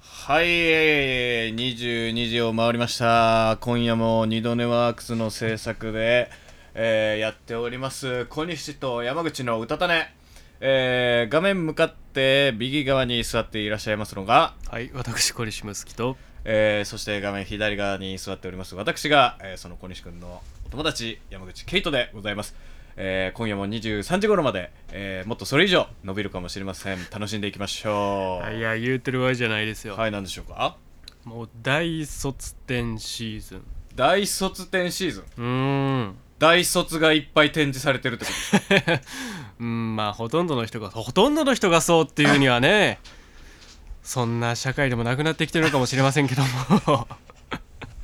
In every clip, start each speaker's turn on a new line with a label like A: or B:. A: はい、22時を回りました。今夜も二度寝ワークスの制作で、えーやっております、小西と山口のうたたね。えー画面向かって右側に座っていらっしゃいますのが、
B: はい、私、小西睦月と、
A: えーそして画面左側に座っております私が、えーその小西君のお友達山口ケイトでございます、えー今夜も23時頃まで、えーもっとそれ以上伸びるかもしれません楽しんでいきましょう
B: いや、言うてる場合じゃないですよ。
A: はい何でしょうか
B: もう大卒展シーズン。
A: 大卒展シーズン
B: うーん。
A: 大卒がいっぱい展示されてるってことです
B: うん、まあ、ほとんどの人が、ほとんどの人がそうっていうにはね、そんな社会でもなくなってきてるのかもしれませんけど も。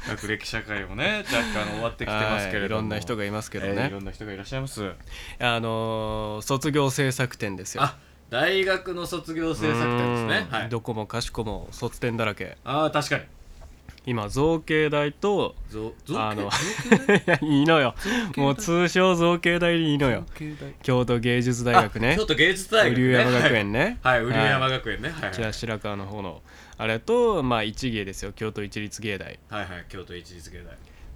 A: 学歴社会もね若干終わってきてますけれども
B: はいいろんな人がいますけどね
A: えーいろんな人がいらっしゃいます
B: あのー卒業制作展ですよ。
A: あ大学の卒業制作展ですね
B: うーん
A: はい
B: どこもかしこも卒展だらけ。
A: ああ確かに
B: 今、造形大と、
A: ぞ造
B: あの
A: 形
B: いいのよ。
A: 大
B: もう通称造形大でいいのよ。京都芸術大学
A: あ
B: ね
A: 京。都芸術大学、ね、
B: 瓜生山学園ね
A: はいはい瓜生山学園ねはい
B: 北白川の方のあれと、まあ、一芸ですよ京都一律芸大
A: はいはい京都一律芸大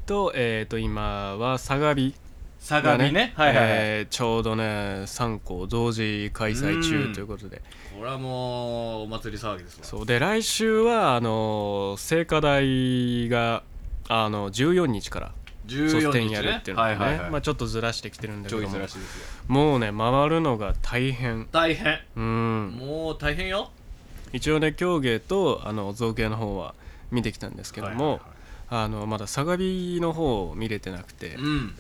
B: と,、えー、と今は佐賀美
A: 相模ねはいはい、はい
B: えーちょうどね3校同時開催中ということで
A: これはもうお祭り騒ぎですわ
B: そうで来週はあの聖火台があの14日から卒
A: 14日
B: 展
A: ね
B: やるっていうの
A: は
B: が
A: い
B: ね、
A: はいはい、
B: まあ、ちょっとずらしてきてるんだ
A: ちょ
B: けど
A: い
B: も
A: ずらしいですよ
B: もうね回るのが大変
A: 大変
B: うん
A: もう大変よ
B: 一応ね狂芸とあの造形の方は見てきたんですけど
A: は
B: も、
A: いはいはい
B: あのまだサガビの方を見れてなくて、
A: うん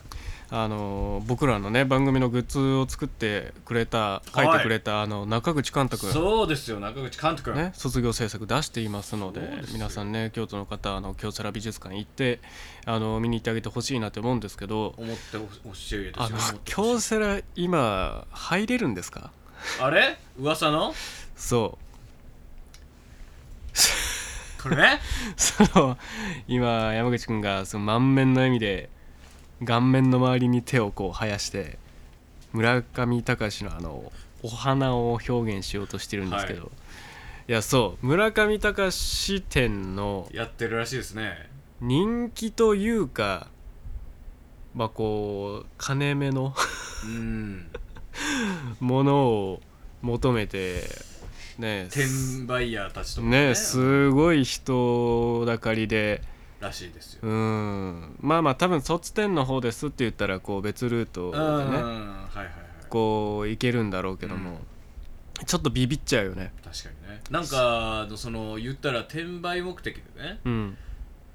B: あの僕らのね番組のグッズを作ってくれた書
A: はい
B: いてくれた、あの中口監督
A: そうですよ中口監督、
B: ね、卒業制作出していますので
A: そうですよ
B: 皆さんね京都の方あの京セラ美術館行ってあの見に行ってあげてほしいなって思うんですけど
A: 思ってほしいですよ
B: あの
A: 思ってほ
B: 京
A: しい
B: セラ今入れるんですか
A: あれ噂の
B: そう
A: これね
B: その今山口君がその満面の笑みで顔面の周りに手をこう生やして村上隆のあのお花を表現しようとしてるんですけど、、
A: はい
B: やそう村上隆展の
A: やってるらしいですね
B: 人気というかまあこう金目の
A: うん
B: ものを求めてね
A: 転売ヤーたちとかね
B: ねすごい人だかりで。
A: らしいですよ、
B: うーんまあまあ多分卒点の方ですって言ったらこう別ルート
A: うんはい
B: でね
A: はいはい
B: こう行けるんだろうけども、ちょっとビビっちゃうよね
A: 確かにねなんかあのその言ったら転売目的でね
B: うん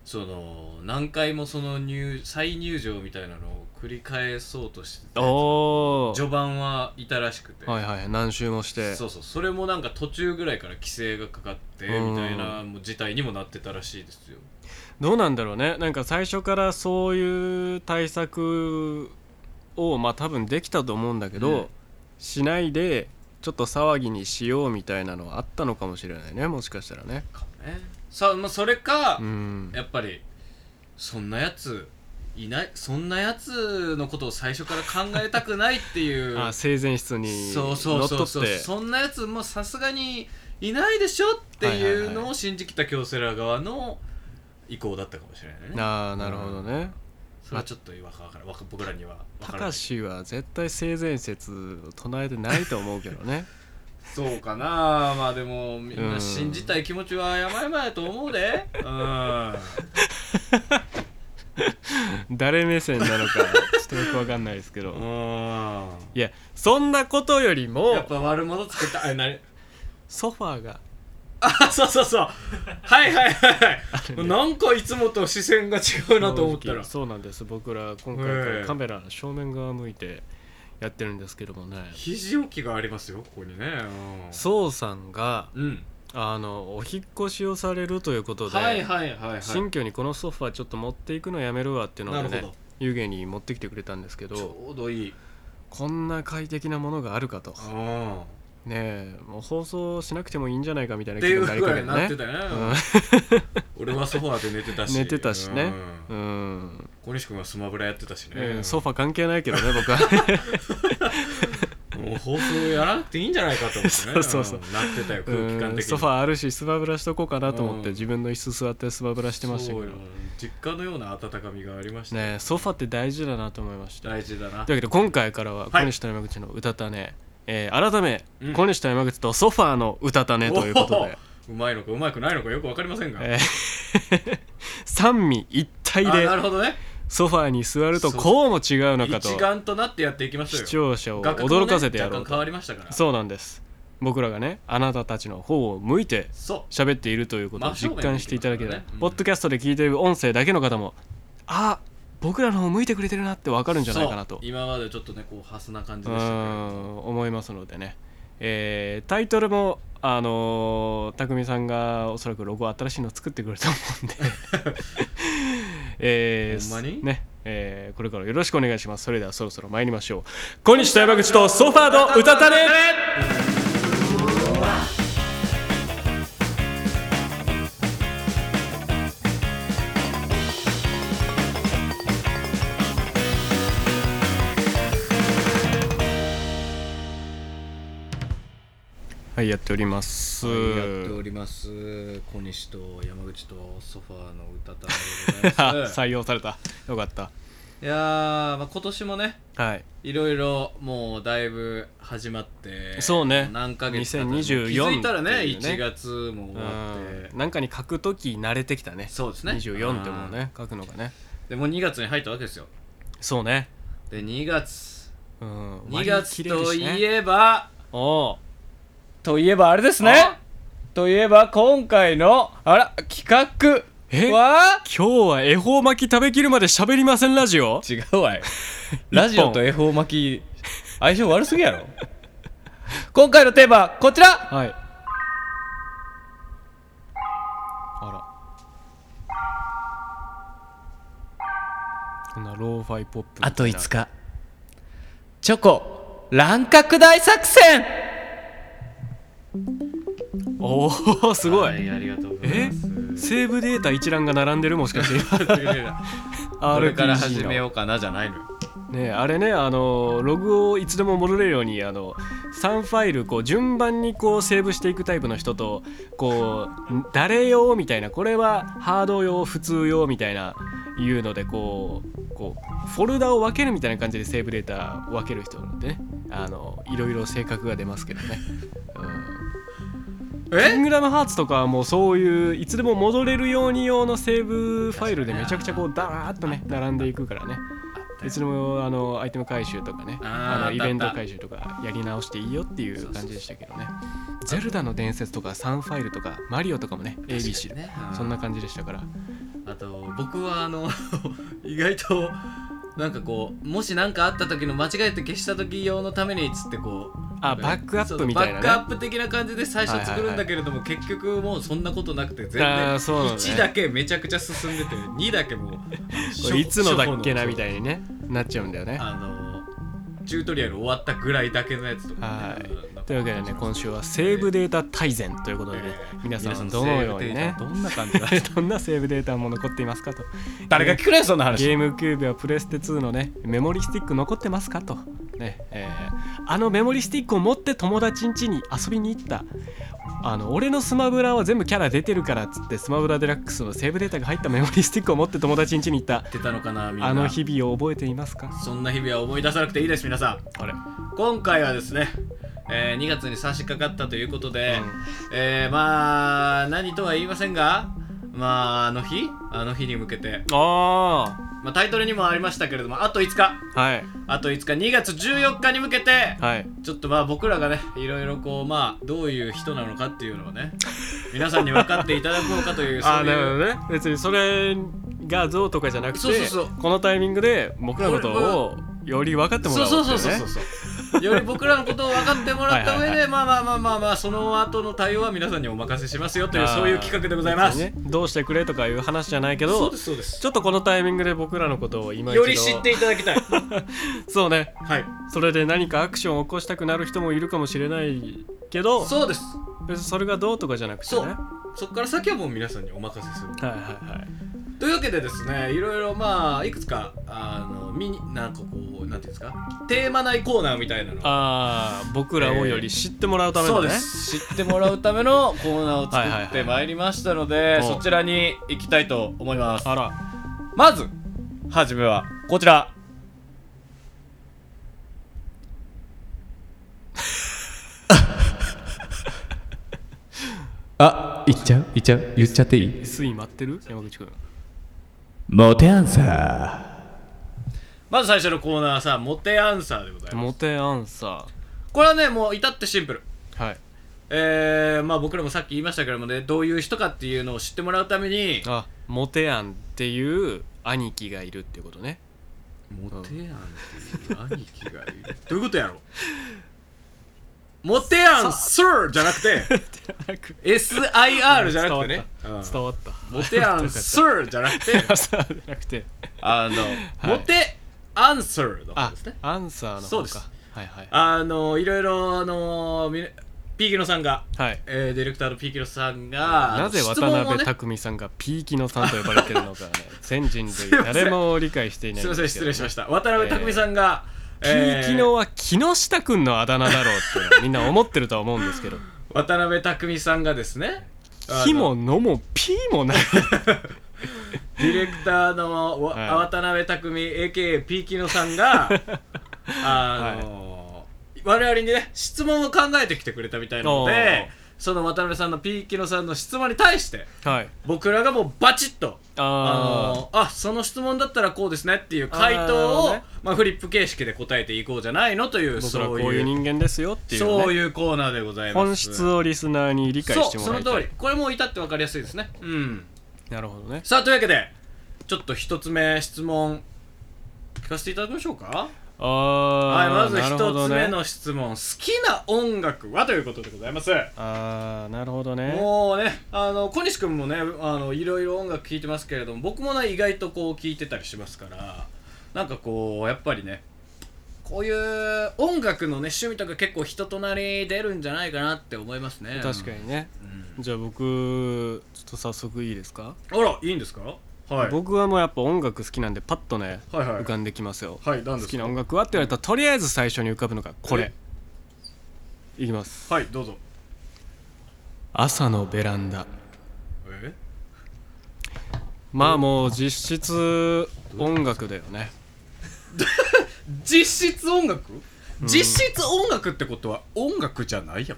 A: その何回もその入再入場みたいなのを繰り返そうとしてて
B: おー
A: 序盤はいたらしくて、
B: はいはい何周もして
A: そうそうそれもなんか途中ぐらいから規制がかかって
B: うん
A: みたいなもう事態にもなってたらしいですよ
B: どうなんだろうねなんか最初からそういう対策をまあ多分できたと思うんだけど、
A: うん
B: しないでちょっと騒ぎにしようみたいなのはあったのかもしれないねもしかしたらね
A: かもねさあ、まあ、それか、
B: うん
A: やっぱりそんなやついないそんなやつのことを最初から考えたくないっていう
B: あ生前室に
A: そ
B: 乗
A: う
B: っ
A: そうそ
B: 取
A: うそう
B: って
A: そんなやつもさすがにいないでしょっていうのを信じきった京セラ側の意向だったかもしれないね
B: ああなるほどね、
A: それはちょっとわかわからわか僕らにはわ
B: た
A: からな
B: か
A: い
B: しは絶対性善説を唱えてないと思うけどね
A: そうかなまあでもみんな信じたい気持ちはやまやまやと思うでうん
B: 誰目線なのかちょっとよくわかんないですけど
A: うん
B: いやそんなことより
A: やっ
B: も
A: ぱ悪者作ったあなに
B: ソファーが
A: あそうそうそうはいはいはいはいなんかいつもと視線が違うなと思ったら
B: 正直そうなんです僕ら今回
A: へえ
B: カメラ正面側向いてやってるんですけどもね
A: 肘置きがありますよここにねうん
B: 宋さんが
A: うん
B: あのお引っ越しをされるということで、
A: はいはいはいはい
B: 新居にこのソファーちょっと持っていくのやめるわっていう
A: な
B: ので
A: る
B: ね
A: ほ
B: 湯気に持ってきてくれたんですけ
A: どち
B: ど
A: ょうどいい
B: こんな快適なものがあるかと。
A: うん
B: ねえもう放送しなくてもいいんじゃないかみた
A: っ
B: いな
A: ていう
B: に
A: ぐ
B: る
A: らいになっ
B: け
A: て
B: ど
A: たよね
B: ね
A: 俺はソファーで寝てた
B: うん
A: し
B: 寝てたしね
A: う
B: うんん、
A: 小西君はスマブラやってたし
B: え
A: ね
B: ーソファ関係ないけどね僕は
A: もう放送やらなくていいんじゃないかと思ってね
B: そうそうそうん
A: なってたよ空気感
B: うん
A: 的に
B: ソファーあるしスマブラしとこうかなと思って、
C: うん
B: 自分の椅子座ってスマブラしてました
A: そ
B: け
A: う
B: ど
A: よ実家のような温かみがありましたね
B: ねソファって大事だなと思いました
A: 大事だな
B: というわけで今回からは小西と山口の歌たね、えー改め、小西と山口とソファーの歌たねということ
A: お
B: で、
A: うまいのかうまくないのかよくわかりませんが、
B: えー 三味一体
A: あ
B: で
A: なるほどね
B: ソファーに座るとこうも違うのかと
A: 一丸となってやっていきましょう
B: 視
A: よ
B: 聴者を
A: 画角もね
B: 驚かせてやろ
A: 若
B: う
A: 干変
B: と
A: わりましたから
B: そうなんです僕らがねあなたたちの方を向いて
A: そ
B: 喋っているということを
A: 真正
B: 実
A: 面
B: 感していただければ、
A: に行きますからねうん
B: ポッドキャストで聞いている音声だけの方もあ僕らの方向いてくれてるなって分かるんじゃないかな
A: そ
B: と
A: う今までちょっとねこうハスな感じ
B: う
A: でしたけど
B: ん思いますのでね、えータイトルもあのー、匠さんがおそらくロゴ新しいの作ってくれると思 うんでえー
A: ほんまに
B: ねえーこれからよろしくお願いしますそれではそろそろ参りましょう小西と山口とソファーの歌たねはいやっております、
A: やっております小西と山口とソファーの歌たでございま す
B: 採用されたよかった
A: いやー、まあ、今年もね
B: はい
A: いろいろもうだいぶ始まって
B: そうね
A: 何ヶ月経った気
B: 2024
A: づいたらね
B: っていうね
A: 1月も終わって
B: うんなんかに書くとき慣れてきたね
A: そうですね
B: 24ってもうね書くのがね
A: でもう2月に入ったわけですよ
B: そうね
A: で2月
B: うん
A: 2月とい
B: え
A: えば、
B: おう
C: といえばあれですね
A: あ
C: といえば今回のあら企画
B: え
C: は
B: 今日は恵方巻き食べきるまで喋りませんラジオ
C: 違うわいラジオと恵方巻き相性悪すぎや ろ今回のテーマはこちら
B: はいあらこんなローファイポップみたいな
C: 日チョコ乱拡大作戦
B: おおすごい、
A: はいありがとうござい
B: え
A: ます
B: セーブデータ一覧が並んでるもしかして
A: これから
B: RPG の
A: 始めようかなじゃないのよ
B: ねえあれねあのログをいつでも戻れるようにあの3ファイルこう順番にこうセーブしていくタイプの人とこうん誰用みたいなこれはハード用普通用みたいないうのでこうこうフォルダを分けるみたいな感じでセーブデータ分ける人なんでねあのいろいろ性格が出ますけどね。うんキングダムハーツとかはもうそういういつでも戻れるように用のセーブファイルでめちゃくちゃこうダラーっとね並んでいくからねいつでもあのアイテム回収とかね
A: あー
B: あのイベ
A: あ
B: ント
A: ったあった
B: 回収とかやり直していいよっていう感じでしたけどね「ゼルダの伝説」とか「サンファイル」とか「マリオ」とかもね ABC
A: 確か
B: で、
A: にねうん
B: そんな感じでしたから
A: あと僕はあの 意外となんかこうもし何かあった時の間違えて消した時用のためにっつってこう
B: あバックアップみたい
A: そ
B: な
A: うバック
B: ね
A: アップ的な感じで最初作るんだけれども、結局もうそんなことなくて全然
B: あーそうなのね
A: 1だけめちゃくちゃ進んでて2だけもう
B: これいつのだっけなみた
A: い
B: いにねなっちゃうんだよね
A: あのチュートリアル終わったぐらいだけのやつとか、
B: はい
A: うんなんか
B: というわけでね今週はセーブデータ大全ということでね皆さんどのようにね
A: 皆さんのセーブデータどんな感じ だ
B: どんなセーブデータも残っていますかと
C: 誰が聞くねんそんな話
B: ゲームキューブやプレステ2のねメモリスティック残ってますかと、ねえーあのメモリスティックを持って友達ん家に遊びに行ったあの俺のスマブラは全部キャラ出てるからっつってスマブラデラックスのセーブデータが入ったメモリスティックを持って友達ん家に行った
A: 出たのかなみんな
B: あの日々を覚えていますか
A: そんな日々は思い出さなくていいです皆さん
B: あれ
A: 今回はですね、え2月に差し掛かったということで、
B: うん
A: えーまあ何とは言いませんがまああの日あの日に向けて、
B: あ
A: まあ、タイトルにもありましたけれどもあと5日
B: ーはい
A: あと5日2月14日に向けて
B: はい
A: ちょっとまあ僕らがねいろいろこうまあどういう人なのかっていうのをね皆さんに分かっていただこうかというそう
B: あーな
A: いう
B: るほどね別にそれがどうとかじゃなくて
A: そうそうそう
B: このタイミングで僕らのことをより分かっても
A: そ
B: ら
A: う
B: おう
A: そう
B: って
A: そ
B: い
A: う
B: ね
A: そうそうそうより僕らのことを分かってもらった上で
B: はいはい
A: まあまあまあまあまあその後の対応は皆さんにお任せしますよというそういう企画でございます、
B: あー別にねどうしてくれとかいう話じゃないけ
A: そう
B: ど
A: ですそうです
B: ちょっとこのタイミングで僕らのことを今一度
A: より知っていただきたい
B: そうね
A: はい
B: それで何かアクションを起こしたくなる人もいるかもしれないけど
A: そうです
B: 別にそれがどうとかじゃなくてね
A: そうそこから先はもう皆さんにお任せする
B: はいはいはい
A: というわけでですねいろいろまあいくつかあのみなんかこうなんていうんですかテーマ内コーナーみたいなの
B: ああ僕らをより知ってもらうための
C: そう
B: ね、
C: です知ってもらうためのコーナーを
B: は
C: 作っ
B: いはいは
C: て
B: い
C: まいりましたので、
B: お
C: そちらに行きたいと思います
B: あら
C: まずはじめはこちら
D: あ、言っちゃう言っちゃう言っちゃっていい
B: 水待ってる山口君
D: モテアンサ
C: まず最初のコーナーさモテアンサーでございます
B: モテアンサ
C: これはねもう至ってシンプル
B: ーはい
C: えー、まあ僕らもさっき言いましたけどもねどういう人かっていうのを知ってもらうために
B: あモテアンっていう兄貴がいるっていうこ とね
A: モテやんっていう兄貴がいるどういうことやろモテやんスーじゃなく て SIR じゃなくてね
B: 伝わっ
A: う
B: た,、
A: ん
B: 伝わった
A: モテやんスーじゃなくて
B: そ うじゃなくて
C: あの
B: はい
A: モテアンサーの方
B: あ
A: ですね
B: アンサーの方か
A: そうです
B: はいはい
A: あのいろいろあのみピーキノさんが、
B: はい
A: えーディレクターのピーキノさんが
B: なぜ
A: 質
B: 渡
A: 問をね
B: 辺匠さんがピーキノさんと呼ばれてる のかね全人類誰も理解していない
A: すいません失礼しましたた渡辺匠さんが、
B: ピーキノ
A: えー
B: は木下くんのあだ名だろうっていうのはみんな思ってるとは思うんですけど
A: 渡辺匠さんがですねあ
B: 火
A: の
B: も野もピ ーもない
A: ディレクター のわ、
B: はい
A: 渡辺匠 AKA ピーキノさん があの我々にね質問を考えてきてくれたみたいなの
B: おー
A: でその渡辺さんのピーキノさんの質問に対して
B: はい
A: 僕らがもうバチッとあ
B: あ
A: のあその質問だったらこうですねっていう回答
B: あ
A: を
B: ーね
A: まあ、フリップ形式で答えていこうじゃないのという
B: ー僕ら
A: そ
B: こ
A: う
B: う
A: いう
B: いう人間ですよっていうね
A: そういうコーナーでございます
B: 本質をリスナーに理解してもらいたい
A: そうその通りこれも至って分かりやすいですねうん
B: なるほどね
A: さあというわけでちょっと一つ目質問聞かせていただきましょうか
B: ああ
A: はいまず
B: なるほ
A: 一
B: ど
A: つ
B: ね
A: 目の質問、好きな音楽はということでございます
B: ああなるほどね
A: もうねあの小西君もねあのいろいろ音楽聴いてますけれども僕もね意外とこう聴いてたりしますからなんかこうやっぱりねこういう音楽のね趣味とか結構人となり出るんじゃないかなって思いますね
B: 確かにね
A: うん
B: じゃあ僕ちょっと早速いいですか、
A: あらいいんですかはい
B: 僕はもうやっぱ音楽好きなんでパッとね、
A: はいはい
B: 浮かんできますよ、
A: はい何で
B: 好
A: すか
B: きな音楽はって言われたらとりあえず最初に浮かぶのがこれいきます
A: はいどうぞ
B: 朝のベランダ
A: え
B: まあもう実質音楽だよね
A: 実質音楽、実質音楽ってことは音楽じゃないやん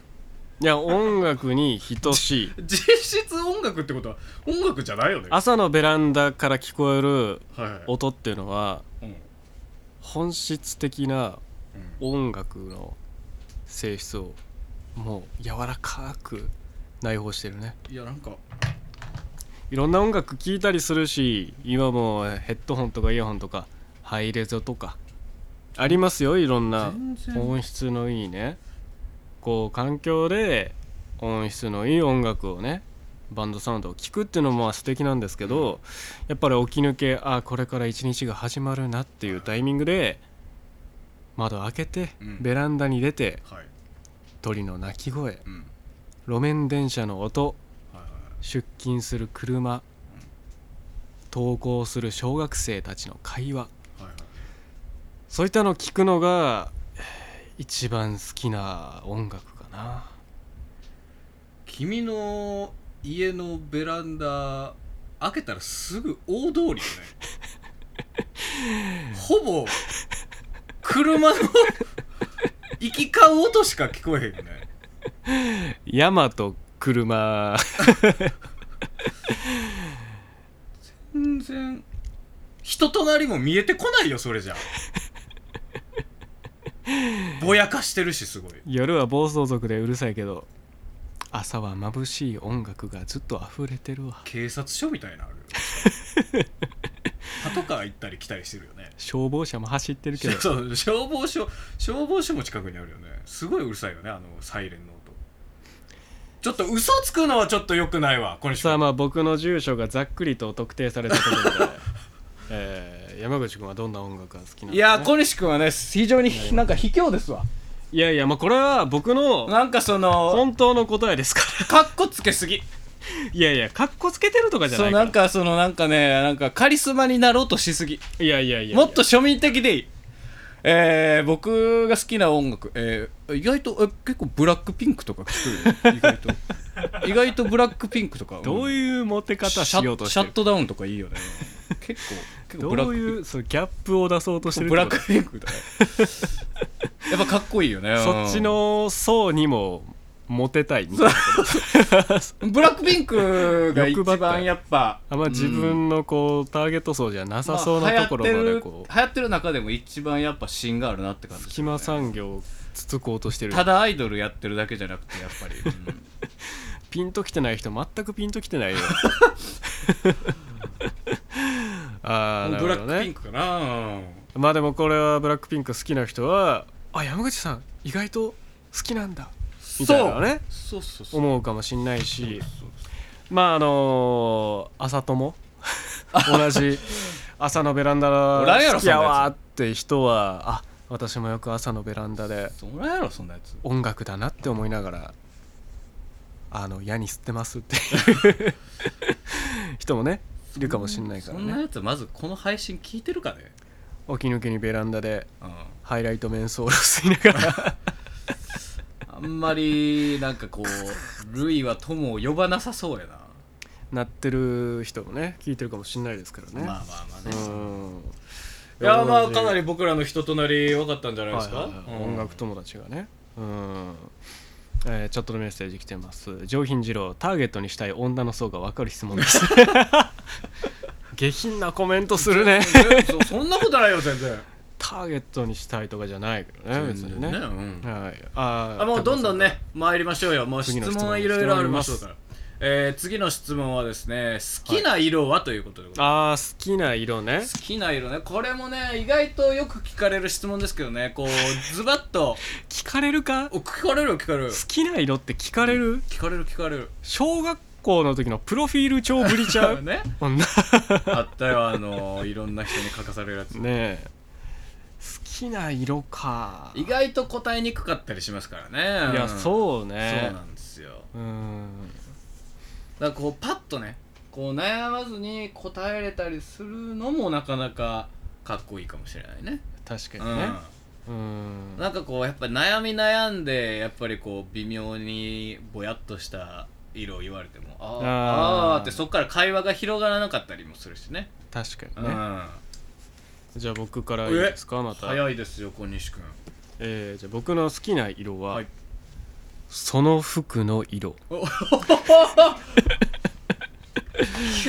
B: いや音楽に等しい
A: 実質音楽ってことは音楽じゃないよね
B: 朝のベランダから聞こえる
A: はいはい
B: 音っていうのは
A: うん
B: 本質的な音楽の性質をもう柔らかく内包してるね
A: いやなんか
B: いろんな音楽聴いたりするし今もうヘッドホンとかイヤホンとかハイレゾとかありますよいろんな
A: 全然
B: 音質のいいねこう環境で音質のいい音楽をねバンドサウンドを聴くっていうのもまあ素敵なんですけどやっぱり起き抜けあこれから一日が始まるなっていうタイミングで窓開けて
A: うん
B: ベランダに出て
A: はい
B: 鳥の鳴き声
A: うん
B: 路面電車の音
A: はいはい
B: 出勤する車登校する小学生たちの会話
A: はいはい
B: そういったのを聞くのがえー一番好きな音楽かな
A: 君の家のベランダ開けたらすぐ大通り よねほぼ車の 行き交う音しか聞こえへんよね
B: 山と車
A: 全然人となりも見えてこないよそれじ ゃぼやかしてるしすごい
B: 夜は暴走族でうるさいけど朝は眩しい音楽がずっと溢れてるわ
A: 警察署みたいなのあるよパトカー行ったり来たりしてるよね
B: 消防車も走ってるけ ど
A: そう消防署消防署も近くにあるよねすごいうるさいよねあのサイレンの音ちょっと嘘つくのはちょっと良くないわ小西
B: さあ
A: 君
B: まあ僕の住所がざっくりと特定されたところで、 えー山口君はどんな音楽が好きなの
C: いやー小西君はね非常にひなんか卑怯ですわ
B: いやいやまあこれは僕の
C: なんかその
B: 本当の答えですから
C: かっこつけすぎ
B: いやいやかっこつけてるとかじゃ
C: そう
B: ないから
C: なんかそのなんかねなんかカリスマになろうとしすぎ
B: いやいやいや
C: もっと庶民的でいいえー、僕が好きな音楽、えー、意外とえ結構ブラックピンクとか聞くよ意外 と意外とブラックピンクとか
B: どう
C: うん
B: いうモテ方し
C: シャ
B: ようとして
C: シャ
B: る
C: ットダウンとかいいよね結構結構
B: ど
C: ブラッ
B: う
C: クピンク
B: いうそうギャップを出そうとしてるって
C: ブラ
B: こと
C: ックピンクだねやっぱかっこいいよね
B: そっちの層にもモテたいみたいな
C: うんブラックピンクが一
B: 欲張った
C: 番やっぱ
B: あんま自分のこうターゲット層じゃなさそうなところまでこ
C: まあ流行ってる流行ってる中でも一番やっぱ芯があるなって感
B: う
C: じ、ね、
B: 隙間産業をつつこうとしてる
C: ただアイドルやってるだけじゃなくてやっぱり、うん
B: ピンときてない人全くピンとき てないよああな
A: ブ
B: る
A: ラ
B: ほど
A: ックピン
B: ね
A: クかな
B: まあでもこれはブラックピンク好きな人はあ山口さん意外と好きなんだみたいなね
C: そうそうそう
B: 思うかもしんないし
C: そう
B: まああのー朝 友同じ朝のベランダ
C: おらんやろ
B: 好きやわーって人はあ私もよく朝のベランダで
C: そらやろそんなやつ
B: 音楽だなって思いながらあの矢に吸ってますっていう人もねいるかもしんないから
C: そんな
B: ね
C: やつまずこの配信聞いてるかね、
B: 起き抜けにベランダで
C: うん、
B: ハイライトメンソールを吸いながら
C: あんまりなんかこうルイは友を呼ばなさそうやな、
B: 鳴ってる人もね聞いてるかもしんないですからね、
C: まあまあまあ
B: う
C: ね、
B: ん
A: いやまあかなり僕らの人となり分かったんじゃないですか
B: はいはいはい音楽友達がねうん、えー、チャットのメッセージ来てます上品二郎ターゲットにしたい女の層が分かる質問です 下品なコメントするね
A: えそそんなことないよ全然
B: ターゲットにしたいとかじゃないけどね別にね
C: ねうん
B: はいあー
A: あもうどんどんね参りましょうよもう質
B: 次の質問
A: 問はいろいろありましょうからえー次の質問はですね好きな色はということでございま
B: あー好きな色ね
A: す好きな色ねこれもね意外とよく聞かれる質問ですけどねこ うズバッと
B: 聞かれるか
A: お
B: 好
A: 聞かれるよ聞かれる
B: きな色って聞かれる
A: 聞かれる聞かれる
B: 小学校の時のプロフィール帳ぶりちゃう
A: ね
B: こんな
A: あったよあのいろんな人に書かされるやつ
B: ねえ好きな色か
A: 意外と答えにくかったりしますからね
B: いや
A: う
B: そう
A: そう
B: ね
A: なんですよ
B: うん
A: だからこうパッとねこう悩まずに答えれたりするのもなかなかかっこいいかもしれないね
B: 確か
A: う
B: にね
A: ん
B: うん
A: なんかこうやっぱ悩み悩んでやっぱりこう微妙にぼやっとした色を言われてもあー
B: あー
A: あーってそっから会話が広がらなかったりもするしね
B: 確か
A: う
B: にね
A: ん
B: じゃあ僕からいいですかまた
A: 早いですよ小西 君
B: えーじゃあ僕の好きな色は、
A: はい
B: その服の色
A: キ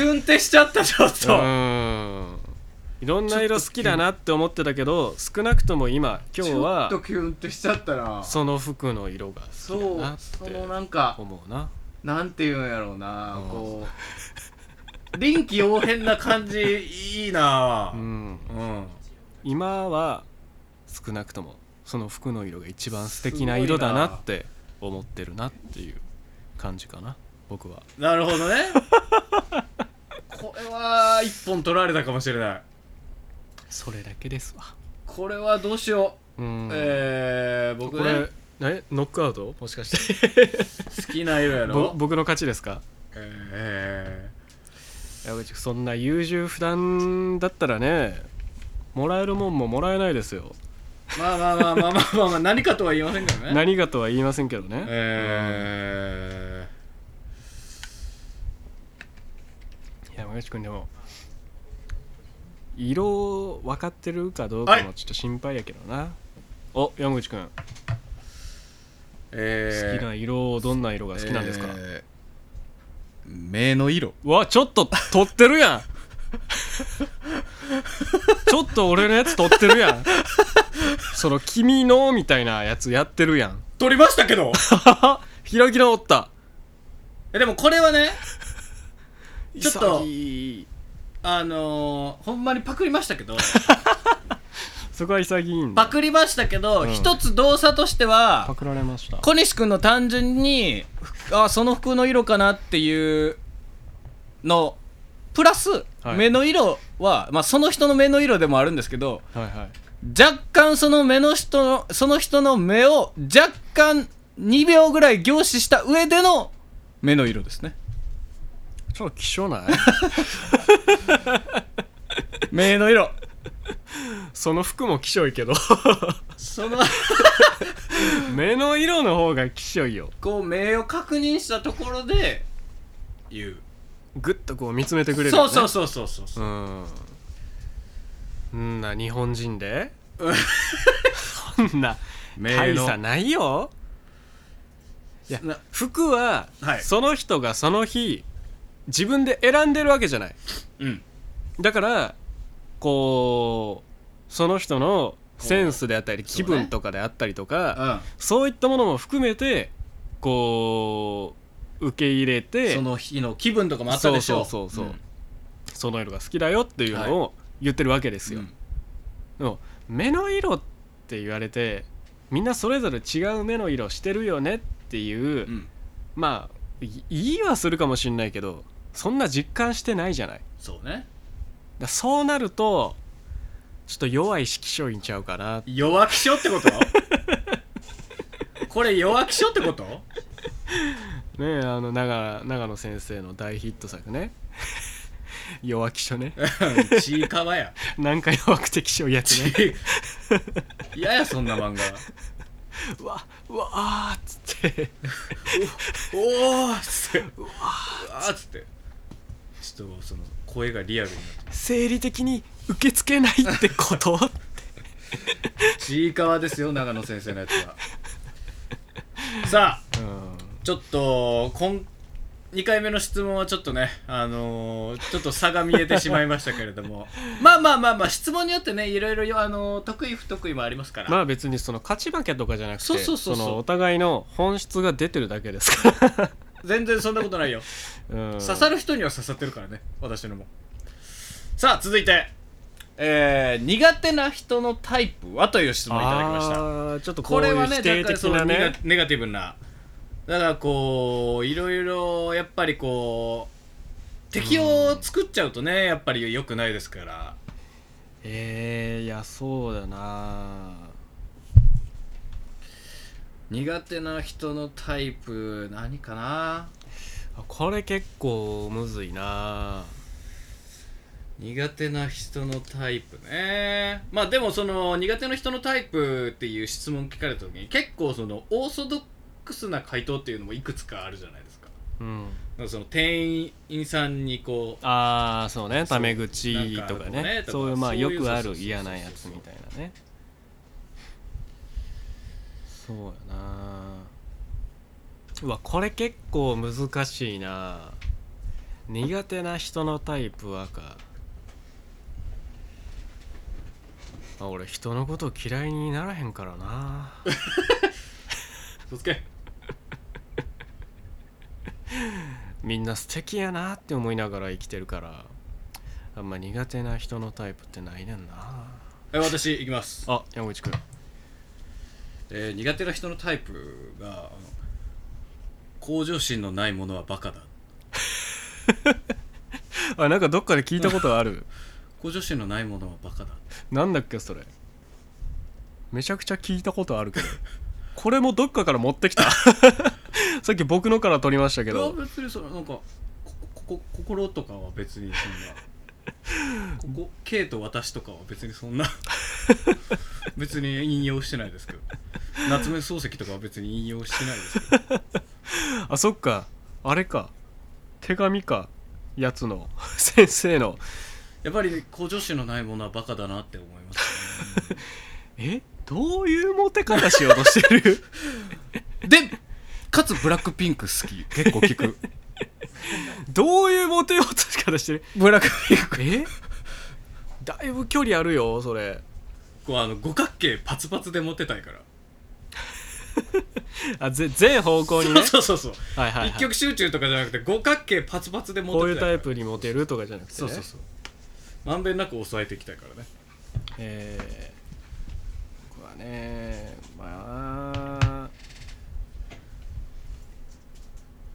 A: ュンってしちゃったちょっ
B: う
A: と
B: ーんいろんな色好きだなって思ってたけど少なくとも今今日は
A: ちょっとキュンってしちゃったな
B: その服の色が好
A: そ
B: き
A: う
B: だなっ
A: そ
B: て
A: のなんか
B: 思うな
A: なんていうんやろうな
B: うん
A: こう臨機応変な感じいいな
B: う、ん
A: うん、
B: 今は少なくともその服の色が一番素敵な色だなって思ってるなっていう感じかな僕は
A: なるほどねこれは一本取られたかもしれない
B: それだけですわ
A: これはどうしよ
B: う
A: う、
B: ん
A: えー、僕
B: こ
A: ね
B: れえノックアウトもしかして
A: 好きな色や
B: ぼ
A: ろ
B: 僕の勝ちですか
A: え
B: 山口君そんな優柔不断だったらねもらえるもんももらえないですよ
A: ー、まあまあまあまあまあまあ、まあ、何かとは言いませんけどね
B: 何がとは言いませんけどね
A: え
B: 山口君でも色分かってるかどうか
A: は
B: もちょっと心配やけどな、お山口君
A: ー、え
B: 好きな色どんな色が好きなんですか、
C: えー目の色
B: うわちょっと撮って るやんちょっと俺のやつ撮ってるやんその「君の」みたいなやつやってるやん
A: 取りましたけど
B: 開き直った
A: えでもこれはねちょっと
B: 潔い
A: あのー、ほんまにパクりましたけど
B: そこは潔いんだ
A: パクりましたけど、
B: うん
A: 一つ動作としては
B: パクられました
A: 小西君の単純にあその服の色かなっていうのプラス、
B: はい
A: 目の色は、まあ、その人の目の色でもあるんですけど
B: はいはい
A: 若干その目の人のその人の目を若干2秒ぐらい凝視した上での目の色ですね
B: ちょっと希少ない
A: 目の色
B: その服も希少いけど
A: その
B: 目の色の方が希少いよ
A: こう目を確認したところで言う
B: グッとこう見つめてくれるよ
A: そ
B: ね
A: うそうそうそうそうそううん
B: んな日本人でそんな
A: 目
B: 大
A: の
B: 差ないよいや
A: な
B: 服は、
A: はい
B: その人がその日自分で選んでるわけじゃない
A: うん
B: だからこうその人のセンスであったり
A: そうね
B: 気分とかであったりとか
A: うん
B: そういったものも含めてこう受け入れて
A: その日の気分とかもあったでしょ
B: そうそうそうそうその色が好きだよっていうのを言ってるわけですよ、
A: うん
B: でも目の色って言われてみんなそれぞれ違う目の色してるよねっていう、
A: うん
B: まあい言いはするかもしんないけどそんな実感してないじゃないだか
A: そうね
B: らそうなるとちょっと弱い色商品ちゃうかな
A: 弱気症ってことこれ弱気症ってこと
B: ねえあの長長野先生の大ヒット作ね 弱気書ね
A: うんちいかわや
B: なんか弱くて気象やつ ね
A: いややそんな漫画
B: うわうわあーっつって
A: おおっつってうわーっつってちょっとその声がリアルになって
B: 生理的に受け付けないってこと
A: ちいかわですよ長野先生のやつはさあちょっと今2回目の質問はちょっとねあのーちょっと差が見えてしまいましたけれど もまあまあまあまあ質問によってねいろいろよあのー得意不得意もありますから、
B: まあ別にその勝ち負けとかじゃなくて
A: そうそうそうそう
B: そのお互いの本質が出てるだけですか
A: 全然そんなことないよ
B: ら、うん、
A: 刺さる人には刺さってるからね私のもさあ続いて
C: えー、苦手な人のタイプはという質問をいただきました
B: あーちょっとこ
A: こ
B: うい
A: れ
B: う
A: はね
B: 否定的
A: だ
B: な
A: から
B: ね
A: そうネガネガティブなだからこういろいろやっぱりこう敵を作っちゃうとねやっぱり良くないですから
B: えー、いやそうだな
A: 苦手な人のタイプ何かな
B: これ結構むずいな
A: 苦手な人のタイプねまあでもその苦手な人のタイプっていう質問聞かれた時に結構そのオーソドックスな回答っていうのもいくつかあるじゃないですか
B: うん
A: なんかその店員さんにこう
B: ああそうねタメ口とか
A: なんかね
B: ね
A: とか
B: そういうまあ
A: そういう
B: よくあ
A: そうそうそう
B: る
A: そう
B: 嫌なやつみたいなねそうやなうわこれ結構難しいな苦手な人のタイプはかあ俺人のこと嫌いにならへんからな
A: そつけ
B: みんな素敵やなって思いながら生きてるからあんま苦手な人のタイプってないねんな
A: え私行きます
B: あ山口くん
A: えー苦手な人のタイプがあの向上心のないものはバカだ
B: あなんかどっかで聞いたことある
A: 向上心のないものはバカだ
B: なんだっけそれめちゃくちゃ聞いたことあるけどこれもどっかから持ってきた さっき僕のから取りましたけ
A: いや
B: ど
A: 別にそのなんかこここ心とかは別にそん なここ K と私とかは別にそ んな別に引用してないですけど夏目漱石とかは別に引用してないですけど
B: あそっかあれか手紙かやつの 先生の
A: やっぱり向上心のないものはバカだなって思います
B: えどういうモテ方しようとしてる
A: ねでかつブラックピンク好き結構聞 く
B: どういうモテようとし方してる
A: ブラックピンク
B: えだいぶ距離あるよそれ
A: こうあの五角形パツパツで持ってたいから
B: あぜ全方向にね
A: そうそうそう、
B: はいはい、
A: 一
B: はい、
A: 極集中とかじゃなくて五角形パツパツで持
B: こう
A: って
B: いう
A: た
B: タ
A: い
B: イ
A: から
B: プにモテるとかじゃなくて、ね、
A: そうそうそうまんべんなく抑えていきたいからね
B: えー、僕はねまあ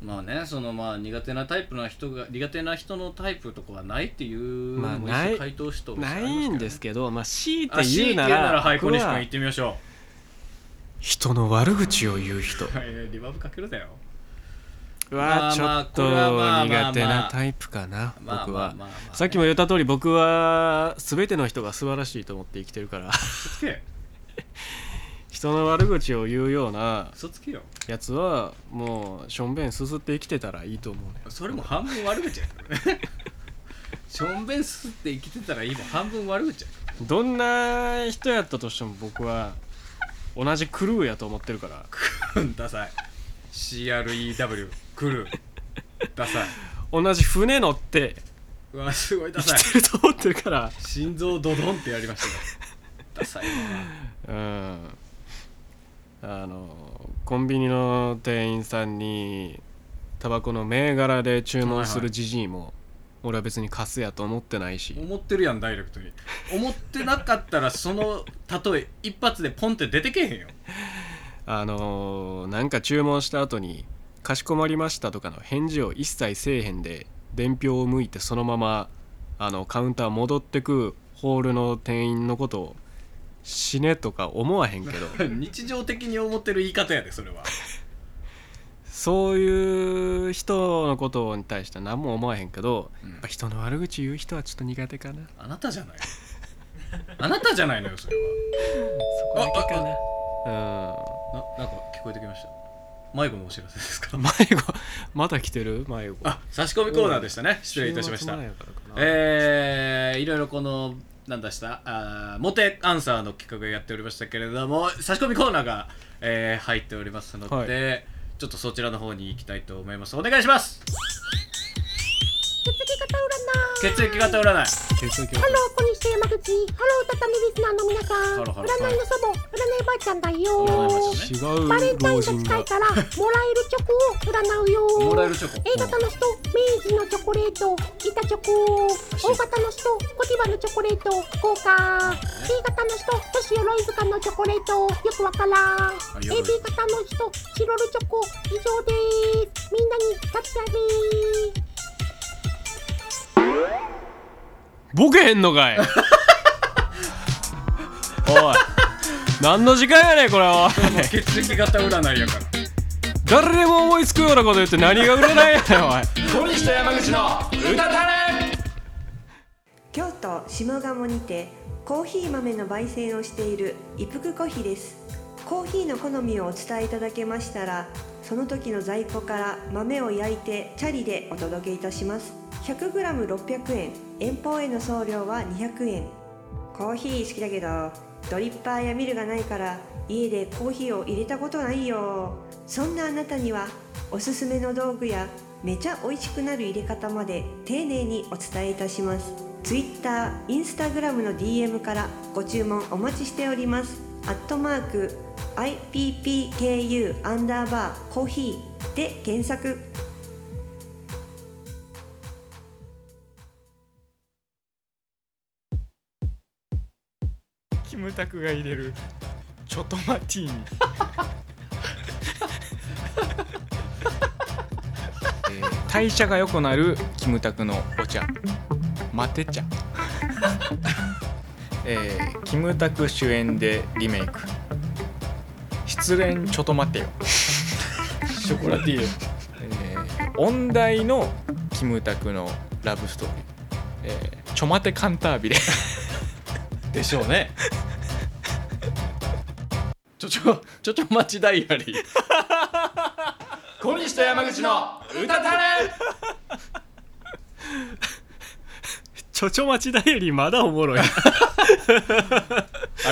A: まあねそのまあ苦手なタイプの人が苦手な人のタイプとかはないっていう
B: まあ
A: のも
B: ない
A: 一緒回答しと
B: ないんです
A: け
B: けどまあ強いて
A: ど足
B: 言
A: 言
B: う
A: う
B: な
A: な
B: ら
A: らはい小
B: 僕
A: 西君行
B: は
A: ってみまし ょ
B: 人の悪口を言う人
A: うはいリバーブかけるだよ
B: はちょっと苦手な
A: イ
B: タイプかな
A: まあ
B: 僕
A: まあま
B: は
A: あまあね
B: さっきも言った通り僕は全ての人が素晴らしいと思って生きてるから
A: 嘘つけ
B: 人の悪口を言うような
A: 嘘つけよ
B: やつはもうしょんべんすすって生きてたらいいと思うね
A: それも半分悪口やからね しょんべんすすって生きてたら今半分悪口や
B: どんな人やったとしても僕は同じクルーやと思ってるから
A: からダサい CREW 来るダサい
B: 同じ船乗って
A: うわすごいダ
B: 生
A: サい
B: きてると思ってるから
A: 心臓ドドンってやりましたねダサい
B: うんあのコンビニの店員さんにタバコの銘柄で注文するじじいも俺は別に貸すやと思ってないし
A: 思ってるやんダイレクトに思ってなかったらその例え一発でポンって出てけへんよ
B: あのなんか注文した後に「かしこまりました」とかの返事を一切せえへんで伝票を向いてそのままあのカウンター戻ってくホールの店員のことを「死ね」とか思わへんけど
A: 日常的に思ってる言い方やでそれは
B: そういう人のことに対しては何も思わへんけど、
A: うん
B: やっぱ人の悪口言う人はちょっと苦手かな
A: あなたじゃないあなたじゃないのよそれ
B: そこだけかなう
A: はななんか聞こえてきました迷子のお知らせですか
B: ん迷子まだ来てる迷子
A: あ差し込みコーナーでしたね失礼いたしました
B: 週末前やからかな
A: えー、いろいろこのなんだしたあーモテアンサーの企画やっておりましたけれども差し込みコーナーが、えー入っておりますので、
B: は
A: ちょっとそちらの方に行きたいと思いますお願いします血液型占い
B: 血液
E: ハロー、小西山口。ハロー、畳リスナーの皆さん。
A: ハロハロ
E: 占いの祖母、占いばあちゃんだ
A: 占いばあ
E: よ。
A: ち
B: 違
E: バレ
B: う老人
E: ンタインが近
B: が
E: いから、もらえるチョコを占うよ。
A: もらえるチョコ
E: A 型の人、明治のチョコレート、板チョコ。O 型の人、コティバのチョコレート、豪華。B 型の人、都市鎧塚のチョコレート、よくわからん。
A: 鎧
E: AB 型の人、チロルチョコ、以上です。みんなに買ってあげー。
B: ボケへんのかいおい何の時間やねんこれは
A: 血液型占いやから
B: 誰でも思いつくようなこと言って何が売れないやねんおい
A: 小西と山口の歌たれ
F: 京都下鴨にてコーヒー豆の焙煎をしている一服コーヒーですコーヒーの好みをお伝えいただけましたらその時の在庫から豆を焼いてチャリでお届けいたします 100g600 円遠方への送料は200円コーヒー好きだけどドリッパーやミルがないから家でコーヒーを入れたことないよそんなあなたにはおすすめの道具やめちゃ美味しくなる入れ方まで丁寧にお伝えいたします Twitter、Instagram の DM からご注文お待ちしておりますアットマーク IPPKU アンダーバーコーヒーで検索
G: キムタクが入れるチョトマティーニえー代謝が良くなるキムタクのお茶マテ茶 えーキムタク主演でリメイク失恋チョトマテよショコラティエ、えー音大のキムタクのラブストーリー、えーチョマテカンター ビレ
A: でしょうねちょちょちょちょ待ちダイアリー小西と山口の歌たれ
B: ちょちょ待ちダイアリーまだおもろ い
A: あ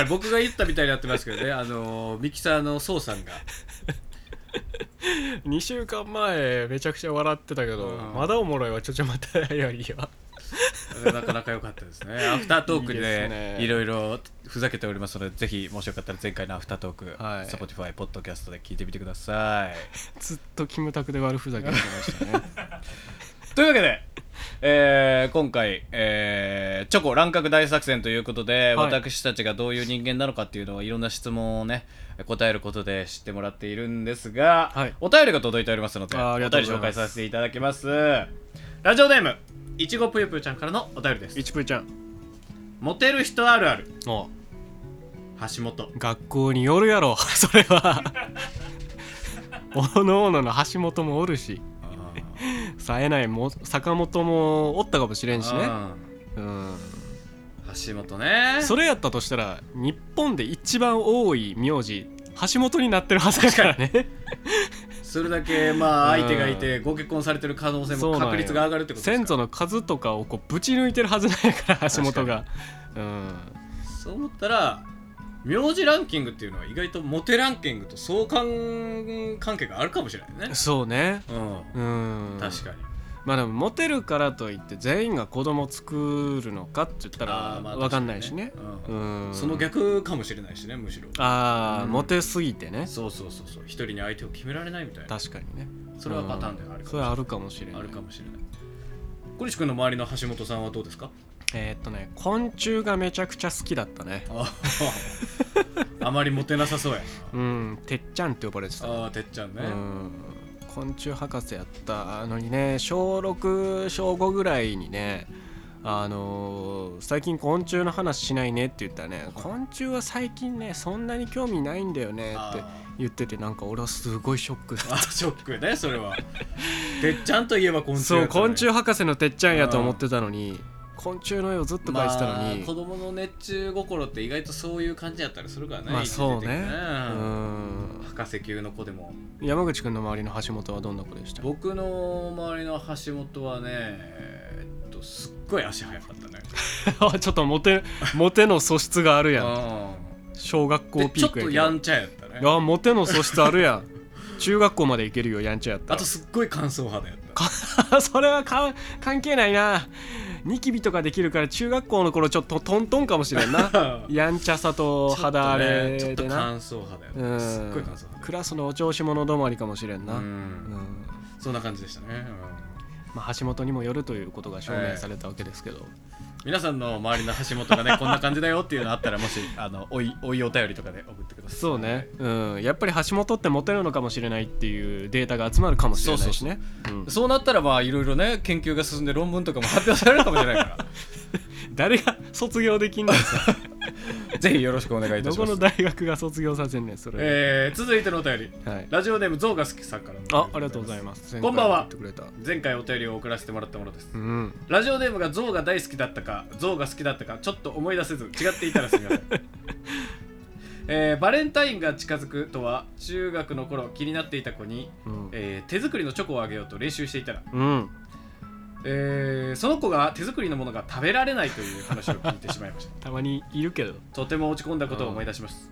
A: れ僕が言ったみたいになってますけどねあのーミキサーのソウさんが
B: 2週間前めちゃくちゃ笑ってたけど
A: うん
B: まだおもろいわちょちょ待ちダイアリーは
A: なかなか良かったです ねアフタートーク
B: いいです
A: で
B: ね
A: いろいろふざけておりますのでぜひもしよかったら前回のアフタートーク、
B: はい
A: Spotify ポッドキャストで聞いてみてください
B: ずっとキムタクで悪ふざけしてました ね
A: というわけで、えー今回、えーチョコ乱獲大作戦ということで、
B: はい
A: 私たちがどういう人間なのかっていうのをいろんな質問をね答えることで知ってもらっているんですが、
B: はい
A: お便りが届いておりますので
B: あー
A: お
B: あり
A: 便
B: が
A: り
B: とうござい
A: 紹
B: ます
A: 介させていただきますラジオネームいちごぷゆぷゆちゃんからのお便りです
B: いちぷーちゃん
A: モテる人あるある
B: お
A: 橋本
B: 学校に よるやろそれはおのおのの橋本もおるし
A: あー
B: 冴えないも坂本もおったかもしれんしね、
A: う
B: うん、
A: ん橋本ね
B: それやったとしたら日本で一番多い名字橋本になってるはずだからね
A: それだけまあ
B: うん
A: 相手がいてご結婚されてる可能性
B: そうな
A: も
B: んよ
A: 確率が上がるってことです
B: 先
A: か
B: 祖の数とかをこうぶち抜いてるはずないから橋本が、うん、
A: そう思ったら名字ランキングっていうのは意外とモテランキングと相関関係があるかもしれないね
B: そうね
A: うん
B: うん
A: 確かに
B: まあでもモテるからといって全員が子供作るのかって言ったら
A: あーまあ
B: 分かんないしね
A: 確かにね
B: う
A: うん
B: ん
A: その逆かもしれないしねむしろ
B: ああ、
A: うん
B: モテすぎてね
A: そうそうそうそう一人に相手を決められないみたいな
B: 確かにね
A: それはパターンではあ
B: う
A: る
B: ん
A: か
B: それ
A: もしれ
B: は
A: な
B: あ
A: い
B: るかもしれない
A: あるかもしれない小西君の周りの橋本さんはどうです か
B: えーっとね昆虫がめちゃくちゃ好きだったね
A: ああまりモテなさそうや
B: うんてっちゃんって呼ばれてた
A: なああてっちゃんね
B: うん昆虫博士やったのにね小6小5ぐらいにねあのー最近昆虫の話しないねって言ったらね昆虫は最近ねそんなに興味ないんだよねって
A: あー
B: 言っててなんか俺はすごいショックだ
A: あショックねそれはてっちゃんといえば昆虫
B: そう昆虫
A: 入
B: 博士のてっちゃんやと思ってたのに昆虫の絵をずっと描いてたのに、
A: 子供の熱中心って意外とそういう感じやったりするからね
B: まあそう
A: 一時的
B: ね
A: に
B: うん
A: 博士級の子でも
B: 山口くんの周りの橋本はどんな子でした
A: 僕の周りの橋本はねえっとすっごい足早かったね
B: あちょっとモテモテの素質があるやん
A: う
B: 小学
A: んで
B: 校ピ
A: ちょ
B: ー
A: っ
B: クや
A: と
B: け
A: や
B: ど
A: んちゃやったね
B: いやモテの素質あるやん中学校まで行けるよやんちゃやった
A: あとすっごい乾燥肌やった
B: らそれはか関係ないなニキビとかできるから中学校の頃ちょっとトントンかもしれ んなやんちゃさと肌荒れ
A: ちょっとねち
B: で
A: ょっと
B: な、
A: 乾燥肌やっ
B: うん
A: たすっごい乾燥
B: クラスのお調子者止まりかもしれんな、
A: 肌う
B: うん
A: んそんな感じでしたねうん
B: まあ、橋本にもよるということが証明されたわけですけど、
A: 皆さんの周りの橋本がねこんな感じだよっていうのあったらもしあのおいおいお便りとかで送ってください
B: そうね、うん、やっぱり橋本ってモテるのかもしれないっていうデータが集まるかもしれないしねうん
A: そうなったらまあいろいろね研究が進んで論文とかも発表されるかもしれないか
B: 誰が卒業できん ねんさ
A: らぜひよろしくお願いいた
B: ど
A: し
B: こ
A: ま
B: の
A: す
B: 大学が卒業させんねんそれ、
A: えー続いてのお便り
B: はい、
A: ラジオネームゾウが好きさんからのお便り
B: あありがとうございます
A: こんばんは
B: 前回も言ってくれ
A: 前回お便りを送らせてもらったものです
B: たうん
A: ラジオネームがゾウが大好きだったかゾウが好きだったかちょっと思い出せず違っていたらすみませ ん、えーバレンタインが近づくとは中学の頃気になっていた子に、
B: うん
A: えー手作りのチョコをあげようと練習していたら、
B: うん
A: えーその子が手作りのものが食べられないという話を聞いてしまいました
B: たまにいるけど
A: とても落ち込んだことを思い出します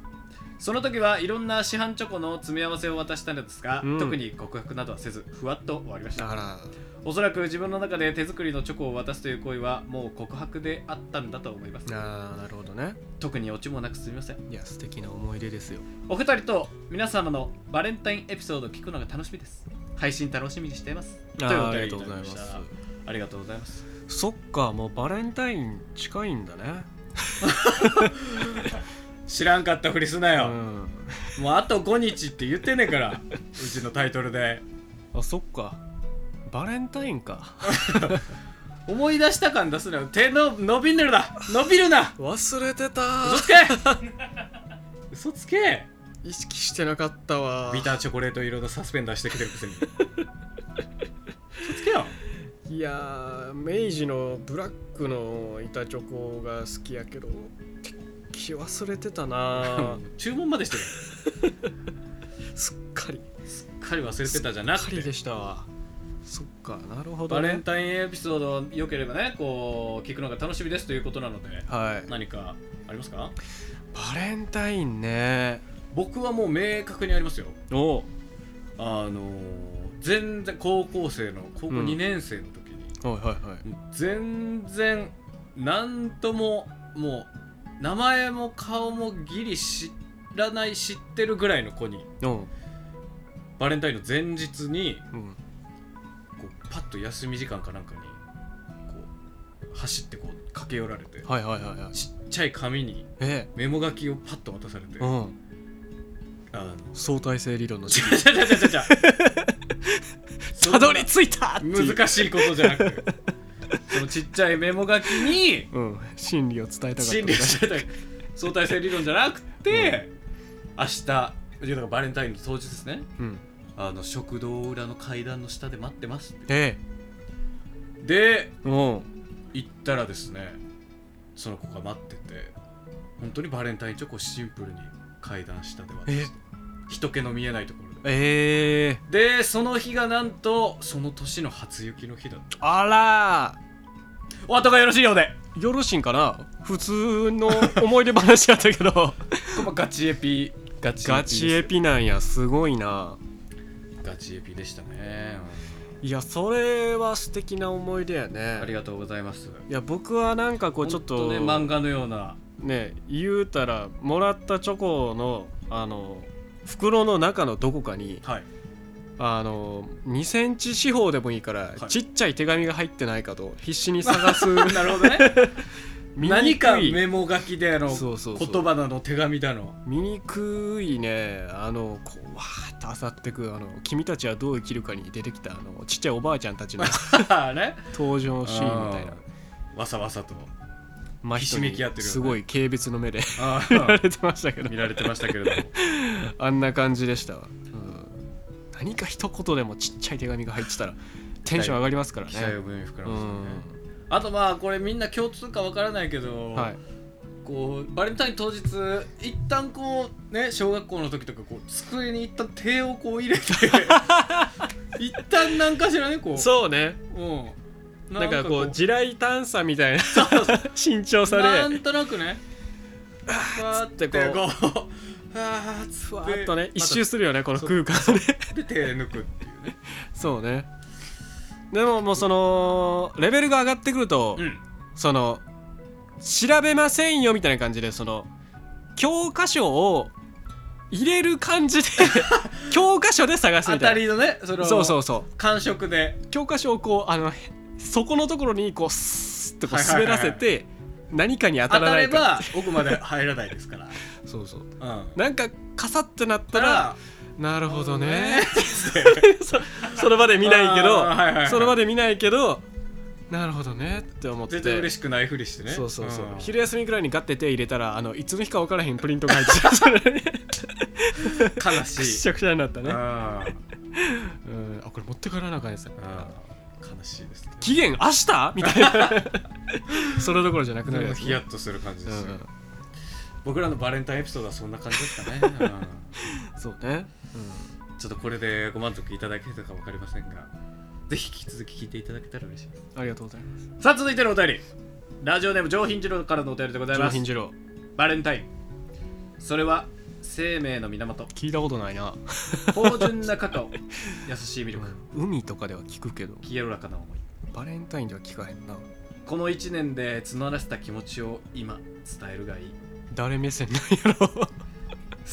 A: その時はいろんな市販チョコの詰め合わせを渡したのですが、
B: うん
A: 特に告白などはせずふわっと終わりました
B: だから
A: おそらく自分の中で手作りのチョコを渡すという行為はもう告白であったんだと思います
B: あーなるほどね
A: 特にオチもなくすみません
B: いや素敵な思い出ですよ
A: お二人と皆様のバレンタインエピソードを聞くのが楽しみです配信楽しみにしています
B: あー
A: というお便り
B: ありがとうござい
A: いただ
B: ま
A: き
B: す
A: したありがとうございます
B: そっかもうバレンタイン近いんだね
A: 知らんかったふりすな
B: う
A: よ、
B: ん
A: もうあと5日って言ってんねえからうちのタイトルで
B: あそっかバレンタインか
A: 思い出した感出すなよ手の伸びんでるな伸びるな
B: 忘れてた
A: 嘘つけ嘘つけ
B: 意識してなかったわ
A: ビターチョコレート色のサスペンダーしてきてるくせに嘘つけよ
B: いやー明治のブラックの板チョコが好きやけど気忘れてたな
A: 注文までしてる
B: すっかり
A: すっかり忘れてたじゃな
B: す
A: く
B: っかり
A: て
B: でしたわそっかなるほど
A: バ
B: ね、
A: レンタインエピソード良ければねこう聞くのが楽しみですということなので
B: はい
A: 何かありますか
B: バレンタインね
A: 僕はもう明確にありますよ
B: お
A: あのー全然高校生の高校
B: うん
A: 2年生の時に、
B: はいはいはい
A: 全然なんとももう名前も顔もギリ知らない知ってるぐらいの子に
B: うん
A: バレンタインの前日に
B: うん
A: こうパッと休み時間かなんかにこう走ってこう駆け寄られて
B: はいはいはいはい
A: ちっちゃい紙に
B: え
A: メモ書きをパッと渡されて、
B: えう
A: あ
B: ん
A: の
B: 相対性理論 の
A: 違う違う違う 違う違う
B: たどり着いたっていう
A: 難しいことじゃなくてそのちっちゃいメモ書きに
B: うん真理を伝えたかった
A: 心理してた相対性理論じゃなくて、明日だからバレンタインの当日ですね
B: うん
A: あの食堂裏の階段の下で待ってますって
B: ええ
A: で
B: うん
A: 行ったらですねその子が待ってて本当にバレンタインチョコをシンプルに階段下で渡して人気の見えないところで
B: ええ
A: でその日がなんとその年の初雪の日だった
B: あら
A: お後がよろしいようで
B: ーよろしいんかな普通の思い出話やった けど
A: ここガチエピガチ
B: ガチエピなんやすごいな
A: ガチエピでしたね、
B: いやそれは素敵な思い出や
A: うんあり
B: ね
A: がとうございます
B: いや僕はなんかこうちょっ
A: ほ
B: と
A: んね漫画のような
B: ね言うたらもらったチョコのあの袋の中のどこかに
A: はい
B: あの2センチ四方でもいいから、
A: はい
B: ちっちゃい手紙が入ってないかと必死に探 す
A: なるほどね何か
B: 醜い
A: メモ書きでの
B: そうそうそう
A: 言葉なの手紙だの
B: 醜いねあのこうわーっとあさってくあの「君たちはどう生きるか」に出てきたあのちっちゃいおばあちゃ んたちの
A: ね
B: 登場シーンみたいな
A: わさわさと
B: 真人に
A: ひしめき合ってるよね
B: すごい軽蔑の目で
A: あ
B: 見ら
A: ー
B: れてましたけ ど
A: 見られてましたけれども
B: あんな感じでしたわ、うん、何か一言でもちっちゃい手紙が入ってたらテンション上がりますからね
A: 期待を胸に膨ら
B: う
A: ますよね
B: ん、
A: あとまあこれみんな共通かわからないけど、
B: はい
A: こうバレンタイン当日一旦こうね小学校の時とかこう机に一旦手をこう 入れて一旦何かしらねこう
B: そうね
A: う、ん、
B: なんかこう
A: じ
B: 地雷探査みたいな 慎重さ
A: な
B: で
A: んとなくねわーってこ
B: つってこ
A: うあーっつ
B: ふわ
A: って
B: ーっとね
A: また
B: 一周するよねこの空間で
A: で手抜くっていうね
B: そうねでももうそのレベルが上がってくると、
A: うん
B: その調べませんよみたいな感じでその教科書を入れる 感じで教科書で探す
A: 当
B: みた
A: た
B: い
A: りのねその
B: なそうそうそう
A: 感触で
B: 教科書をこうあのへそこのところにこうスーッとこう
A: はいはいはい
B: 滑
A: はい
B: らせて何かに当た
A: 当
B: ら
A: た
B: な
A: れ
B: いか
A: ば奥まで入らないですから、う、
B: そうそうんなんかカサッとなった
A: た
B: ら
A: ら
B: なるほど
A: な
B: ね
A: る
B: そ その場で見ないけど、
A: あーはいはいはい
B: その場で見ないけどなるほどねって思って
A: 全然嬉しくないふりしてね
B: そうそうそう、
A: ん
B: 昼休みくらいにガッて手入れたらあのいつの日か分からへんプリントが 入ってた
A: 悲
B: くっ
A: し
B: し
A: い
B: ゃくしゃになったね
A: あー
B: うんあこれ持ってからなあかんやつや
A: あー悲しいですね
B: 期限明日みたいな それどころじゃなくなるやつね
A: ヒヤッとする感じ
B: う
A: ですよ、
B: ん
A: 僕らのバレンタインエピソードはそんな感じですかね、 うん
B: そうね
A: ちょっとこれでご満足いただけたか分かりませんがぜひ引き続き聞いていただけたら嬉しいです
B: ありがとうございます
A: さあ続いてのお便りラジオネーム上品次郎からのお便りでござい
B: 上
A: ます
B: 品次郎
A: バレンタインそれは生命の源
B: 聞いたことないな
A: 芳醇なカカ オ優しい魅力
B: 海とかでは聞くけど
A: 清らかな思い
B: バレンタインでは聞かへんな
A: この1年で募らせた気持ちを今伝えるがいい
B: 誰目線なんやろ
A: 好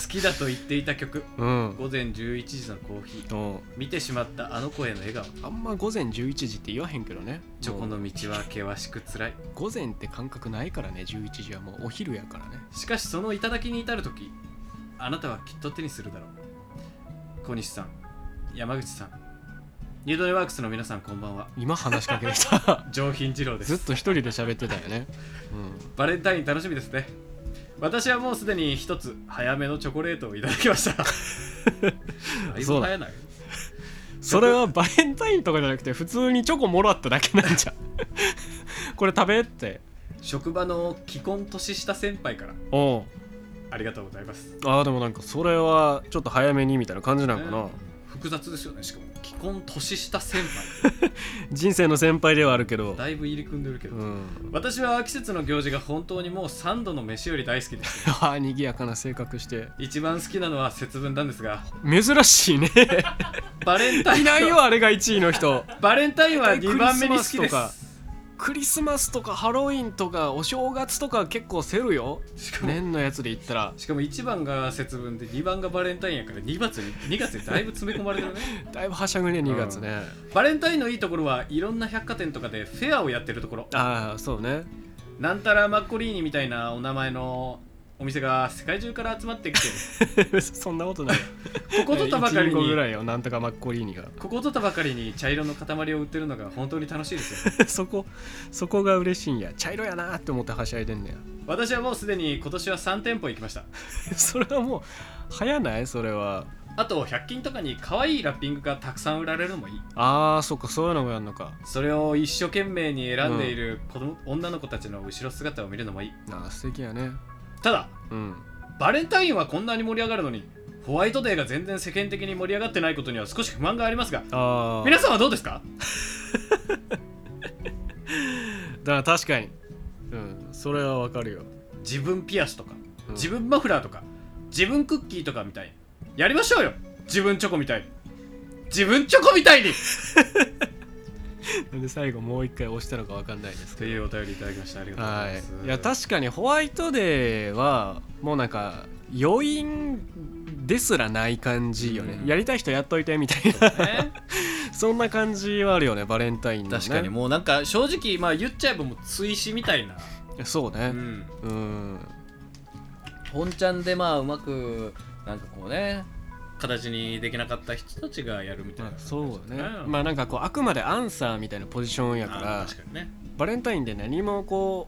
A: きだと言っていた曲
B: うん
A: 午前11時のコーヒー
B: うん
A: 見てしまったあの子への笑顔
B: あんま午前11時って言わへんけどね
A: チョコ
B: もう
A: の道は険しく辛い
B: 午前って感覚ないからね11時はもうお昼やからね
A: しかしその頂きに至る時あなたはきっと手にするだろう小西さん山口さんニュードレワークスの皆さんこんばんは
B: 今話しかけてき た
A: 上品二郎です
B: ずっと一人で喋ってたよねうん
A: バレンタイン楽しみですね私はもうすでに一つ早めのチョコレートをいただきました だいぶ早ない
B: それはバレンタインとかじゃなくて普通にチョコもらっただけなんじゃん これ食べって
A: 職場の既婚年下先輩から
B: おう
A: ありがとうございます
B: あーでもなんかそれはちょっと早めにみたいな感じなんかな、
A: ね複雑ですよねしかも既婚年下先
B: 人生の先輩ではあるけど
A: 輩だいぶ入り組んでるけど、
B: うん
A: 私は季節の行事が本当にもう3度の飯より大好きです
B: ああ賑やかな性格して
A: 一番好きなのは節分なんですが
B: 珍しい ね
A: バレンタイン
B: い
A: は
B: ないよあれが1位の人
A: バレンタインは
B: 大体
A: 2番目に好
B: クリ
A: き
B: スマ
A: で
B: スとか
A: す
B: クリスマスとかハロウィンとかお正月とか結構せるよ
A: しかも
B: 年のやつで言ったら
A: しかも1番が節分で2番がバレンタインやから2月に2月にだいぶ詰め込まれ てるね
B: だいぶはしゃぐね2月ね、
A: バレンタインのいいところはいろんな百貨店とかでフェアをやってるところ
B: ああそうね
A: なんたらマッコリーニみたいなお名前のお店が世界中から集まってき て
B: そんなこと ない
A: こことたばか
B: 1
A: り
B: 個ぐ
A: に
B: らいよなんとかマッコリーニが
A: こことたばかりに茶色の塊を売ってるのが本当に楽しいですよ
B: そこそこが嬉しいんや茶色やなーって思ってはしゃいでんねや
A: 私はもうすでに今年は3店舗行きました
B: それはもう早ないそれは
A: あと100均とかに可愛いラッピングがたくさん売られるのもいい
B: ああそっかそういうのもやんのか
A: それを一生懸命に選んでいる子供、女の子たちの後ろ姿を見るのもいい
B: あー素敵やね
A: ただ
B: うん
A: バレンタインはこんなに盛り上がるのにホワイトデーが全然世間的に盛り上がってないことには少し不満がありますが
B: ああ
A: 皆さんはどうですか
B: だから確かにうんそれはわかるよ
A: 自分ピアスとか、
B: うん
A: 自分マフラーとか自分クッキーとかみたいにやりましょうよ自分チョコみたいに自分チョコみたいに
B: なんで最後もう一回押したのかわかんないです
A: と
B: けど
A: いうお便りいただきましたありがとうござ
B: はい
A: ます、
B: い、いや確かにホワイトデーはもうなんか余韻ですらない感じよね、
A: うん
B: やりたい人やっといてみたいな
A: ね
B: そんな感じはあるよねバレンタインの、ね、
A: 確かにもうなんか正直まあ言っちゃえばもう追試みたいな、
B: そう
A: う
B: ね
A: ん、
B: うん、
A: 本ちゃんでまあうまくなんかこうね形にできなかった人たちがやるみたい
B: ま
A: な、
B: あ、そうだね、
A: うん
B: まあなんかこうあくまでアンサーみたいなポジションやから
A: あー確かにね
B: バレンタインで何もこ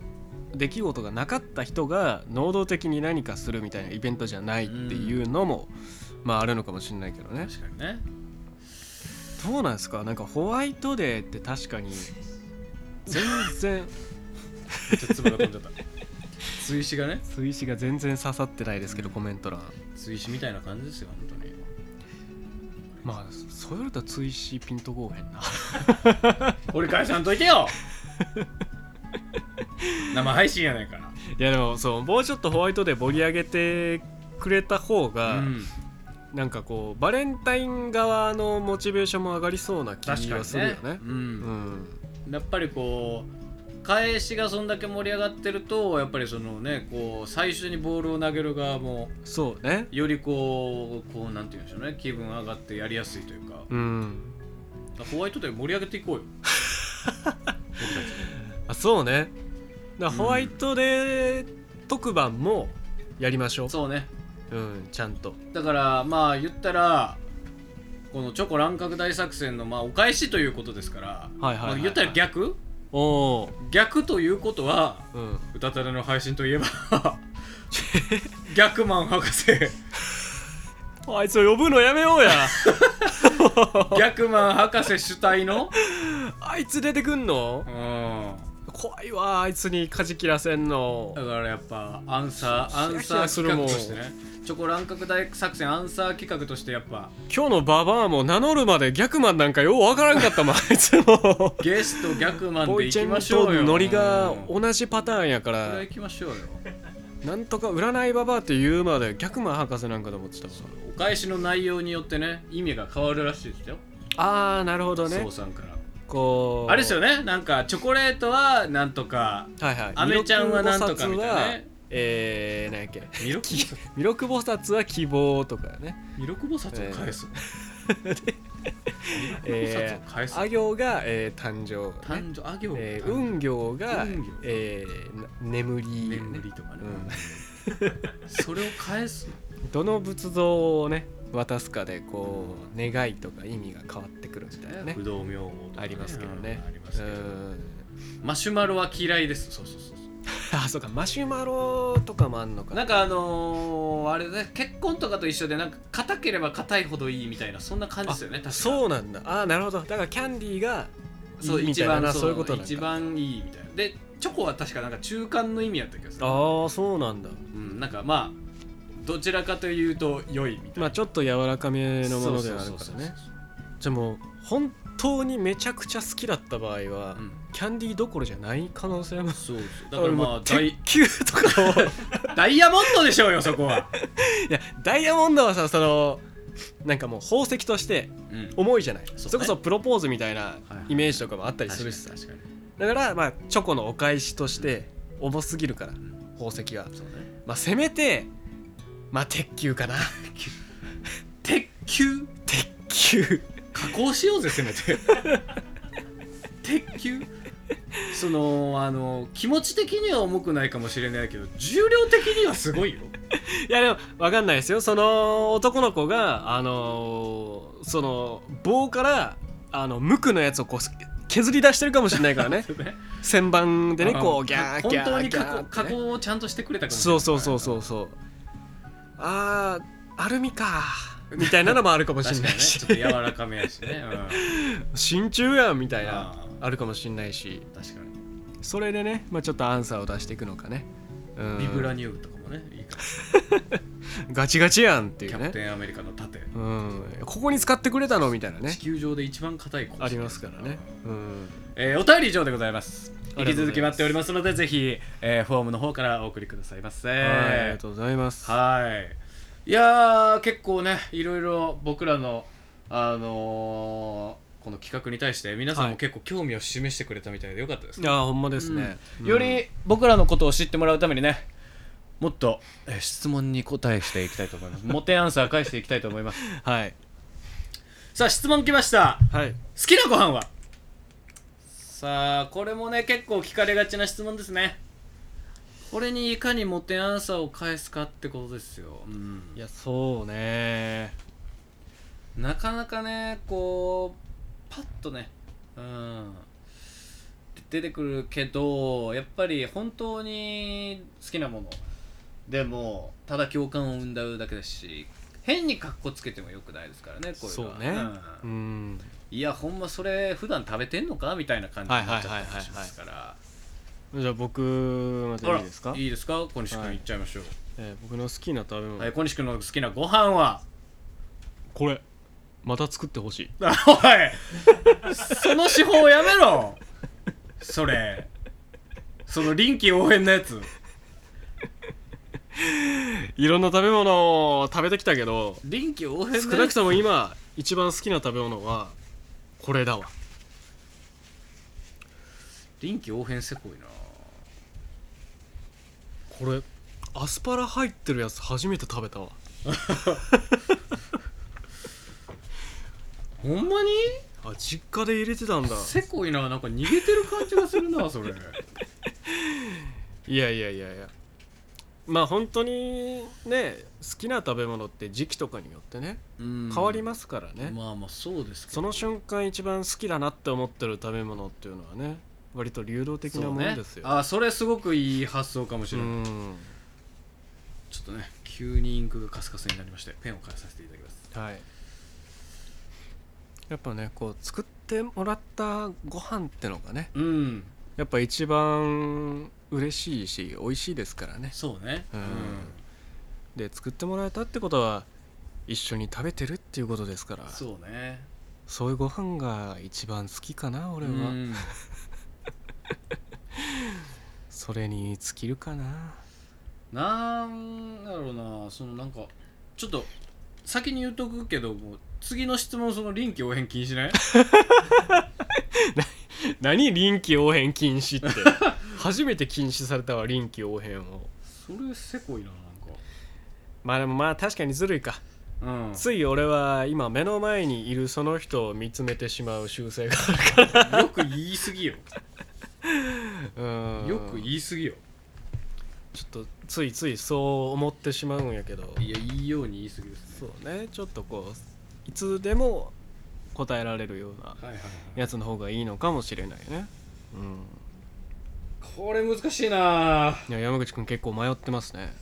B: う出来事がなかった人が能動的に何かするみたいなイベントじゃないっていうのも、まああるのかもしれないけどね
A: 確かにね
B: どうなんですかなんかホワイトデーって確かに全然
A: めっちゃ粒が飛んじゃった 追試がね
B: 追試が全然刺さってないですけどコメント欄
A: 追試みたいな感じですよ本当に
B: まあそういうと追試ピンとこうへんな
A: 俺返さんといて よ生配信やないから
B: いやでもそうもうちょっとホワイトデー盛り上げてくれた方が、なんかこうバレンタイン側のモチベーションも上がりそうな気が
A: 確かにね
B: するよね
A: う、
B: うんん
A: やっぱりこう返しがそんだけ盛り上がってるとやっぱりそのねこう最初にボールを投げる側も
B: そうね
A: よりこうこうなんて言うんでしょうね気分上がってやりやすいというか
B: うん
A: ホワイトデー盛り上げていこうよ
B: あそうねだから
A: うん
B: ホワイトデー特番もやりましょう、
A: そうね
B: うん、ちゃんと
A: だからまあ言ったらこのチョコ乱獲大作戦のまあお返しということですから、
B: はいはいはいはい
A: まあ言ったら逆
B: おお
A: 逆ということは
B: ーうん
A: うたたれの配信といえ ば逆マン博士
B: あいつを呼ぶのやめようや
A: 逆マン博士主体の
B: あいつ出てくんの
A: うん
B: 怖いわあいつにかじきらせんの
A: だからやっぱアンサーアン
B: ヒ
A: サ
B: ヤヒ
A: ー
B: ヤする
A: 企画
B: もん
A: としてねチョコ乱獲大作戦アンサー企画としてやっぱ
B: 今日のババアも名乗るまで逆マンなんかようわからんかったもん あいつも
A: ゲスト逆マン
B: ボ
A: で
B: イ
A: い
B: チ
A: き
B: ェ
A: ま
B: ン
A: しょ
B: と
A: うよ
B: ノリが
A: うんこ
B: 同じパターンやか
A: れ
B: ら
A: 行きましょうよ
B: なんとか占いババアって言うまで逆マン博士なんかと思ってたわ
A: お返しの内容によってね意味が変わるらしいですよ
B: あーなるほどね
A: そうさんから
B: こう
A: あれですよねなんかチョコレートはなんとか
B: はいはい。
A: アメちゃんはなんとかみたいなね
B: 弥勒菩薩はえー、何やっけ。
A: 弥勒菩薩
B: 弥勒菩薩は希望とかね。
A: 弥勒菩薩を返す弥勒菩薩を
B: え
A: 返す
B: ー、あ行が、えー、誕生、ね。
A: 誕生あ行
B: え
A: 誕
B: ー、
A: 生
B: 運行が、
A: 運行
B: えーな眠り、ね
A: 眠りとかね
B: うん
A: それを返す
B: どの仏像をね渡すかでこう、願いとか意味が変わってくるみたいなね
A: 不動明王とかね
B: ありますけどね
A: うんありま
B: う
A: すけど
B: ん
A: マシュマロは嫌いですそうそうそうそ
B: あそうかマシュマロとかもあんのか
A: うなんかあのー、あれね結婚とかと一緒でなんか硬ければ硬いほどいいみたいなそんな感じですよね確か
B: そうなんだあーなるほどだからキャンディーが
A: そう
B: いいみ
A: 一
B: たいな
A: 番
B: そういうことなんだ
A: 一番いいみたいなでチョコは確かなんか中間の意味やった気がする
B: ああそうなんだ
A: うん、なんかまあどちらかというと良いみたいな
B: まあちょっと柔らかめのものではあるか
A: そうそうそ
B: ら
A: うそ
B: ね
A: う
B: じゃあもう本当にめちゃくちゃ好きだった場合は、
A: うん
B: キャンディーどころじゃない可能性も
A: そうそう だからま
B: も
A: あ
B: う
A: ダ
B: 鉄
A: イ
B: 球とかをい
A: ダイヤモンドでしょうよそこは、
B: やダイヤモンドはさそのなんかもう宝石として
A: うん、
B: 重いじゃないそ,、
A: ね
B: れこそプロポーズみたいない
A: はい
B: イメージとかもあったり
A: 確
B: す
A: か
B: る
A: に
B: し
A: 確
B: さ
A: かに
B: だからまあチョコのお返しとして重すぎるから宝石は
A: そうね
B: まあせめてまあ鉄球かな
A: 鉄球
B: 鉄球
A: 加工しようぜせめて 鉄球そのあの気持ち的には重くないかもしれないけど重量的にはすごいよ
B: いやでも分かんないですよその男の子があのーその棒からあの無垢のやつをこう削り出してるかもしれないか らね旋盤でねこうギャーギャーギャー
A: 本当に加工,、
B: って
A: 加
B: ね
A: 工をちゃんとしてくれたかもしれ
B: そ
A: な
B: う
A: い
B: そうそうそうそうあーアルミかみたいなのもあるかもしれ
A: 確
B: な
A: か
B: い
A: にね
B: し
A: ちょっと柔らかめやしね、うん、
B: 真鍮やんみたいな
A: あ
B: あるかもしれないし
A: 確かに
B: それでね、まあ、ちょっとアンサーを出していくのかね、うん、
A: ビブラニウムとかもねいいかも
B: ガチガチやんってい
A: キ
B: う
A: ャプ
B: ね
A: テンアメリカの盾、
B: うん、ここに使ってくれたのみたいなね
A: 地球上で一番硬い
B: ありますからね、うん、
A: えーお便り以上でございます
B: あ
A: 引き
B: りがとうございます
A: 続き待っておりますのでぜひ、えーフォームの方からお送りくださいませ
B: はいありがとうございます
A: はいいやー結構ねいろいろ僕らのあのーこの企画に対して皆さん
B: は
A: も
B: い
A: 結構興味を示してくれたみたいでよかったです
B: いやーほんまですね、うん
A: より僕らのことを知ってもらうためにねもっと、えー質問に答えしていきたいと思いますモテアンサー返していきたいと思います
B: はい
A: さあ質問来ました
B: はい
A: 好きなご飯はさあこれもね結構聞かれがちな質問ですねこれにいかにモテアンサーを返すかってことですよ、うん
B: いやそうね
A: なかなかねこうパッとねうん出てくるけどやっぱり本当に好きなものでもただ共感を生んだだけですし変に格好つけてもよくないですからねこういうのは
B: そうねう
A: うん
B: ん
A: いやほんまそれ普段食べてんのかみたいな感じになっちゃったりしますから
B: じゃあ僕ま
A: あ
B: た
A: ら
B: いいですか
A: いいですか小西
B: は
A: 君
B: い
A: いっちゃいましょう、
B: えー僕の好きな食べ物、
A: はい小西君の好きなご飯は
B: これまた作ってほしい
A: おいその手法やめろそれその臨機応変なやつ
B: いろんな食べ物を食べてきたけど
A: 臨機応変
B: 少
A: な
B: な
A: や
B: く
A: つ
B: とも今一番好きな食べ物はこれだわ
A: 臨機応変せこいな
B: これアスパラ入ってるやつ初めて食べたわ
A: ほんまに
B: あ実家で入れてたんだ
A: せこいななんか逃げてる感じがするな それ
B: いやいやいやいやまあ本当にね好きな食べ物って時期とかによってね
A: 変
B: 変わり
A: ま
B: ますからね、
A: まあまあそうですけど
B: その瞬間一番好きだなって思ってる食べ物っていうのはね割と流動的な
A: そう
B: も
A: ね
B: のですよ、
A: あそれすごくいい発想かもし
B: う
A: れない、
B: ん
A: ちょっとね急にインクがカスカスになりましてペンを変えさせていただきます
B: はいやっぱねこう作ってもらったご飯ってのがね
A: うん
B: やっぱ一番嬉しいし美味しいですからね
A: そうね
B: うんで作ってもらえたってことは一緒に食べてるっていうことですからそう
A: そうね
B: いうご飯が一番好きかな俺
A: う
B: は、
A: ん
B: それに尽きるかな
A: なんだろうなそのなんかちょっと先に言うとくけども次の質問その臨機応変気にしない
B: 何臨機応変禁止って 初めて禁止されたわ臨機応変を
A: それせこいな
B: まあでもまあ確かにずるいか
A: なんか
B: つい俺は今目の前にいるその人を見つめてしまう習性が
A: うんよく言いすぎよ
B: うん
A: よく言いすぎよ
B: ちょっとついついそう思ってしまうんやけど
A: いやいいように言いすぎです
B: そ
A: ね
B: うねちょっとこういつでも答えられるような
A: はいはいはい
B: やつの方がいいのかもしれないね
A: これ難しいな
B: うんいや山口くん結構迷ってますね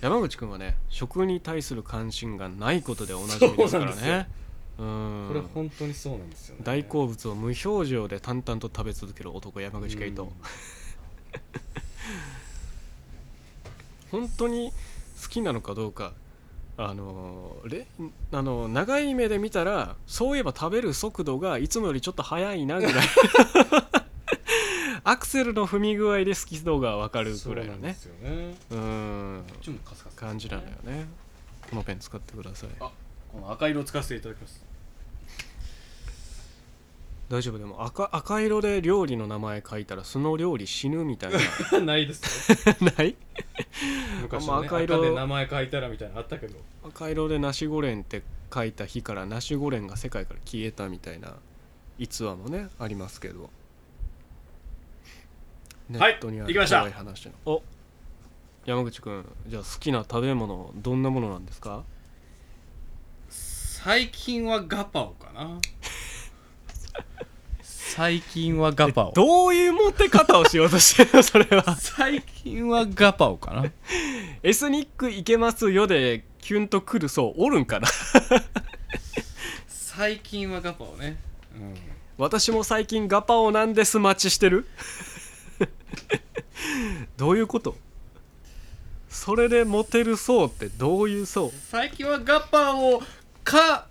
B: 山口くんはね食に対する関心がないことでおなじみですから
A: そうなん
B: ねうん
A: これ本当にそうなんですよね
B: 大好物を無表情で淡々と食べ続ける男山口圭
A: うん
B: 人 本当に好きなのかどうかあのれあの長い目で見たらそういえば食べる速度がいつもよりちょっと速 いなぐらいアクセルの踏み具合で好き度が分かる
A: そ
B: ぐ
A: う
B: らい
A: な
B: の
A: んで
B: ね
A: すよね
B: うーん
A: こっちもカスカス
B: 感じなのよねこのペン使ってください
A: あこの赤色を使わせていただきます
B: 大丈夫でも赤赤色で料理の名前書いたらその料理死ぬみたいな
A: ないですよ
B: ない
A: 昔の、
B: あんま
A: ね、
B: 赤
A: 赤
B: 色
A: で名前書いたらみたいなのあったけど
B: 赤色でナシゴレンって書いた日からナシゴレンが世界から消えたみたいな逸話もねありますけどネ
A: はい
B: ットにあ
A: 行
B: る
A: きました
B: 怖い話の、お山口くんじゃあ好きな食べ物どんなものなんですか
A: 最近はガパオかな
H: 最近はガパオ
B: どういう持って方をしようとしてるのそれは
H: 最近はガパオかな
B: エスニックいけますよでキュンとくる層おるんかな
A: 最近はガパオね
B: 私も最近ガパオなんです待ちしてる どういうことそれでモテる層ってどういう層
A: 最近はガパオか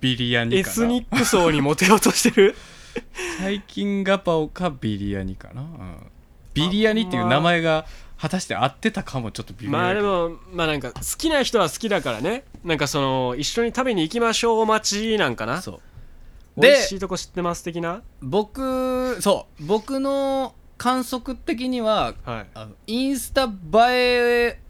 H: ビリヤニ
B: エ
H: か
B: ス
H: な
B: ニック層にモテようとして る
H: 最近ガパオかビリヤニかな、うんビリヤニっていう名前が果たして合ってたかもちょっと微妙
B: まあ
H: だ
B: で
H: けど
B: もまあなんか好きな人は好きだからねなんかその一緒に食べに行きましょう待ちなんかな
H: そう
B: 美
H: で
B: 味しいとこ知ってます的な
H: 僕そう僕の観測的には
B: はい
H: あのインスタ映え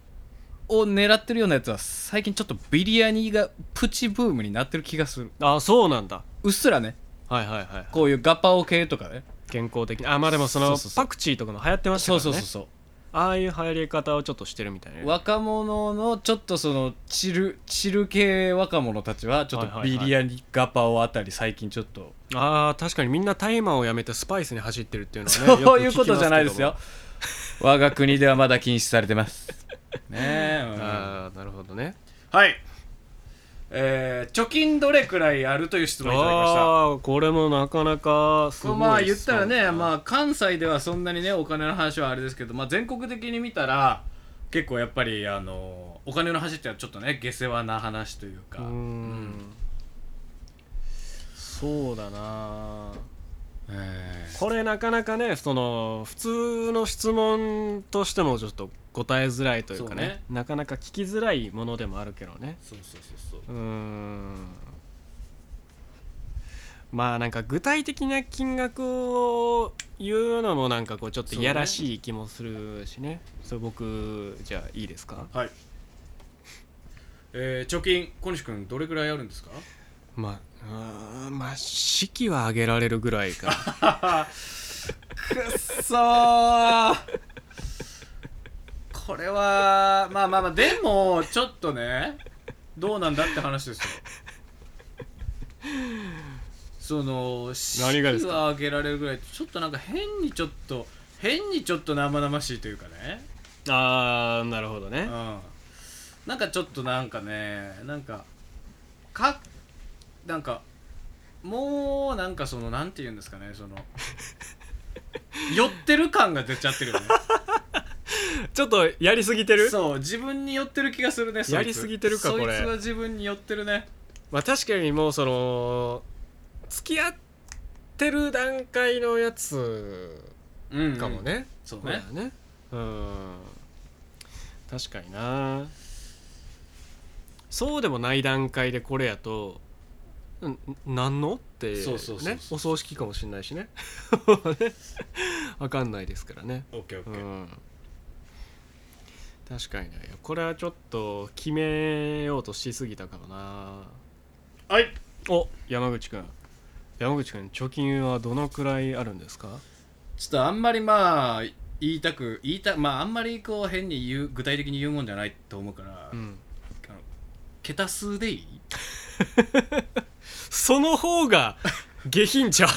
H: を狙ってるようなやつは最近ちょっとビリヤニがプチブームになってる気がする
B: あそうなんだ
H: うっすらね
B: はいはいはい
H: こういうガパオ系とかね
B: 健康的なあまあでもその
H: そうそうそう
B: パクチーとかも流行ってましたか
H: そう
B: らね
H: そうそうそう
B: ああいう流行り方をちょっとしてるみたいなね
H: 若者のちょっとそのチルチル系若者たちはちょっ
B: はい
H: と
B: はいはい
H: ビリヤニガパオあたり最近ちょっと
B: ああ確かにみんなタイマーをやめてスパイスに走ってるっていうのはねよ
H: そう
B: く
H: い
B: 聞
H: う
B: きまけ
H: こ
B: ど
H: と
B: も
H: じゃないですよ我が国ではまだ禁止されてます
A: ねえ、
B: ああなるほどね
A: うんはいえー、貯金どれくらいあるという質問いただきました
B: ああこれもなかなかすごい
A: まあ言ったらね、
B: あ
A: まあ、関西ではそんなにねお金の話はあれですけど、まあ、全国的に見たら結構やっぱりあのお金の話ってのはちょっとね下世話な話というか、
B: うーんそうだなこれなかなかねその普通の質問としてもちょっと答えづらいというかね
A: そうね
B: なかなか聞きづらいものでもあるけどね
A: そうそうそうそう
B: うーんまあなんか具体的な金額を言うのもなんかこうちょっといやらしい気もするしねそれ僕じゃあいいですか
A: はいえー、貯金小西君どれくらいあるんですか
B: まああーまあ式は上げられるぐらいかな
A: そうこれはまあまあまあでもちょっとねどうなんだって話ですよその
B: 何がですか
A: 式は上げられるぐらいちょっとなんか変にちょっと変にちょっと生々しいというかね
B: あーなるほど
A: う
B: ね
A: んなんかちょっとなんかねなんかかなんかもうなんかそのなんて言うんですかねその寄ってる感が出ちゃってるよね
B: ちょっとやりすぎてる
A: そう自分に寄ってる気がするねそいつ
B: やりすぎてるかこれ
A: そいつは自分に寄ってるね
B: まあ確かにもうその付き合ってる段階のやつ
A: うん、
B: かもね、
A: そう
B: そうだ
A: ね
B: よねうん確かになそうでもない段階でこれやとんなんのって
A: そうそうそうそう
B: ねお葬式かもしれないしね わかんないですからね
A: オッケーオッ
B: う
A: ケー、
B: ん確かにねこれはちょっと決めようとしすぎたかもな
A: はい
B: お山口君山口君貯金はどのくらいあるんですか
A: ちょっとあんまりまあ言いたく言いたまああんまりこう変に言う具体的に言うもんじゃないと思うから、
B: うん
A: あの桁数でいい
B: その方が下品ちゃう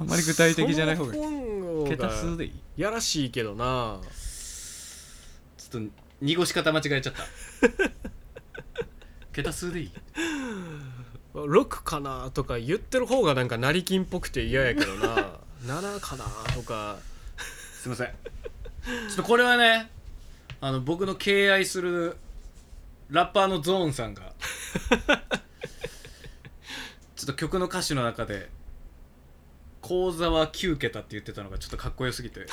H: あんまり具体的じゃない方がいい
B: その方が
H: 桁数でいい
B: やらしいけどな
A: ちょっと濁し方間違えち ゃった桁数でいい
B: 6かなとか言ってる方がなんか成金っぽくて嫌やけどな7かなとか
A: すいませんちょっとこれはねあの僕の敬愛するラッパーのゾーンさんがちょっと曲の歌詞の中で「口座は9桁」って言ってたのがちょっとかっこよすぎて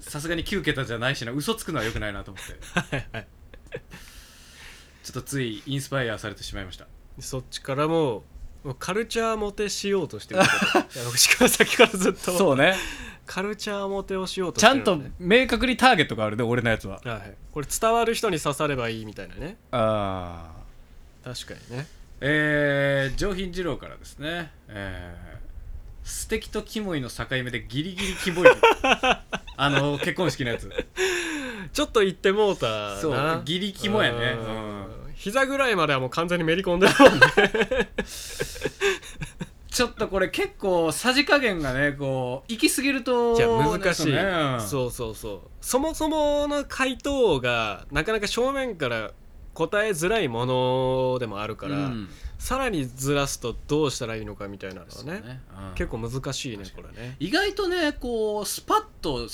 A: さすがに9桁じゃないしな嘘つくのはよくないなと思ってちょっとついインスパイアされてしまいました
B: そっちからももうカルチャーモテしようとしてるけど山口君はさっきからずっと
H: そうね
B: カルチャーモテをしようとして
H: ちゃ
B: る
H: ん
B: の
H: と
B: ね、
H: 明確にターゲットがあるね俺のやつは
B: はいはい、これ伝わる人に刺さればいいみたいなね
H: ああ
B: 確かにね
A: えー、上品二郎からですね、えー、素敵とキモいの境目でギリギリキ モいあの結婚式のやつ
B: ちょっと言ってもうたな
A: そうギリキモやね
B: うん膝ぐらいまではもう完全にめり込んでるもんね
A: ちょっとこれ結構さじ加減がねこう行き過ぎると
B: いや難しい、
A: なんかね
B: そうそうそうそもそもの回答がなかなか正面から答えづらいものでもあるから、
A: うん
B: さらにずらすとどうしたらいいのかみたいなのはね
A: うん
B: 結構難しいねこれね
A: 意外とねこうスパッと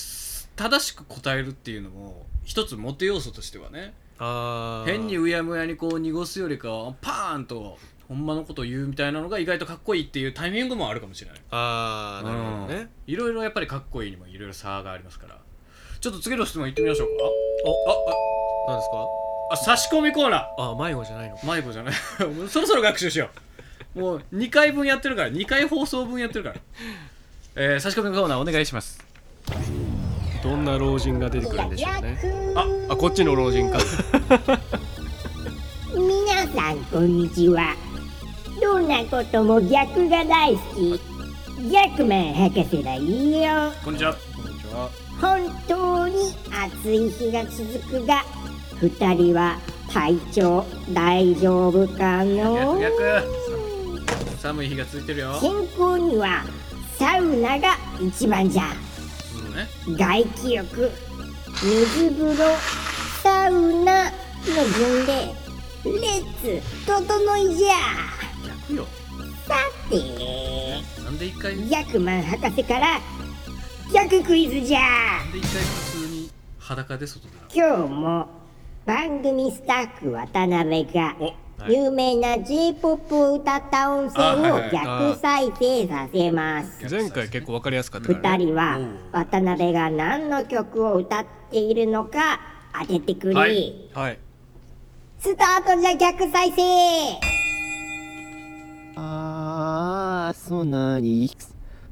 A: 正しく答えるっていうのも一つモテ要素としてはね
B: あー
A: 変にうやむやにこう濁すよりかはパーンとほんまのことを言うみたいなのが意外とかっこいいっていうタイミングもあるかもしれない
B: ああなるほどね、
A: いろいろやっぱりかっこいいにもいろいろ差がありますからちょっと次の質問いってみましょうか
B: なんですか
A: ああ差し込みコーナ
B: あ迷子じゃないのか
A: ー迷子じゃない もうそろそろ学習しようもう2回分やってるから2回放送分やってるから、えー、差し込みコーナーお願いします
B: どんな老人が出てくるんでしょうね
E: あ
B: あこっちの老 人か
E: 皆さんこんにちはどんなことも逆が大好きジャックマン博士だよ
A: こんにちは
E: 本当に暑い日が続くが2人は体調大丈夫か
A: 逆
E: の
A: 逆寒い日が続いてるよ
E: 健康にはサウナが一番じゃ
A: そうね
E: 外気浴水風呂サウナの順でレッツ整いじゃ
A: 逆よ
E: さて
A: なんで一回なんで
E: ジャックマン博士から逆クイズじゃ
A: 一回普通に裸で外で
E: 今日も番組スタッフ渡辺が
A: お
E: 有名な J-POP を歌った音
A: あはい
E: 声を
A: はい
E: 逆再生させます。
B: 前回結構わかりやすかったから
E: 二
B: ね
E: 人は
A: おう
E: 渡辺が何の曲を歌っているのか当ててくれ。
A: はい
B: はい
E: スタートじゃ逆再生
I: ああ、そなに、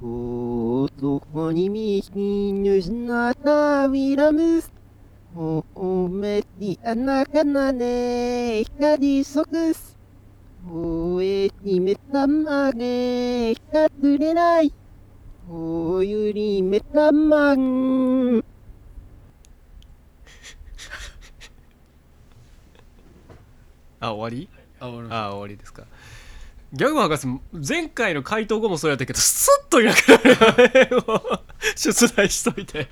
I: お男にみひぬしなたウィラムス。お、おめりあなかなね、ひかりそくす。おえにめたまげ、ひかつれない。おゆりめたまん。
B: あ終わり
A: あ俺も
B: あ終わりですかギャグマン博士前回の回答後もそうやったけどスッといなくなるよねもう出題しといて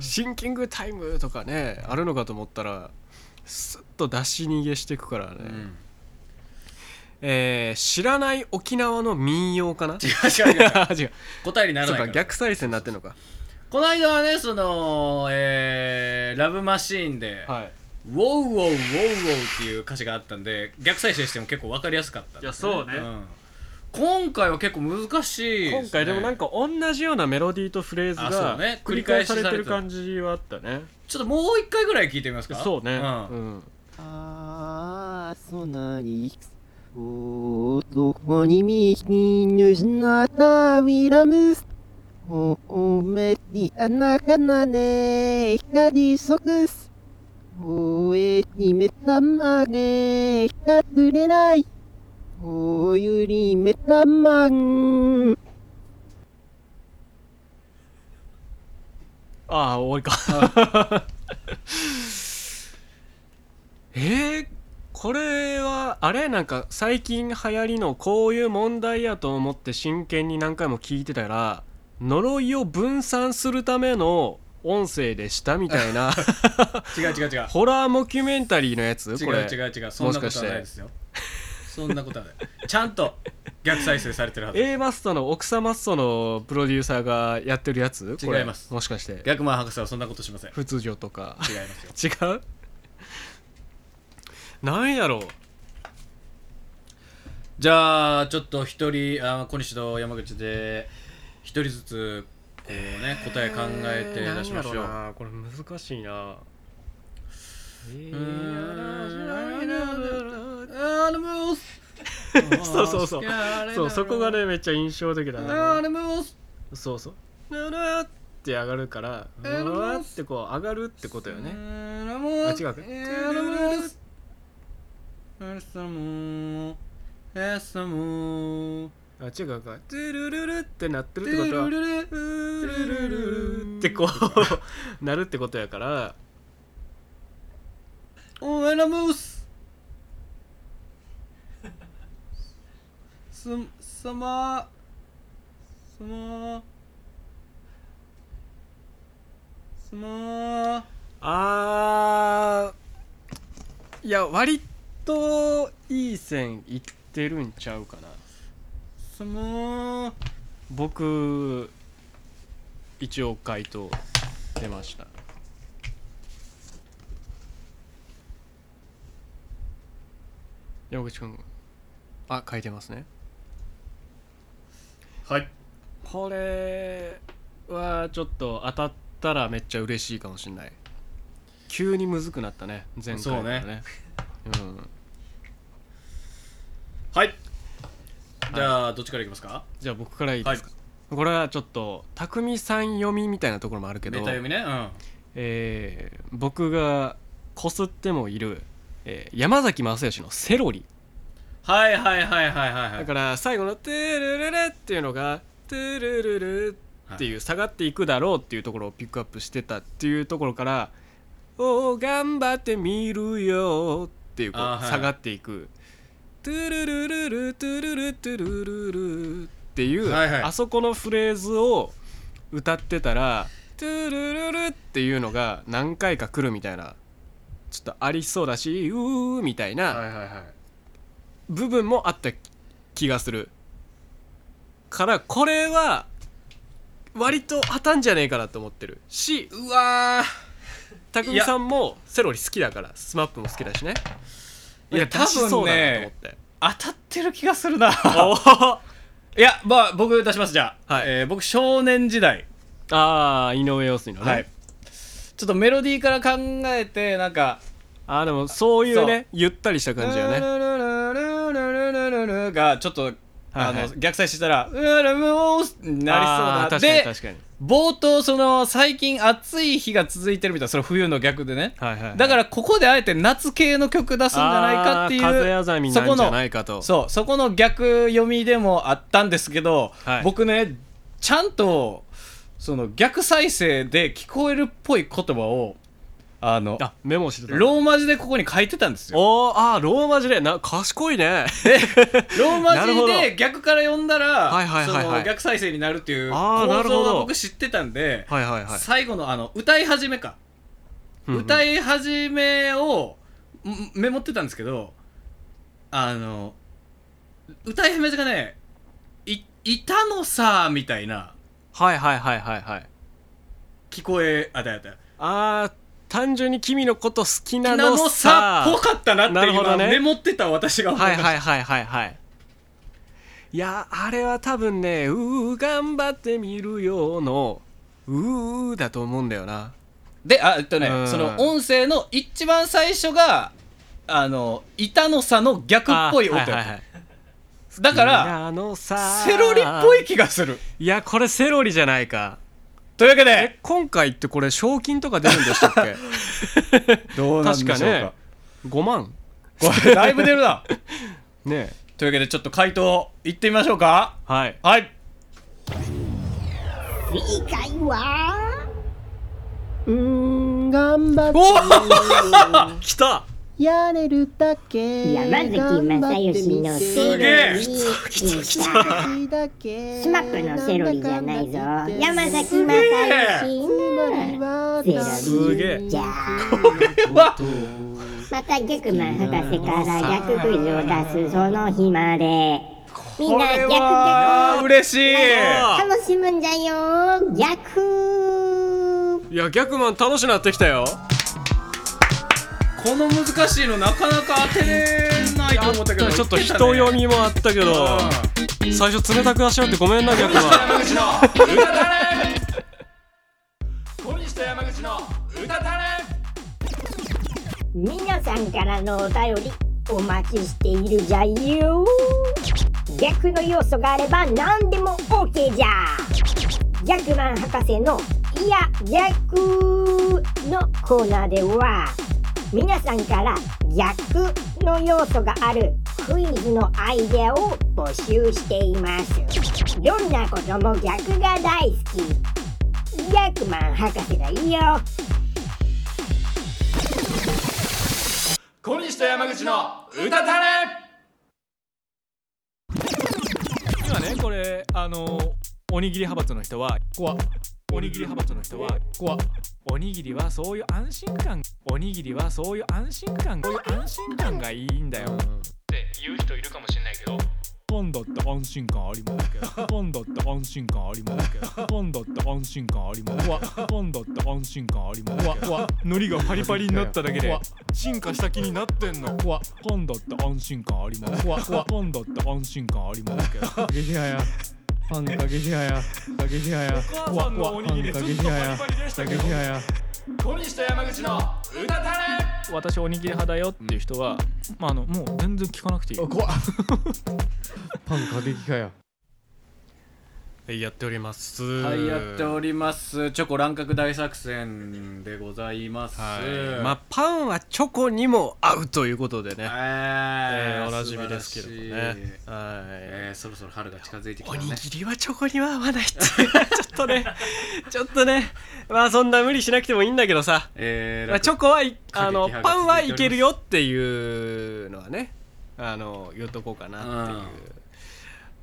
B: シンキングタイムとかねあるのかと思ったらスッと出し逃げしていくからね、
A: ん
B: えー知らない沖縄の民謡かな 違
A: 違う違う
B: う違う
A: 答えになら
B: そう
A: ないか
B: から逆再生になってんのか
A: この間はねその、えーラブマシーンで「
B: はい
A: ウォウウォウウォウウォウ」っていう歌詞があったんで逆再生しても結構わかりやすかったんですね、
B: いやそうね
A: ん今回は結構難しいすね、
B: 今回でもなんか同じようなメロディーとフレーズ
A: あそ
B: が
A: うね
B: 繰り返されてる感じはあったね
A: ちょっともう一回ぐらい聞いてみますか
B: そうね、
A: ん
B: うん
I: ああ、そなに、男にみひぬしなたウィラムス。お、おめりあなかなね、ひかりそくす。おえにめたまげ、ひかつれない。おゆりめたまん。
B: ああ終わりか えー、これはあれなんか最近流行りのこういう問題やと思って真剣に何回も聞いてたら呪いを分散するための音声でしたみた いな
A: 違う違う違う
B: ホラーモキュメンタリーのやつ
A: 違
B: こ
A: う
B: れ
A: 違う違うそんなことはないですよそんなことはないちゃんと逆再生されてるはず
B: A マストの奥様マストのプロデューサーがやってるやつこれ
A: 違います
B: もしかして
A: 逆マン博士はそんなことしません違い
B: 普通女とか
A: ますよ
B: 違うなんやろう
A: じゃあちょっと一人あ小西と山口で一人ずつこうね答え考えて出しましょう、
B: なんやろなこれ難しいなそうそうそうそうそこがねめっちゃ印象的だなそうそうぬるーって上がるからうわーってこう上がるってことよねあ違うかあ違うかトゥルルルってなってるってことはルルルルルってこうなるってことやから
A: お前らムースす、さまさまさま
B: あーいや割といい線いってるんちゃうかな
A: さま
B: 僕一応回答出ました山口君あ書いてますね
C: はい
B: これはちょっと当たったらめっちゃ嬉しいかもしんない急にむずくなったね前回からねうん、
C: はいじゃあどっちからいきますか
B: じゃあ僕からいいですか、これはちょっと匠さん読みみたいなところもあるけ
C: メ
B: ど
C: タ読みねうん
B: えー僕がこすってもいる、えー山崎正義の「セロリ
C: はいはいはいはいはい」は
B: だ
C: い
B: から最後の「トゥルルル」っていうのが「トゥルルル」っていう下がっていくだろうっていうところをピックアップしてたっていうところから「おお頑張ってみるよ」っていうこう
C: あーはい
B: 下がっていく「トゥルルルルトゥルルトゥルルル」っていう
C: はいはい
B: あそこのフレーズを歌ってたら「トゥルルル」っていうのが何回か来るみたいなちょっとありそうだし「うー」みたいな。
C: はいはいはい
B: 部分もあった気がするからこれは割と当たんじゃねえかなと思ってるしうわ匠さんもセロリ好きだからスマップも好きだしね
A: いや
B: なんか出しそうだなと思って
A: 当たってる気がするな
B: おー
A: いやまあ僕出しますじゃあ、
B: はい
A: えー僕少年時代
B: ああ井上陽水のね、
A: はいちょっとメロディーから考えてなんか
B: あーでもそういうねゆったりした感じよね
A: ルルルルルルルルルがちょっと、
B: はいはい
A: あの逆再生したら「うるむおす」になりそうな
B: あー確かに
A: で
B: 確かに
A: 冒頭その最近暑い日が続いてるみたいなそれ冬の逆でね、
B: はいはいはい
A: だからここであえて夏系の曲出すんじゃないかっていう
B: あー風あざみなんじゃないかと
A: そこのそうそこの逆読みでもあったんですけど、
B: はい
A: 僕ねちゃんとその逆再生で聞こえるっぽい言葉をあの
B: あメモしてた
A: ローマ字でここに書いてたんですよ
B: おーあーローマ字でな賢いね
A: ローマ
B: なるほ
A: 字
B: ど
A: で逆から読んだら
B: はいはいはいはい
A: その逆再生になるっていう
B: あ
A: 構
B: ーなるほ
A: 造
B: ど
A: は僕知ってたんで、
B: はいはいはい
A: 最後のあの歌い始めか、
B: うんうん
A: 歌い始めをんメモってたんですけどあの歌い始めがね「いいたのさ」みたいな
B: はいはいはいはいはい
A: 聞こえあだやだ
B: あー単純に君のこと好きな
A: な
B: の
A: のさ
B: さ
A: っぽかったなっ
B: な
A: て
B: るほど
A: 今、
B: ね
A: メモってた私が思いま
B: は
A: し
B: い
A: た、
B: はいはいはいはいいやあれは多分ね「うー頑張ってみるよ」の「うー」だと思うんだよな
A: であえっとね
B: うん
A: その音声の一番最初があの板のさの逆っぽい音
B: あーはいはいはい
A: だから
B: あのさ
A: セロリっぽい気がする
B: いやこれセロリじゃないか
A: というわけで
B: え今回ってこれ賞金とか出るんでしたっけ
A: ど
B: 確かね5万
A: これだいぶ出るな
B: ね
A: というわけでちょっと回答いってみましょうか
B: はい
A: はい
E: 正解は
I: うーん、頑張っ
A: お
B: 来た
I: てやれるだけ。
E: 山崎正義のセロ
A: げえ
E: リ 来た
I: リ
E: スマップのセロリじゃないぞ山崎正義のセロ
B: すげえ
E: リじゃあ
A: わ
E: またギャクマン博士から逆クイズを出すその日までみんな逆
A: あー
E: 逆
A: 嬉しい
E: 楽しむんじゃよ逆
B: いや逆マン楽しなってきたよ
A: この難しいのなかなか当てれないと思ったけど
B: ちょっと人読
A: み
B: みもあったけど、最初冷たくあしらってごめんな逆は
A: 山口の歌たれ小西と山口の歌たれ
E: 皆さんからのお便りお待ちしているじゃよ逆の要素があれば何でも OK じゃギャグマン博士の「いや逆」のコーナーでは皆さんから逆の要素があるクイズのアイデアを募集していますどんなことも逆が大好きギャグマン博士がいいよ
H: 小西と山口の歌たれ
G: 今ねこれあのおにぎり派閥の人は怖おにぎり派閥の人は怖おにぎりはそういう安心感おにぎりはそういう安心感こういう安心感がいいんだよ、って言う人いるかもしれないけどパンダって安心感ありますけ どパンダって安心感ありますけどパンダって安心感ありますわパンダって安心感ありますわわ海苔がパリパリになっただけで進化した気になってんのわパンダって安心感ありますわわパンダって安心感ありますけど
J: 影ヒアやパン影ヒアや影ヒアや
G: お母さんのおにぎりずっとパリパリでしたけ
J: 影
G: ど
J: ヒアや
H: 小西と山口の歌たれ
G: 私おにぎり派だよっていう人は、まあ、あのもう全然聞かなくていい
J: パン過激派や
B: はいやっております
H: はい、やっております。チョコ乱獲大作戦でございます。
B: はいまあパンはチョコにも合うということでね、え
H: えー
B: ーおなじみですけれども
H: 素晴らしい
B: ねはい
H: えーそろそろ春が近づいてき
B: お
H: たね。
B: にぎりはチョコには合わないっていうちょっとねちょっとねまあそんな無理しなくてもいいんだけどさ、
H: えー
B: まあ、チョコはい
H: 過激
B: あの
H: 派
B: パ
H: が続いております
B: ンはいけるよっていうのはねあの言っとこうかなっていう、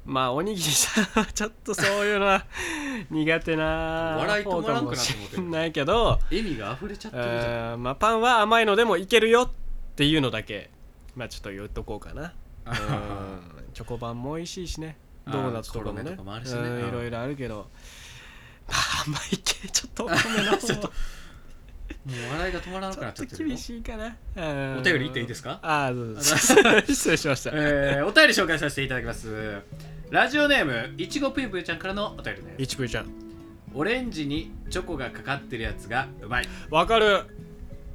B: まあおにぎりさんはちょっとそういうのは 苦手な
H: 笑い止
B: 方
H: まら
B: か
H: んく
B: も
H: なって
B: し
H: もうてる
B: れないけど
H: 意味が溢れちゃってるじゃん。
B: あーまあパンは甘いのでもいけるよっていうのだけまあちょっと言っとこうか なうんチョコパンも美味しいしね
H: あー
B: ドーナツとかも
H: チョコ
B: ね
H: レートとかもあるしね
B: うん
H: うん
B: いろいろあるけどまあ甘い系ちょっとお米 のちょっと
H: もう笑いが止まらなくなっちゃってるよ。
B: 厳しいかなうん
H: お便り行っていいですか
B: ああどうぞ 失礼しました
H: えーお便り紹介させていただきます。ラジオネーム、いちごぷゆぷゆちゃんからのお便りです。
B: いちぷいちゃん
H: オレンジにチョコがかかってるやつがうまい。
B: わかる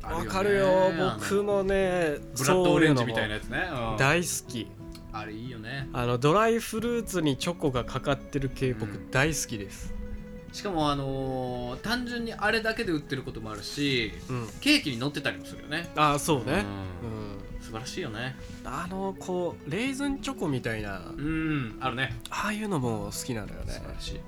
H: あるよ
B: わ
H: ね
B: かるよ
H: あの
B: 僕もね
H: ブラッドオレンジみたい
B: や
H: なやつね。うん
B: 大好き
H: あれいいよね。
B: あのドライフルーツにチョコがかかってる系僕
H: うん
B: 大好きです
H: しかもあのー単純にあれだけで売ってることもあるし、
B: うん
H: ケーキに乗ってたりもするよね。
B: ああそうね
H: う
B: うんん
H: 素晴らしいよね。
B: あのこうレーズンチョコみたいな
H: うん、あるね。
B: ああいうのも好きなのよ
H: 素
B: ね
H: 晴らしい。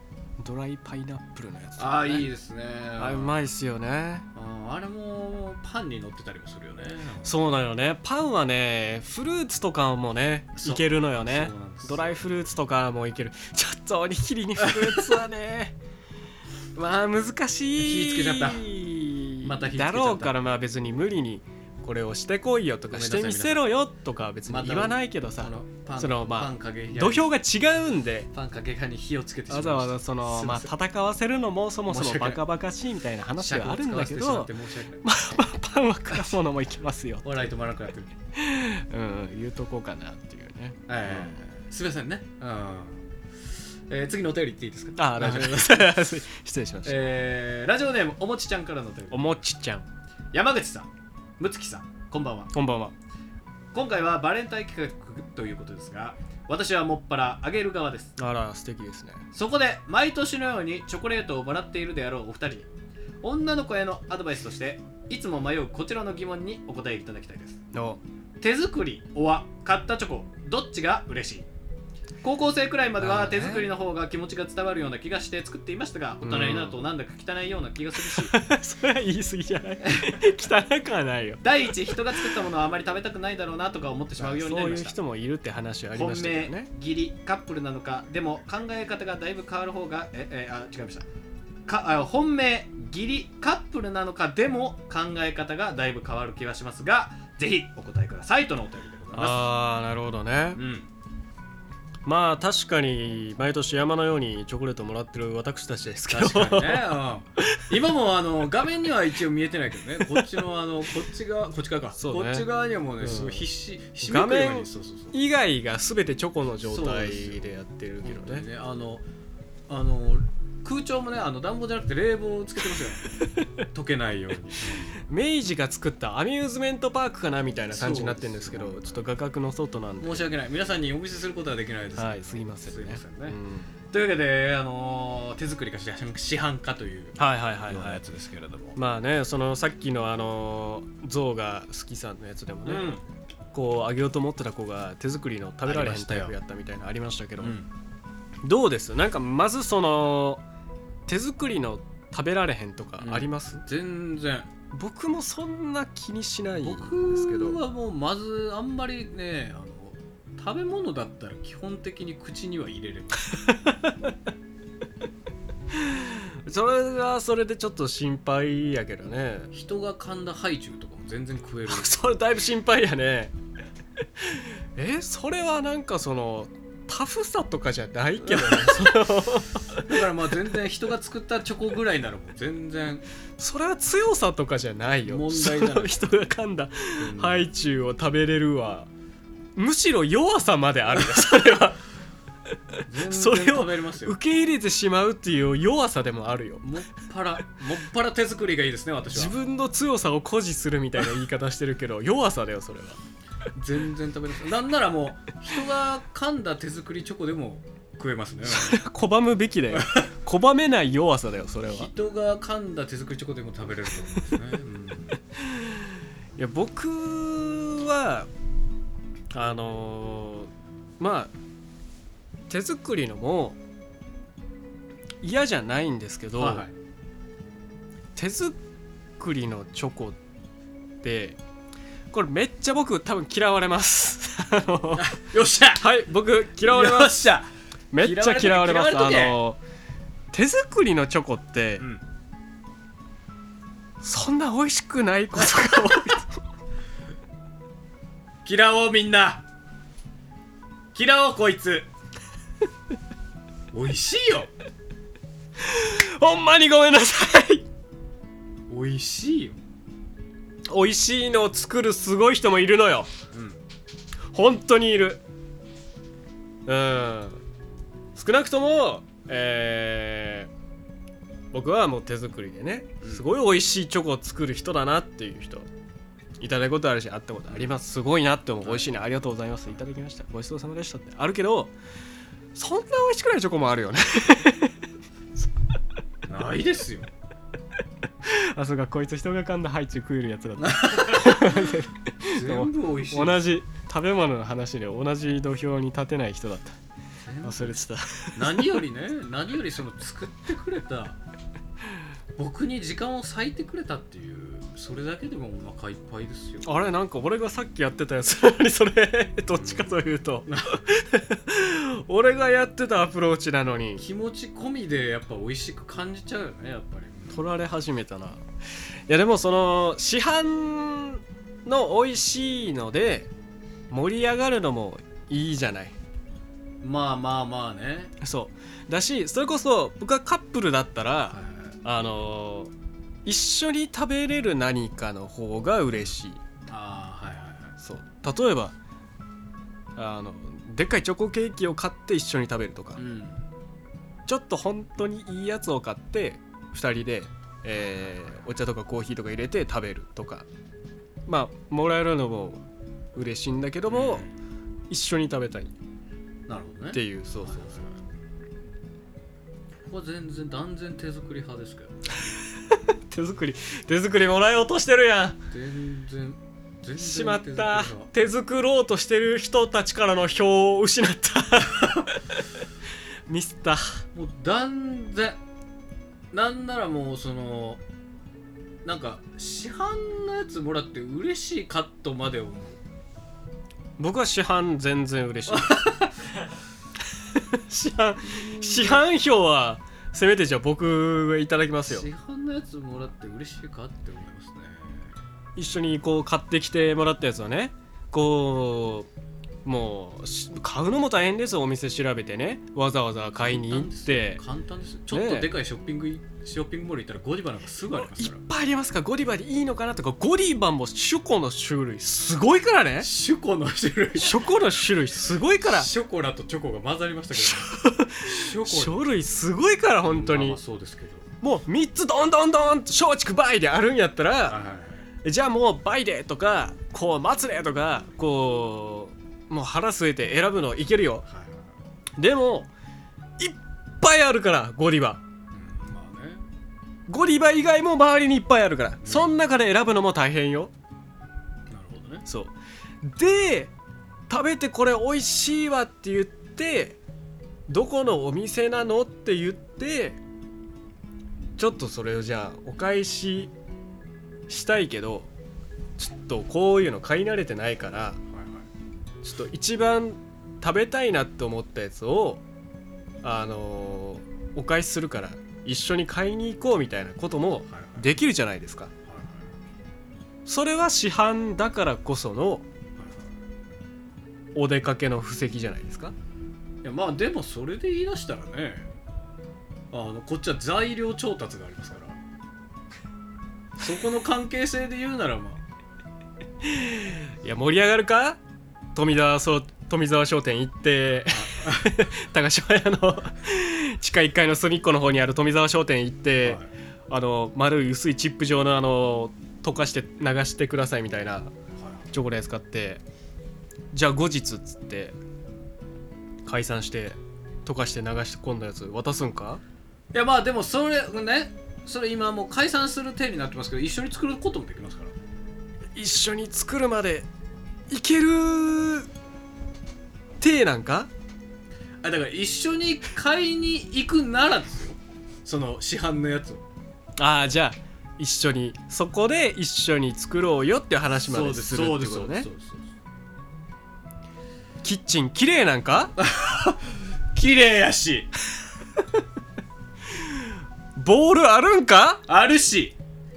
B: ドライパイナップルのやつ
H: ああ、いいですね。
B: あれうまいっすよね
H: うんあれもパンに乗ってたりもするよね。
B: そうなのねパンはねフルーツとかもね
H: そう
B: いけるのよね
H: そうなんですよ
B: ドライフルーツとかもいけるちょっとおにぎりにフルーツは ねまあ難しい
H: 火つけちゃったまた火つけちゃ
B: だ
H: った
B: ろうからまあ別に無理にこれをしてこいよとか
H: ごめん
B: し
H: なさい
B: てみせろよとかは別に言わないけどさ
H: あのパン
B: そのまあ
H: パン影や
B: 土俵が違うんで
H: パン影派に火をつけてしま
B: わ
H: い
B: ざわざ
H: ました
B: その
H: すい
B: まあ
H: せん
B: 戦わせるのもそもそ
H: 申し
B: も
H: 訳な
B: バ
H: い
B: カバカしいみたいな話はあるんだけ
H: 尺を
B: ど
H: 使わせてしまって申し訳ない
B: まあまあパンは果物もいけますよ
H: 笑い止まらなくなってる。
B: うん言うとこかなっていうね
H: ええすみませんね。うん。えー次のお便り言っていいですか
B: ああ大丈夫です 失礼しました
H: えーラジオネームおもちちゃんからのお便り
B: おもちちゃん
H: 山口さんむつきさんこんばんは
B: こんばんは
H: 今回はバレンタイン企画ということですが私はもっぱらあげる側です
B: あら素敵ですね
H: そこで毎年のようにチョコレートをもらっているであろうお二人に女の子へのアドバイスとしていつも迷うこちらの疑問にお答えいただきたいです
B: お
H: 手作りおわ買ったチョコどっちが嬉しい高校生くらいまでは手作りの方が気持ちが伝わるような気がして作っていましたが大人になるとなんだか汚いような気がするし、
B: それは言い過ぎじゃない 汚くはないよ
H: 第一人が作ったものはあまり食べたくないだろうなとか思ってしまうようにな
B: そう
H: り
B: い
H: ま
B: う
H: した
B: 人もいるって話はありま
H: 本
B: したけど
H: 命
B: ね
H: 義理カップルなのかでも考え方がだいぶ変わる方がええあ違いましたかあ本命義理カップルなのかでも考え方がだいぶ変わる気はしますがぜひお答えくださいとのお便りでございま
B: ああなるほどね
H: すうん
B: まあ確かに毎年山のようにチョコレートもらってる私たちですけど
H: 確かにね、うん、今もあの画面には一応見えてないけどねこっちのあのこっち側こっち側か、
B: そう
H: こ
B: ね
H: っち側にはもう
B: う
H: ね、
B: ん
H: すごい必死ひしめ
B: 画
H: くように
B: 面
H: そうそうそう
B: 以外が全てチョコの状
H: そう
B: 態
H: ですよ
B: でやってるけど
H: 本当に
B: ね
H: ねあのあの空調もねあの暖房じゃなくて冷房をつけてますよ 溶けないように
B: 明治が作ったアミューズメントパークかなみたいな感じになってるんですけどちょっと画角の外なんで
H: 申し訳ない皆さんにお見せすることはできないです、
B: はいすいませんね
H: すいませんね
B: うん
H: というわけで、あのー手作りか市販市販かという
B: はいはいはい
H: ような
B: は
H: や
B: い
H: つですけれども、
B: まあねそのさっきのあの象が好きさんのやつでも
H: う
B: ね、
H: ん
B: こうあげようと思ってた子が手作りの食べられ
H: ありま
B: へん
H: し
B: タ
H: たよ
B: イプやったみたいなのありましたけ
H: う
B: ど、
H: ん
B: どうですなんかまずその手作りの食べられへんとかあります、
H: 全然
B: 僕もそんな気にしないん
H: 僕
B: ですけど
H: はもうまずあんまりねあの食べ物だったら基本的に口には入れれない
B: それはそれでちょっと心配やけどね
H: 人が噛んだハイチュウとかも全然食える
B: それだいぶ心配やね えそれはなんかそのタフさとかじゃないけどね
H: だからまあ全然人が作ったチョコぐらいならもう全然
B: それは強さとかじゃないよ
H: 問題じゃない
B: その人が噛んだハイチュウを食べれるわむしろ弱さまであるよ それは
H: 全然
B: それを
H: 食べれますよ
B: 受け入れてしまうっていう弱さでもあるよ
H: もっぱらもっぱら手作りがいいですね私
B: 自
H: は
B: 分の強さを誇示するみたいな言い方してるけど弱さだよそれは
H: 全然食べれますなんならもう人が噛んだ手作りチョコでも食えますね
B: 拒むべきだよ拒めない弱さだよそれはい
H: 人が噛んだ手作りチョコでも食べれると思うんですね、
B: や僕はあのーまあ手作りのも嫌じゃないんですけ
H: う
B: ど、
H: んはいはい
B: 手作りのチョコってこれめっちゃ僕多分嫌われます あの
H: よっしゃ
B: はい僕嫌われます
H: しゃ
B: めっちゃ嫌われます
H: 嫌われとけ
B: あの手作りのチョコって、
H: ん
B: そんな美味しくないことが多い
H: 嫌おうみんな嫌おうこいつ美味しいよ
B: ほんまにごめんなさい
H: 美味しいよ
B: 美味しいのを作るすごい人もいるのよ、
H: ん
B: 本当にいるうん少なくともえー僕はもう手作りでね、すごい美味しいチョコを作る人だなっていう人いただいたことあるし会ったことありますすごいなって思う美味しいなありがとうございますいただきましたごちそうさまでしたってあるけどそんな美味しくないチョコもあるよね
H: ないですよ
B: あそうかこいつ人が噛んだハイチュウ食えるやつだった
H: 全部美味しい
B: 同じ食べ物の話で同じ土俵に立てない人だった忘れてた
H: 何よりね何よりその作ってくれた僕に時間を割いてくれたっていうそれだけでもお腹いっぱいですよ
B: あれなんか俺がさっきやってたやつなの にそれどっちかというと 俺がやってたアプローチなのに
H: 気持ち込みでやっぱ美味しく感じちゃうよねやっぱり
B: 取られ始めたないやでもその市販の美味しいので盛り上がるのもいいじゃない
H: まあまあまあね
B: そうだしそれこそ僕はカップルだったら、
H: はい
B: あのー一緒に食べれる何かの方が嬉しい
H: ああはいはいはい
B: そう例えばあのでっかいチョコケーキを買って一緒に食べるとか、
H: うん
B: ちょっと本当にいいやつを買って2人で、えーお茶とかコーヒーとか入れて食べるとかまあもらえるのも嬉しいんだけども、一緒に食べたいっ
H: なるほどね
B: ていうそうそうそう
H: ここは全然断然手作り派ですけど
B: 手作り手作りもらえようとしてるやん
H: 全然全然
B: しまっ
H: 手作り
B: た
H: 派
B: 手作ろうとしてる人たちからの票を失った ミスった
H: もう断然なんならもうそのなんか市販のやつもらって嬉しいカットまで思う
B: 僕は市販全然嬉しい 市販市販票はせめてじゃあ僕がいただきますよ
H: 市販のやつもらって嬉しいかって思いますね
B: 一緒にこう買ってきてもらったやつをねこうもうし買うのも大変ですよお店調べてねわざわざ買いに行って
H: 簡単ですよちょっとでかいショッピング、ショッピングモール行ったらゴディバなんかすぐありま
B: い
H: す
B: っ
H: から
B: ぱいありますからゴディバでいいのかなとかゴディバもチョコの種類すごいからね
H: シュコの種類
B: チョコの種類すごいから
H: ショコラとチョコが混ざりましたけどショコ
B: 種類すごいから
H: ラ
B: 本当
H: まあま
B: に
H: あそうですけど
B: もう3つどんどんどんと松竹梅であるんやった
H: はい
B: ら
H: はいはい
B: じゃあもう梅でとかこう松でとかこうもう腹据えて選ぶのいけるよ
H: はい
B: でもいっぱいあるからゴディバ
H: うんまあね
B: ゴディバ以外も周りにいっぱいあるからその中で選ぶのも大変よ
H: なるほどね
B: そうで食べてこれ美味しいわって言ってどこのお店なのって言ってちょっとそれをじゃあお返ししたいけどちょっとこういうの買い慣れてないからちょっと一番食べたいなって思ったやつをあのーお返しするから一緒に買いに行こうみたいなこともできるじゃないですかそれは市販だからこそのお出かけの布石じゃないですか
H: いやまあでもそれで言い出したらねあのこっちは材料調達がありますからそこの関係性で言うならまあ
B: いや盛り上がるか富田そう富沢商店行って高島屋の地下1階の隅っこの方にある富沢商店行って、
H: はい
B: あの丸い薄いチップ状のあの溶かして流してくださいみたいなチョコレート使ってじゃあ後日っつって解散して溶かして流して今度やつ渡すんか
H: いやまあでもそれねそれ今もう解散する体になってますけど一緒に作ることもできますから
B: 一緒に作るまでいけるてなんか
H: あだから一緒に買いに行くならですよその市販のやつを
B: ああじゃあ一緒にそこで一緒に作ろうよって話までするって
H: そ
B: こと
H: うですそうで
B: ね
H: すそうですそうです
B: キッチン綺麗なん か
H: 綺麗やし
B: ボールあるんか
H: あるし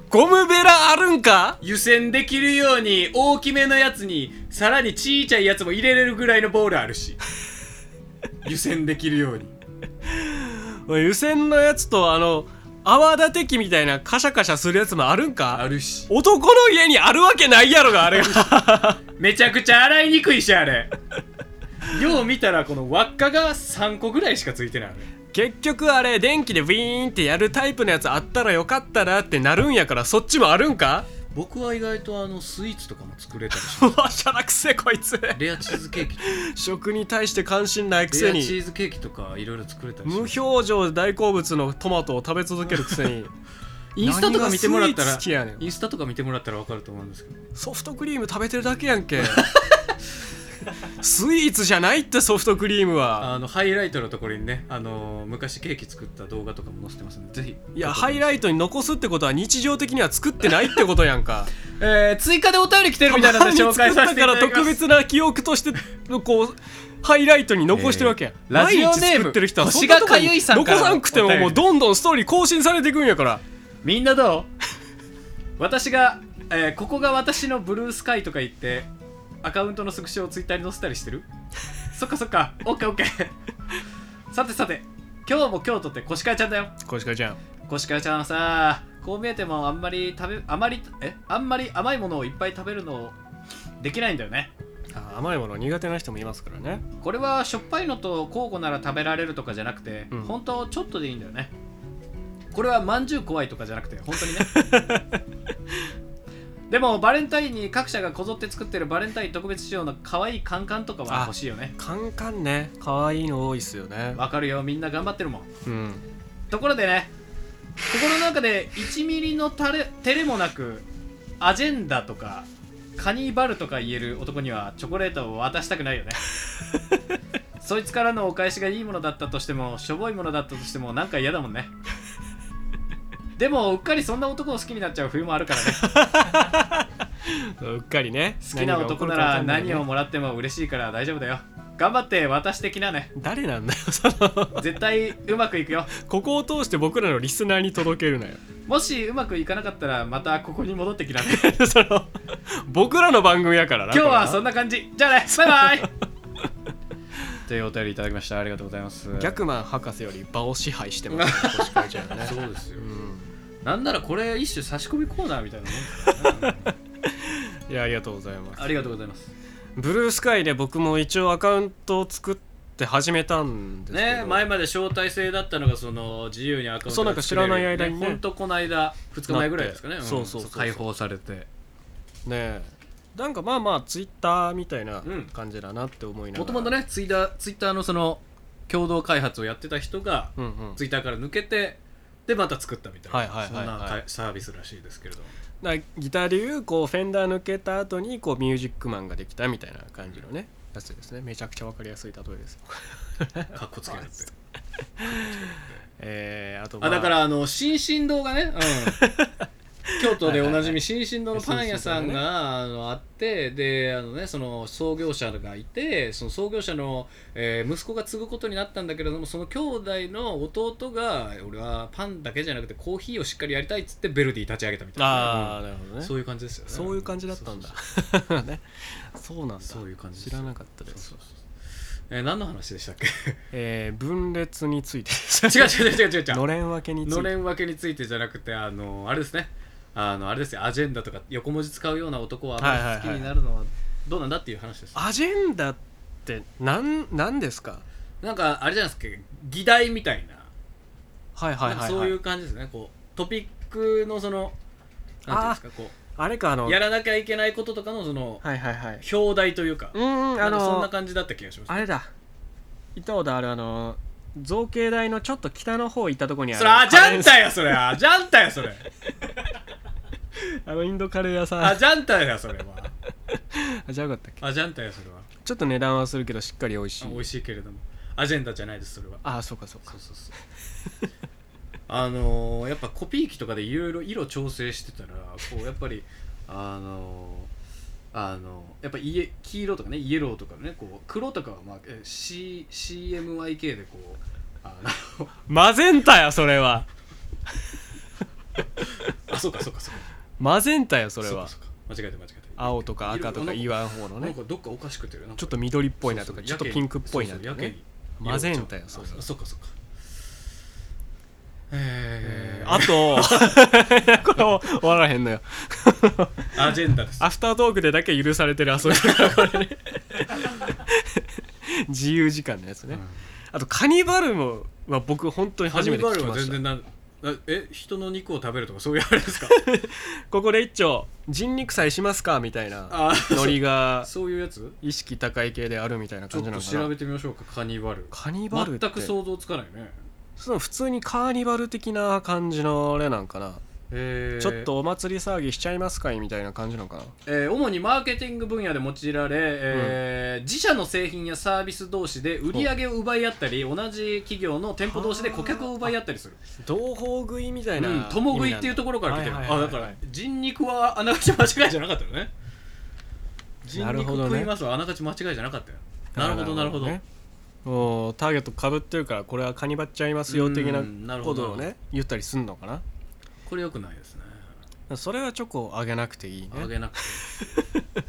B: ゴムベラあるんか
H: 湯煎できるように大きめのやつにさらにちいちゃいやつも入れれるぐらいのボールあるし湯煎できるように
B: 湯煎のやつとあの泡立て器みたいなカシャカシャするやつもあるんか
H: あるし
B: 男の家にあるわけないやろがあれが
H: めちゃくちゃ洗いにくいしあれよう見たらこの輪っかが3個ぐらいしかついてないあれ
B: 結局あれ電気でウィーンってやるタイプのやつあったらよかったなってなるんやからそっちもあるんか
H: 僕は意外とあのスイーツとかも作れたりし
B: うわしゃらくせえこいつ
H: レアチーズケーキとか
B: 食に対して関心ないく
H: レ
B: せ
H: アチ
B: に
H: ーズケーキとかいろいろ作れたり
B: 無
H: します
B: 表情で大好物のトマトを食べ続けるくせに
H: インスタとか見てもらっ
B: 何がスイ
H: た
B: ーツ
H: ら
B: 好きやねん
H: インスタとか見てもらったら分かると思うんですけど
B: ソフトクリーム食べてるだけやんけ スイーツじゃないってソフトクリームは
H: あのハイライトのところにね、あのー昔ケーキ作った動画とかも載せてますんでぜひ
B: いやハイライトに残すってことは日常的には作ってないってことやんか
H: えー、追加でお便り来てるみたいなので紹介させていただき
B: た
H: ます
B: まに作ったから特別な記憶としてこうハイライトに残してるわけやん、
H: えーラジオネーム
B: 毎日作ってる人は
H: 星が
B: そんなとこに
H: かゆいさんからの
B: 残さんくてももうどんどんストーリー更新されていくんやから
H: みんなどう 私が、えーここが私のブルースカイとか言ってアカウントのスクショをツイッターに載せたりし てるそっかそっかオッケーオッケー さてさて今日も京都ってコシカヤちゃんだよ
B: 小鹿ちゃん
H: コシカヤちゃんはさこう見えてもあんまり食べあまりえあんまり甘いものをいっぱい食べるのできないんだよね
B: あ甘いもの苦手な人もいますからね
H: これはしょっぱいのと交互なら食べられるとかじゃなくて、
B: うん
H: 本当ちょっとでいいんだよねこれはまんじゅう怖いとかじゃなくて本当にね でもバレンタインに各社がこぞって作ってるバレンタイン特別仕様の可愛いカンカンとかは
B: あ
H: 欲しいよね
B: カンカンね可愛いの多いっすよね
H: わかるよみんな頑張ってるもん
B: うん
H: ところでね心の中で1ミリのタレ照れもなくアジェンダとかカニバルとか言える男にはチョコレートを渡したく ないよねそいつからのお返しがいいものだったとしてもしょぼいものだったとしてもなんか嫌だもんねでもうっかりそんな男を好きになっちゃう冬もある からね
B: うっかりね
H: 好きな男なら何をもらっても嬉しいから大丈夫だよ頑張って私的なね
B: 誰なんだよその
H: 絶対うまくいくよ
B: ここを通して僕らのリスナーに届けるなよ
H: もしうまくいかなかったらまたここに戻ってきなね
B: その僕らの番組やからな
H: 今日は
B: これ
H: そんな感じじゃあねバ イバイというお便りいただきましたありがとうございます
B: ギャクマン博士より場を支配してますね星川ちゃんはね
H: そうですよ
B: うん
H: なんならこれ一種差し込みコーナーみたいなもん
B: いやありがとうございます
H: ありがとうございます
B: ブルースカイで僕も一応アカウントを作って始めたんですけど
H: ね前まで招待制だったのがその自由にアカウント
B: そうなんか知らない間にね
H: ほんとこの間2日前ぐらいですかね、
B: なっ
H: ん
B: てそうそうそうそう
H: 解放されて
B: ねなんかまあまあツイッターみたいな
H: うん
B: 感じだなって思いながら
H: もともとねツイッターツイッターのその共同開発をやってた人が
B: うんうん
H: ツイッターから抜けてでまた作ったみたいな、
B: はいはいはいはい
H: そんなサービスらしいですけ れども
B: だからギターでいうこうフェンダー抜けた後にこうミュージックマンができたみたいな感じのねやつですねめちゃくちゃ分かりやすい例えですよ
H: かっこつけるって
B: えー、あと、ま
H: あだからあの新進堂がね、京都でおなじみ
B: はい
H: 新進堂のパン屋さんがあのあってであの、ね、その創業者がいてその創業者の、えー息子が継ぐことになったんだけれどもその兄弟の弟が俺はパンだけじゃなくてコーヒーをしっかりやりたいっつってベルディ立ち上げたみたい
B: あ
H: な、
B: あなるほどね
H: そういう感じですよね
B: そういう感じだったんだ
H: そ う
B: ねそうなんだ
H: そういう感じです
B: 知らなかったです
H: そうそうそうえー何の話でしたっけ
B: えー分裂について
H: 違う違う違う違う違う
B: のれん分けについて
H: のれん分けについてじゃなくてあのあれですねあのあれですよアジェンダとか横文字使うような男はあまり好きになるのはどうなんだっていう話です、
B: アジェンダってなんなんですか
H: なんかあれじゃないですか議題みたいな,、
B: はいはいはい、
H: なん
B: は
H: か
B: い、
H: そういう感じですねこうトピックのそのなんていうんですかこ
B: あれかあの
H: うやらなきゃいけないこととかのその
B: はいはいはい
H: 表題というか
B: う、んうん
H: あ
B: あ
H: のそんな
B: の
H: 感じだった気がします
B: あれだ伊藤だあるあの造形大のちょっと北の方行ったとこにある
H: それアジャンタやそれアジャンタやそ れ
B: あのインドカレー屋さん
H: アジャンタやそれは
B: あじゃあよかったっけ
H: アジャンタやそれは
B: ちょっと値段はするけどしっかり美味しい
H: あ美味しいけれどもアジェンダじゃないですそれは
B: ああそうかそうか
H: そうそうそう あのーやっぱコピー機とかでいろいろ色調整してたらこうやっぱりあのーあのーやっぱイエ黄色とかねイエローとかねこう黒とかは、まあえー C、CMYK でこうあの
B: マゼンタやそれは
H: あそうかそうかそうか
B: マゼンタやそれ
H: そうか
B: は
H: そうか間違えた間違えた
B: 青とか赤とか
H: い
B: 言わん方の
H: なん
B: ね
H: かどっかおかしくてるなんか
B: ちょっと緑っぽいなとか
H: そう
B: ちょ
H: そう
B: っとピンクっぽいな
H: や
B: とか
H: けにそうそうやけ
B: ね
H: に
B: マゼンタやそ
H: そう
B: れ
H: そう
B: は
H: そうかそうかえー
B: あ とこれも終わらへんのよ
H: アジェンダです
B: アフタートークでだけ許されてる遊びだからこれね自由時間のやつね、
H: うん
B: あとカニバルムは僕本当に初めて聞き
H: カニバル
B: ま
H: は全
B: し
H: 然
B: た
H: なんあえ人の肉を食べるとかそういうあれで すか
B: ここで一丁人肉祭しますかみたいな
H: あ
B: ノリが
H: そういうやつ
B: 意識高い系であるみたいな
H: ちょ
B: 感じ
H: っ
B: な
H: と
B: のか
H: 調
B: な
H: べてみましょうかカニバル
B: カニバルって
H: 全く想像つかないね
B: その普通にカーニバル的な感じのあれなんかな、
H: えー
B: ちょっとお祭り騒ぎしちゃいますかいみたいな感じなのかな
H: えー主にマーケティング分野で用いられ、えー自社の製品やサービス同士で売り上げを奪い合ったり同じ企業の店舗同士で顧客を奪い合ったりする
B: 同胞食いみたいな、
H: うん共食いっていうところから来てる、
B: はいはいはいはい
H: あだから人肉はあながち間違いじゃなかったよね人
B: なる
H: 肉
B: ほどね
H: 食いますはあながち間違いじゃなかったよなるほどなるほど
B: ねもうターゲットかぶってるからこれはカニバっちゃいますよ的な
H: うんなる
B: こ
H: ほど
B: とをね言ったりすんのか
H: これよくないですね
B: なそれはチョコをあげなくていい
H: あ
B: ね
H: げなくて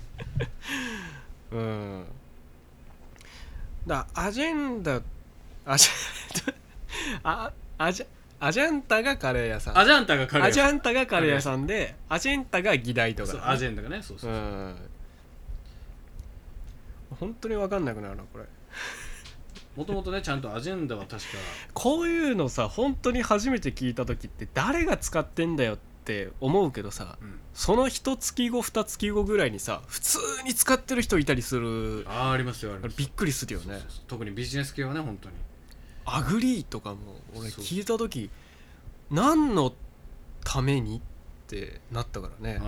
B: うんだアジェンダアジェンダ あアジェアジャンタがカレー屋さん
H: アジャンタがカレー
B: アジャンタがカレー屋さんでアジェンタが議題とか
H: そ
B: ね、
H: うアジェンダがねそうそう
B: う
H: そう、
B: ん本当に分かんなくなるなこれ
H: もともとねちゃんとアジェンダは確か
B: こういうのさ本当に初めて聞いた時って誰が使ってんだよって思うけどさ、
H: うん
B: その一月後二月後ぐらいにさ普通に使ってる人いたりする
H: あーありますよあります
B: びっくりするよね
H: そうそうそう特にビジネス系はね本当に
B: アグリーとかも俺
H: そう
B: 聞いた時何のためにってなったからね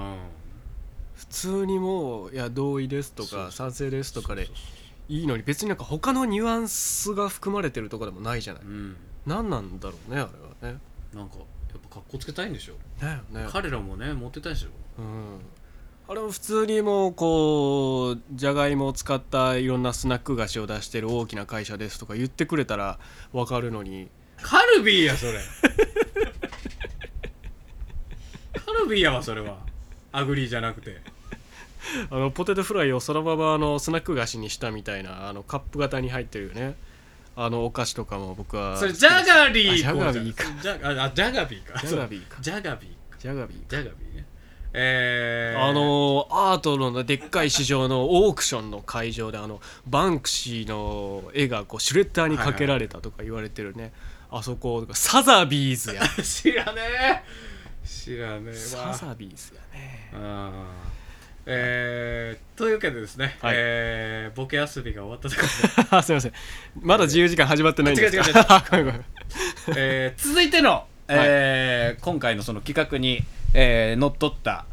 B: 普通にもう「いや同意です」と
H: そうそう
B: か「賛成です」とかでいいのに別になんか他のニュアンスが含まれてるとかでもないじゃない
H: うんうん
B: 何なんだろうねあれはね
H: なんかやっぱかっこつけたいんでしょ
B: だよね
H: 彼らもねモテたいでしょ
B: うんあれも普通にもうこうじゃがいもを使ったいろんなスナック菓子を出してる大きな会社ですとか言ってくれたら分かるのに
H: カルビーやそ れカルビーやわそれはアグリーじゃなくて
B: あのポテトフライをそのままあのスナック菓子にしたみたいなあのカップ型に入ってるよねあのお菓子とかも僕は
H: それジャガリー
B: あジャガビー
H: かジャあジャガビーか
B: ジャガビーか
H: ジャガビーか
B: ジャガビー
H: ジャガビーねえー、
B: あのアートのでっかい市場のオークションの会場であのバンクシーの絵がこうシュレッダーにかけられたとか言われてるね、あそこサザビーズや
H: 知らねえ知らねえ
B: サ
H: わ
B: ザビーズやね
H: あーえー、というわけでですね、
B: はい
H: えー、ボケ遊びが終わったとこ
B: すいませんまだ自由時間始まってないんですか
H: 違う違う違う
B: ごめんごめん
H: ろで、えー、続いての、えー今回のその企画に、えー、のっとった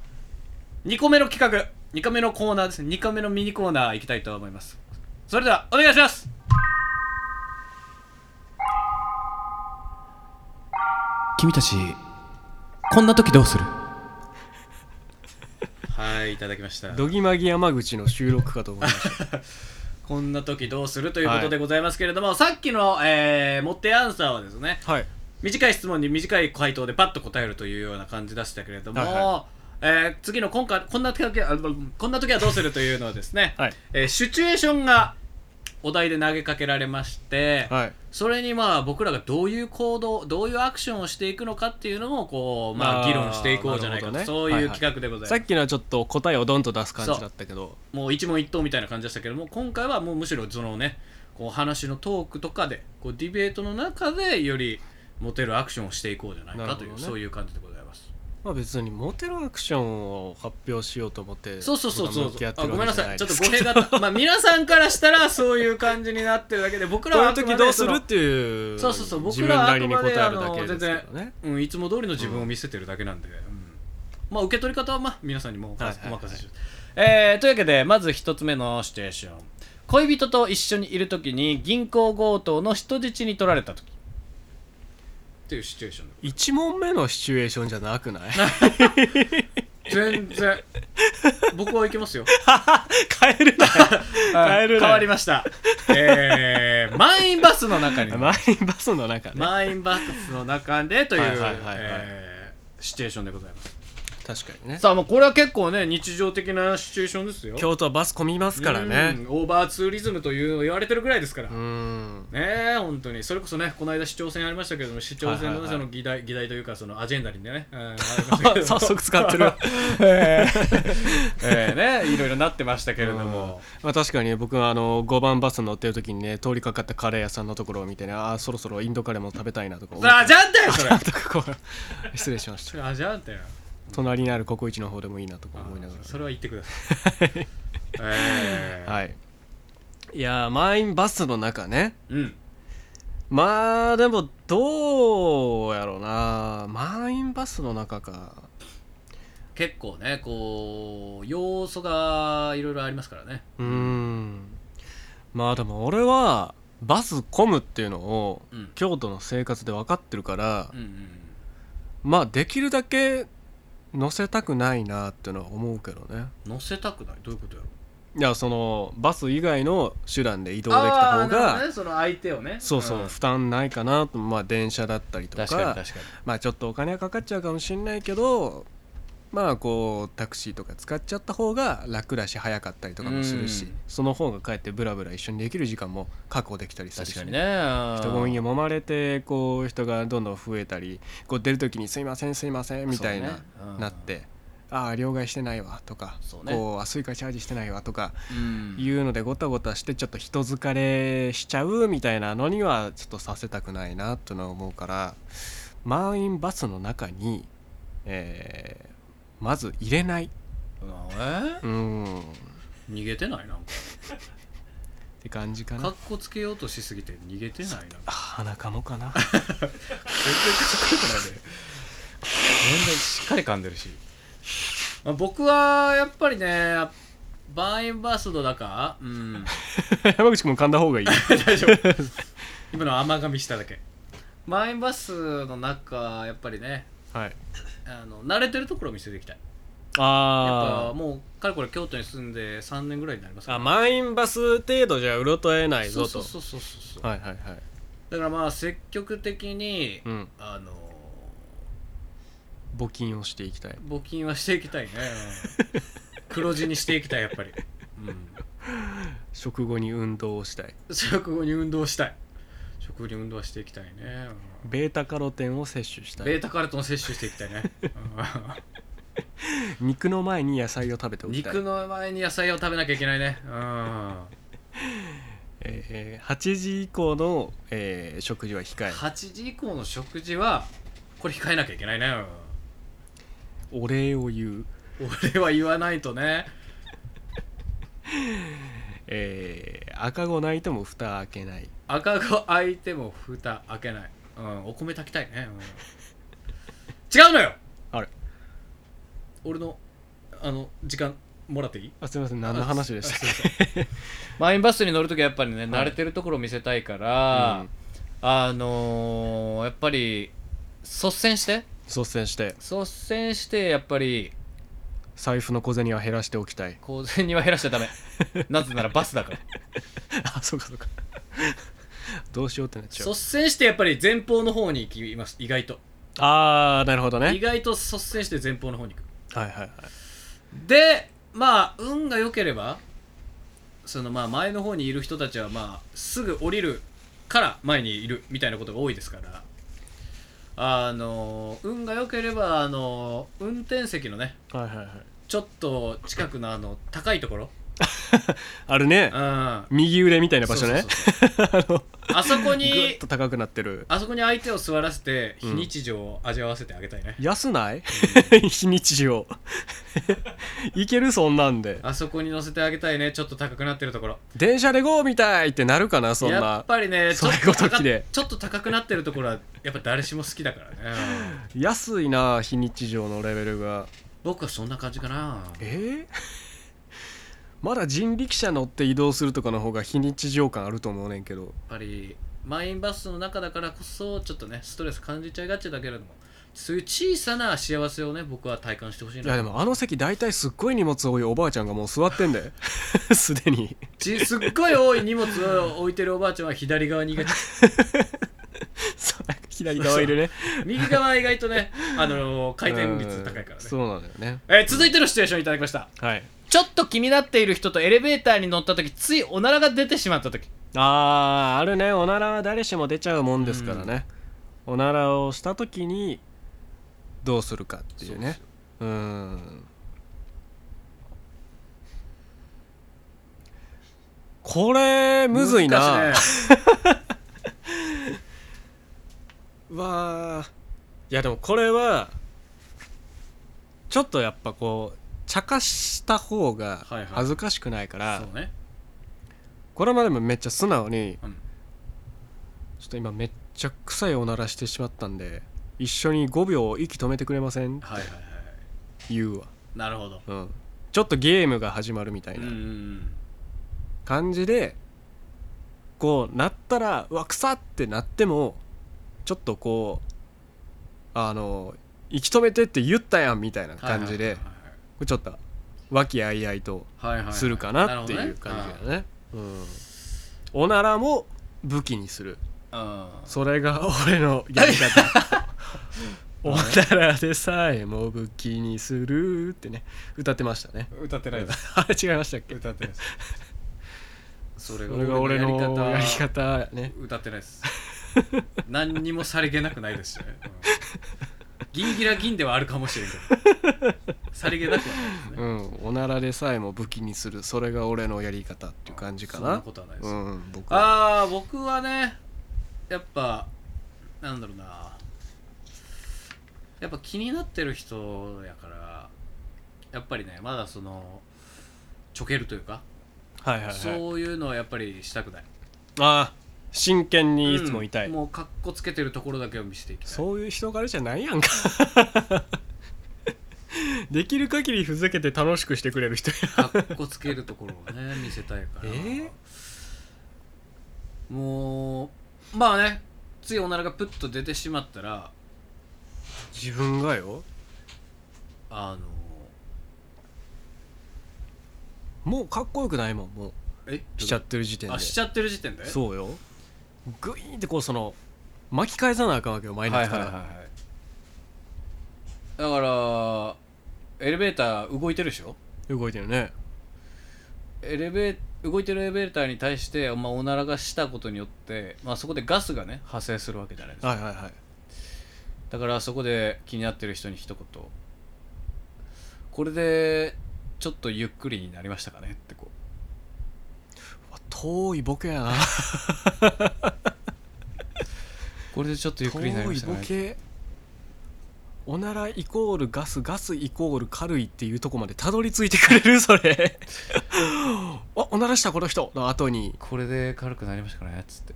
H: 2個目の企画2個目のコーナーですね2個目のミニコーナーいきたいと思いますそれではお願いします
K: 君たちこんな時どうする
H: 題いただきました
B: どぎまぎ山口の収録かと思いました
H: こんな時どうするということでございますけれども、さっきの、えー、持ってアンサーはですね
B: はい
H: 短い質問に短い回答でパッと答えるというような感じでしたけれども、
B: はいは
H: えー次の今回こんな時はあこんな時はどうするというのはですね、
B: はい
H: えーシチュエーションがお題で投げかけられまして、
B: はい
H: それにまあ僕らがどういう行動どういうアクションをしていくのかっていうのをこう
B: あ
H: まあ
B: ー
H: 議論していこうじゃないかと、
B: なるほど
H: そ
B: ね
H: う
B: は
H: いう
B: いはい
H: 企画でございます、
B: さっきのはちょっと答えをドンと出す感じだったけど
H: もう一問一答みたいな感じでしたけども今回はもうむしろそのねこう話のトークとかでこうディベートの中でよりモテるアクションをしていこうじゃないかという、
B: なるほどね
H: そういう感じでございます
B: まあ別にモテるアクションを発表しようと思って
H: そうそうそうそう
B: 僕は向き合って
H: あ
B: る
H: ごめ
B: わ
H: ん
B: け
H: な
B: じゃ
H: さいち
B: で
H: ょっと
B: すけど
H: 語弊があったまあ皆さんからしたらそういう感じになってるだけで僕ら
B: こうい
H: は
B: う時
H: あくま
B: ど
H: で
B: うするっていう
H: そうそうそう
B: 自分
H: 僕らは
B: な
H: あく
B: りに
H: ま
B: 答
H: で
B: え
H: あ
B: るだ
H: の
B: けです
H: 全
B: け
H: 然
B: どね
H: うん、いつも通りの自分を見せてるだけなんで、うんまあ受け取り方はまあ皆さんにもお任せ
B: はいはいはい
H: お任せしますえーというわけでまず一つ目のシチュエーション恋人と一緒にいる時に銀行強盗の人質に取られた時っていうシチュエーション
B: 1問目のシチュエーションじゃなくない
H: 全然僕はいけますよ
B: 変えるな変えるな
H: 変わりましたえー、満員バスの中 に
B: マインバスの中ね、
H: 満員バスの中でという
B: はいはいはいはい
H: えーシチュエーションでございます
B: 確かにね
H: さあもうこれは結構ね日常的なシチュエーションですよ
B: 京都はバス混みますからね
H: うんオーバーツーリズムというのを言われてるぐらいですから、
B: う
H: ね
B: ん
H: え本当にそれこそねこの間市長選ありましたけれども市長選
B: はいはい
H: の
B: はい
H: その議題,、議題というかそのアジェンダにね、 うんありましたけど
B: 早速使ってる
H: えーねいろいろなってましたけれども、
B: まあ確かに僕はあの5番バス乗ってる時にね通りかかったカレー屋さんのところを見てねあーそろそろインドカレーも食べたいなとか思って
H: あじゃんだよそれ
B: とかこう失礼しまし
H: そ
B: た
H: れあじゃんだよ
B: 隣にあるココイチの方でもいいなとか思いなが
H: それは言ってくだ さいえー
B: らはいいやー満員バスの中ね
H: うん
B: まあでもどうやろうな満員バスの中か
H: 結構ねこう要素がいろいろありますからね
B: うーんまあでも俺はバス混むっていうのを
H: うん
B: 京都の生活で分かってるから
H: うんうん
B: まあできるだけ乗せたくないなっていうのは思うけどね
H: 乗せたくないどういうことやろ
B: いやそのバス以外の手段で移動できた
H: あ
B: 方
H: あなるほど
B: が
H: ねその相手をね
B: そうそう、
H: ん
B: 負担ないかなとまあ電車だったりとか
H: 確かに確かに
B: まあちょっとお金はかかっちゃうかもしんないけどまあこうタクシーとか使っちゃった方が楽だし早かったりとかもするし、
H: うん
B: その方がかえってブラブラ一緒にできる時間も確保できたりするし
H: 確かにね
B: 人混みに揉まれてこう人がどんどん増えたりこう出る時に「すいませんすいません」みたいな、
H: そうねうん
B: なって「ああ両替してないわ」とか
H: そう
B: 「
H: ね
B: こうあスイカチャージしてないわ」とか
H: うん
B: いうのでごたごたしてちょっと人疲れしちゃうみたいなのにはちょっとさせたくないなというのは思うから満員バスの中に、えーまず入れない
H: え
B: うんっ
H: 逃げてないなんか
B: て感じか
H: か
B: な
H: っこつけようとしすぎて逃げてないなんか
B: 鼻かも かな
H: 全然かっこよくないで全然しっかり噛んでるしまあ僕はやっぱりねバインバスドだかうん
B: 山口君も噛んだ方がいい
H: 大丈夫今のは甘噛みしただけマインバスの中やっぱりね
B: はい
H: あの慣れてるところを見せていきたいやっぱ
B: あー
H: もうかれこれ京都に住んで3年ぐらいになりますから
B: あ満員バス程度じゃうろとえない
H: そ
B: ぞと
H: うそうそうそうそう、
B: はいはいはい
H: だからまあ積極的に、
B: うん
H: あの
B: 募金をしていきたい
H: 募金はしていきたいね黒字にしていきたいやっぱり
B: 食後に運動をしたい
H: 食後に運動したい食後に運動はしていきたいね、
B: ベータカロテンを摂取したい
H: ベータカルトン摂取していきたいね、うん
B: 肉の前に野菜を食べておきたい
H: 肉の前に野菜を食べなきゃいけないね、うん、
B: えー8時以降の、えー食事は控え
H: 8時以降の食事はこれ控えなきゃいけないね、うん
B: お礼を言う、
H: 俺は言わないとね
B: えー赤子泣いても蓋開けない
H: 赤子開いても蓋開けない、うん、お米炊きたいね、うん、違うのよ
B: あれ
H: 俺のあの時間もらっていい
B: あすみません何の話でしたっ
H: マインバスに乗るときはやっぱりね、慣れてるところを見せたいから、
B: うん
H: あのーやっぱり率先して
B: け率先して
H: 率先してやっぱり
B: 財布の小銭は減らしておきたい
A: 公然には減らしちゃ ダメなぜならバスだから
B: あそうかそうか どうしようってなっちゃう
H: 率先してやっぱり前方の方に行きます意外と
B: ああなるほど
H: 意
B: ね
H: 外と率先して前方の方に行く
B: はいはいはい
H: でまあ運が良ければそのまあ前の方にいる人たちはまあすぐ降りるから前にいるみたいなことが多いですからあの運が良ければあの運転席のね
B: はいはいはい
H: ちょっと近くのあの高いところ
B: あるね
H: うん
B: 右腕みたいな場所ねあの
H: あそこ
B: ぐっ
H: に
B: と高くなってる
H: あそこに相手を座らせて非日常を味わわせてあげたいね、
B: 安ない非 日常 いけるそんなんで
H: あそこに乗せてあげたいねちょっと高くなってるところ
B: 電車で GO みたいってなるかなそん
H: や
B: な
H: っぱりねちょっ
B: そうい
H: と
B: うこと
H: 高
B: きで
H: ちょっと高くなってるところはやっぱ誰しも好きだからね
B: 安いな非日常のレベルが
H: 僕はそんな感じかな
B: えーまだ人力車乗って移動するとかの方が非日常感あると思うねんけど
H: やっぱり満員バスの中だからこそちょっとねストレス感じちゃいがちだけれどもそういう小さな幸せをね僕は体感してほしい
B: いや
H: な
B: でもあの席大体すっごい荷物多いおばあちゃんがもう座ってん ですでに
H: ちすっごい多い荷物を 置いてるおばあちゃんは左側に行け
B: そう左側いるね
H: 右側は意外とね、あのー回転率高いから
B: うん
H: ね、
B: そうなんだよね
H: えー続いてのシチュエーションいただきました
B: はい
H: ちょっと気になっている人とエレベーターに乗った時ついおならが出てしまった時
B: あーあるねおならは誰しも出ちゃうもんですからね、おならをした時にどうするかっていうねうーんこれむずいな、
H: 難し
B: うわあいやでもこれはちょっとやっぱこう茶化した方が
H: はいはい
B: 恥ずかしくないから、
H: いねそうね
B: これまでもめっちゃ素直に、
H: うん
B: ちょっと今めっちゃ臭いおならしてしまったんで一緒に5秒息止めてくれません
H: はいはいはい
B: 言うわ、
H: なるほど
B: うん、ちょっとゲームが始まるみたい
H: うん
B: な
H: うんうん
B: 感じで、こうなったらうわ臭ってなってもちょっとこうあの息止めてって言ったやんみたいな感じで、ちょっと和気あいあいと
H: はいはいはいはいはいはいはい
B: するかなっていう感
H: なるほ
B: じ
H: どね
B: だねうん、おならも武器にする
H: あー
B: それが俺のやり方 おならでさえも武器にするってね歌ってましたね
L: 歌ってないです
B: あれ違いましたっけ
L: 歌ってないです
H: それ
B: それが俺のやり方やね
H: 歌ってないです 何にもさりげなくないですしね、うんギンギラギンではあるかもしれんけどさりげなくはないですね、
B: うんおならでさえも武器にするそれが俺のやり方っていう感じか
H: そんな
B: な
H: ことはないです、
B: うん僕は
H: ああ僕はねやっぱなんだろうなやっぱ気になってる人やからやっぱりねまだそのちょけるというか、
B: はいはいはい
H: そういうのはやっぱりしたくない
B: あー真剣にいつも痛い、
H: うんもうかっこつけてるところだけを見せていきたい
B: そういう人柄じゃないやんか できる限りふざけて楽しくしてくれる人や
H: かっこつけるところをね見せたいから、
B: え
H: もうまあねついおならがプッと出てしまったら
B: 自分がよ
H: あの
B: もうかっこよくないもんもう
H: え
B: しちゃってる時点で
H: あしちゃってる時点で
B: そうよグイーンってこうその巻き返さなあかんわけよマイナスから、
H: いだからエレベーター動いてるでしょ
B: 動いてるね
H: エレベ動いてるエレベーターに対して、まあ、おならがしたことによって、まあ、そこでガスがね発生するわけじゃないですか
B: はいはいはい
H: だからそこで気になってる人に一言これでちょっとゆっくりになりましたかねってこう
B: うわ遠いボケやな
H: これでちょっとゆっくりになり
B: 遠
H: ま
B: い
H: したか
B: ボ
H: ね
B: ケおならイコールガスガスイコール軽いっていうとこまでたどり着いてくれるそ れあおならしたこの人の後に
H: これで軽くなりましたかねっつって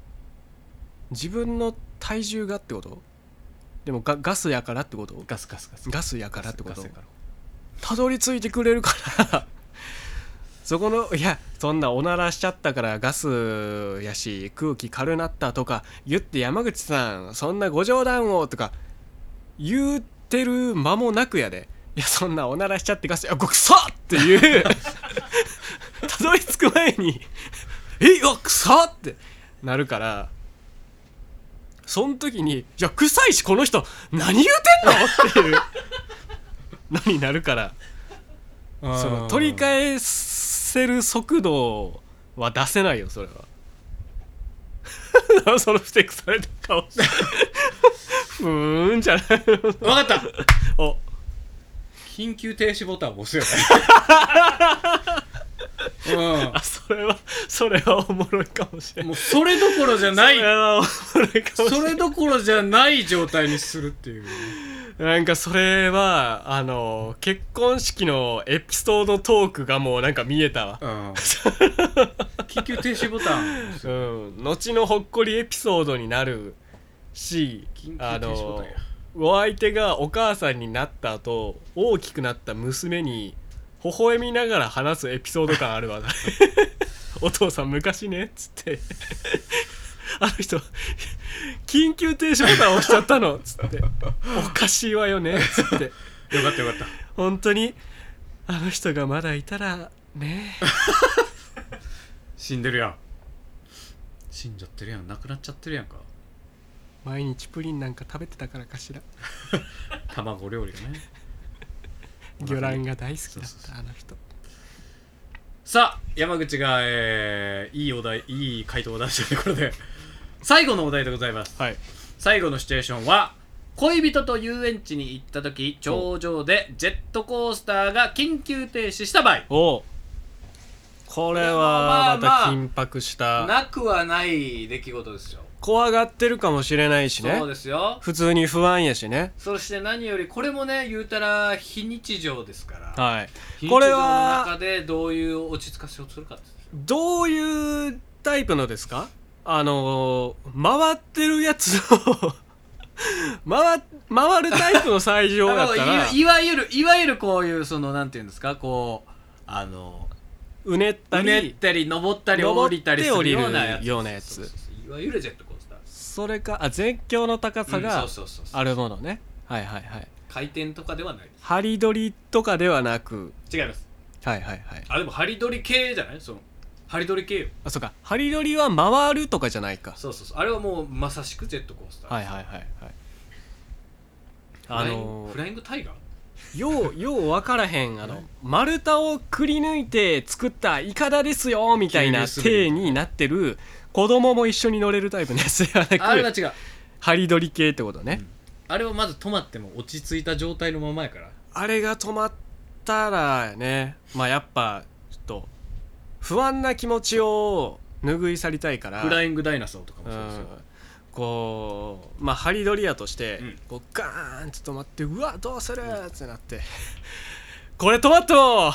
B: 自分の体重がってことでもガガスやからってこと
H: ガスガスガス
B: ガスやからってこと
H: ガスやから
B: たどり着いてくれるからそこのいやそんなおならしちゃったからガスやし空気軽なったとか言って山口さんそんなご冗談をとか言うてる間もなくやでいやそんなおならしちゃってガスあごくそっていうたどり着く前にえっくそってなるからその時にいや臭いしこの人何言うてんのっていうのになるからその取り返せる速度は 出せないよそれはその不適された顔して ふーんじゃないの
H: わかった
B: お
H: 緊急停止ボタンを押すよね
B: あそれはそれはおもろいかもしれ
H: うん
B: ない
H: もうそれどころじゃない
B: それはおもろいかもしれ
H: そ
B: ない
H: れどころじゃない状態にするっていう
B: なんかそれはあの結婚式のエピソードトークがもうなんか見えたわ
H: うん緊急停止ボタン
B: うん、後のほっこりエピソードになるし
H: 緊急停
B: あ
H: 止ボ
B: の
H: タンや
B: お相手がお母さんになった後大きくなった娘に微笑みながら話すエピソード感あるわ お父さん昔ねっつって あの人緊急停止ボタン押しちゃったのっつっておかしいわよねっつって
H: よかったよかった
B: 本当にあの人がまだいたらね
H: 死んでるやん死んじゃってるやんなくなっちゃってるやんか
B: 毎日プリンなんか食べてたからかしら
H: 卵料理がね
B: 魚卵が大好きだ
H: そうそう
B: ったあの人
H: さあ山口が、えーいいお題いい回答を出したところで最後のお題でございます
B: はい
H: 最後のシチュエーションは恋人と遊園地に行った時頂上でジェットコースターが緊急停止した場合
B: おうこれはまた緊迫した、
H: なくはない出来事ですよ
B: 怖がってるかもしれないしね
H: そうですよ
B: 普通に不安やしね
H: そして何よりこれもね言うたら非日常ですから
B: はい
H: 非日
B: こ
H: 常
B: れ
H: の
B: は
H: 中でどういう落ち着かせをするかって
B: どういうタイプのですかあのー回ってるやつを 回回るタイプの最上やったら
H: いわゆるいわゆるこういうそのなんていうんですかこうあの
B: うねった
H: う
B: り
H: ねったり登ったり降りたりするようなやつ
B: ようなやつ
H: いわゆるジェットコースターです
B: それかあ絶叫の高さ
H: う
B: が
H: んそうそうそうそう
B: あるものねはいはいはい
H: 回転とかではないで
B: ハリドリとかではなく
H: す違います
B: はいはいはい
H: あでもハリドリ系じゃないそのハリドリ系よ
B: あそうかハリドリは回るとかじゃないか
H: そうそうそうあれはもうまさしくジェットコースター
B: はいはいはいはいあの
H: フライングフライングタイガー
B: ーようよう分からへんあの丸太をくり抜いて作ったイカダですよみたいな
H: 急
B: 体に
H: に滑る
B: なってる子供も一緒に乗れるタイプのやつでは
H: あれは
B: なく
H: 違う
B: ハリドリ系ってことね、
H: あれはまず止まっても落ち着いた状態のままやから
B: あれが止まったらやねまあやっぱちょっと不安な気持ちを拭い去りたいから
H: フライングダイナソーとかも
B: う
H: そうです
B: ん
H: よ
B: こうまあハリドリアとして、
H: うん
B: こうガーンって止まってうわどうするってなってこれ止まっても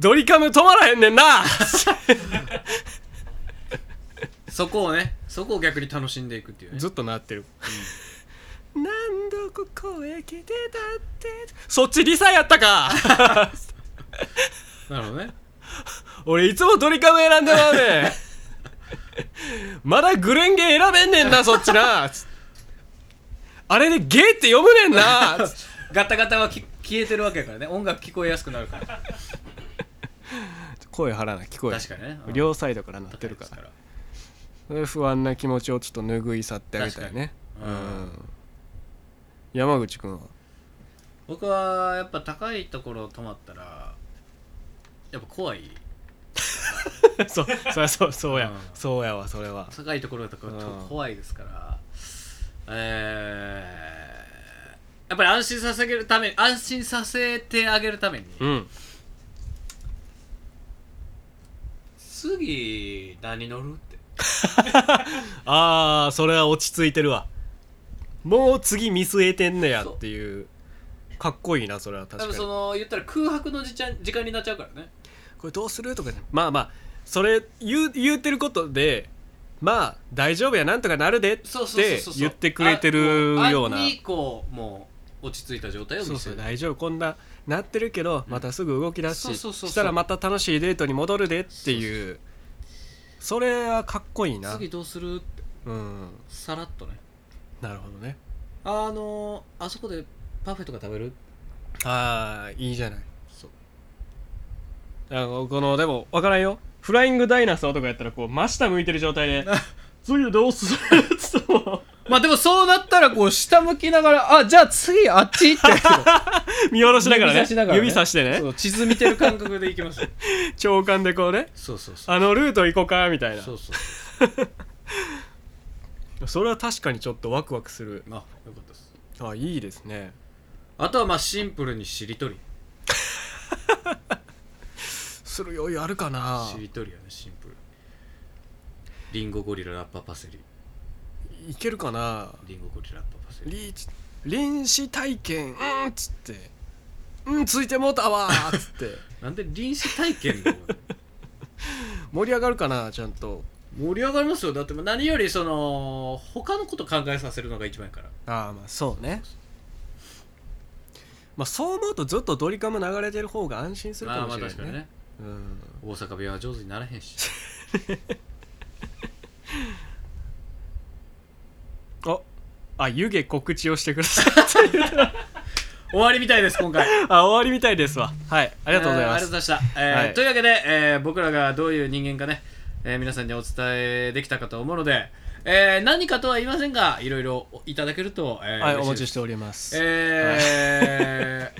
B: ドリカム止まらへんねんな
H: そこをねそこを逆に楽しんでいくっていうね
B: ずっとなってる、何度ここへ来てたってそっちリサやった か
H: なるほどね
B: 俺いつもドリカム選んでまうねんまだグレンゲ選べんねんなそっちなつあれでゲーって読むねんなつ
H: ガタガタはき消えてるわけやからね音楽聞こえやすくなるから
B: 声張らな聞こえる
H: 確かにねうん
B: 両サイドから鳴ってるからそれ不安な気持ちをちょっと拭い去ってあげたいね
H: 確かにうん
B: うん山口君は
H: 僕はやっぱ高いところ止まったらやっぱ怖い
B: そう そうそうそうや
H: うん
B: そうやわそれは
H: 高いところとか
B: うん
H: 怖いですからえー、やっぱり安心させるため安心させてあげるために
B: うん
H: 次何乗るって
B: ああそれは落ち着いてるわもう次見据えてんねやっていうかっこいいなそれは
H: 多
B: 確
H: 分
B: か
H: そ
B: に
H: の言ったら空白の時間時間になっちゃうからね
B: これどうするとかねまあまあそれ言う言うてることでまあ大丈夫やなんとかなるでって
H: そうそうそうそう
B: 言ってくれてる
H: あも
B: ような
H: あんにこうもう落ち着いた状態を見せ
B: そ
H: る
B: うそう大丈夫こんななってるけどまたすぐ動き出
H: そう
B: すし
H: そうそうそう
B: したらまた楽しいデートに戻るでっていうそれはかっこいいな
H: 次どうするって
B: うん
H: さらっとね
B: なるほどね
H: あのあそこでパフェとか食べる
B: ああいいじゃないそうあのこのでも分からんよフライングダイナソーとかやったらこう真下向いてる状態 で次どうするっつっても
H: まあでもそうなったらこう下向きながらあじゃあ次あっちって
B: 見下ろしながらね
H: 指
B: 指
H: 差し
B: さ
H: なが
B: してね
H: らねそう地図見てる感覚でいきますよ
B: 長官でこうね
H: そうそうそ
B: あのルート行こうかみたいな
H: うそうそう
B: それは確かにちょっとワクワクする
H: まあよかったです
B: あいいですね
H: あとはまあシンプルにしりとり
B: する余裕あるかな
H: しりとりやねシンプルリンゴゴリララッパパセリ
B: いけるかな
H: リンゴゴリララッパパセリ
B: リーチ臨死体験うんっつってうんついてもうたわーっつって
H: なんで臨死体験だよ
B: 盛り上がるかなちゃんと
H: 盛り上がりますよだってもう何よりその他のこと考えさせるのが一番やから
B: ああまあそうねまあそう思うとずっとドリカム流れてる方が安心する
H: あ
B: か
H: あ
B: も
H: まあ
B: しれ
H: 確か
B: ない
H: に
B: ね
H: ね
B: うん
H: 大阪弁は上手にならへんし
B: ああ湯気告知をしてください
H: 終わりみたいです今回
B: あ終わりみたいですわはいありがとうございます
H: えーありがとうございました、えー
B: はい
H: というわけで、えー僕らがどういう人間かね、 えー皆さんにお伝えできたかと思うので、えー何かとは言いませんがいろいろいただけると、えー
B: はいお
H: 嬉
B: 待
H: しい
B: ち
H: です
B: しております、
H: え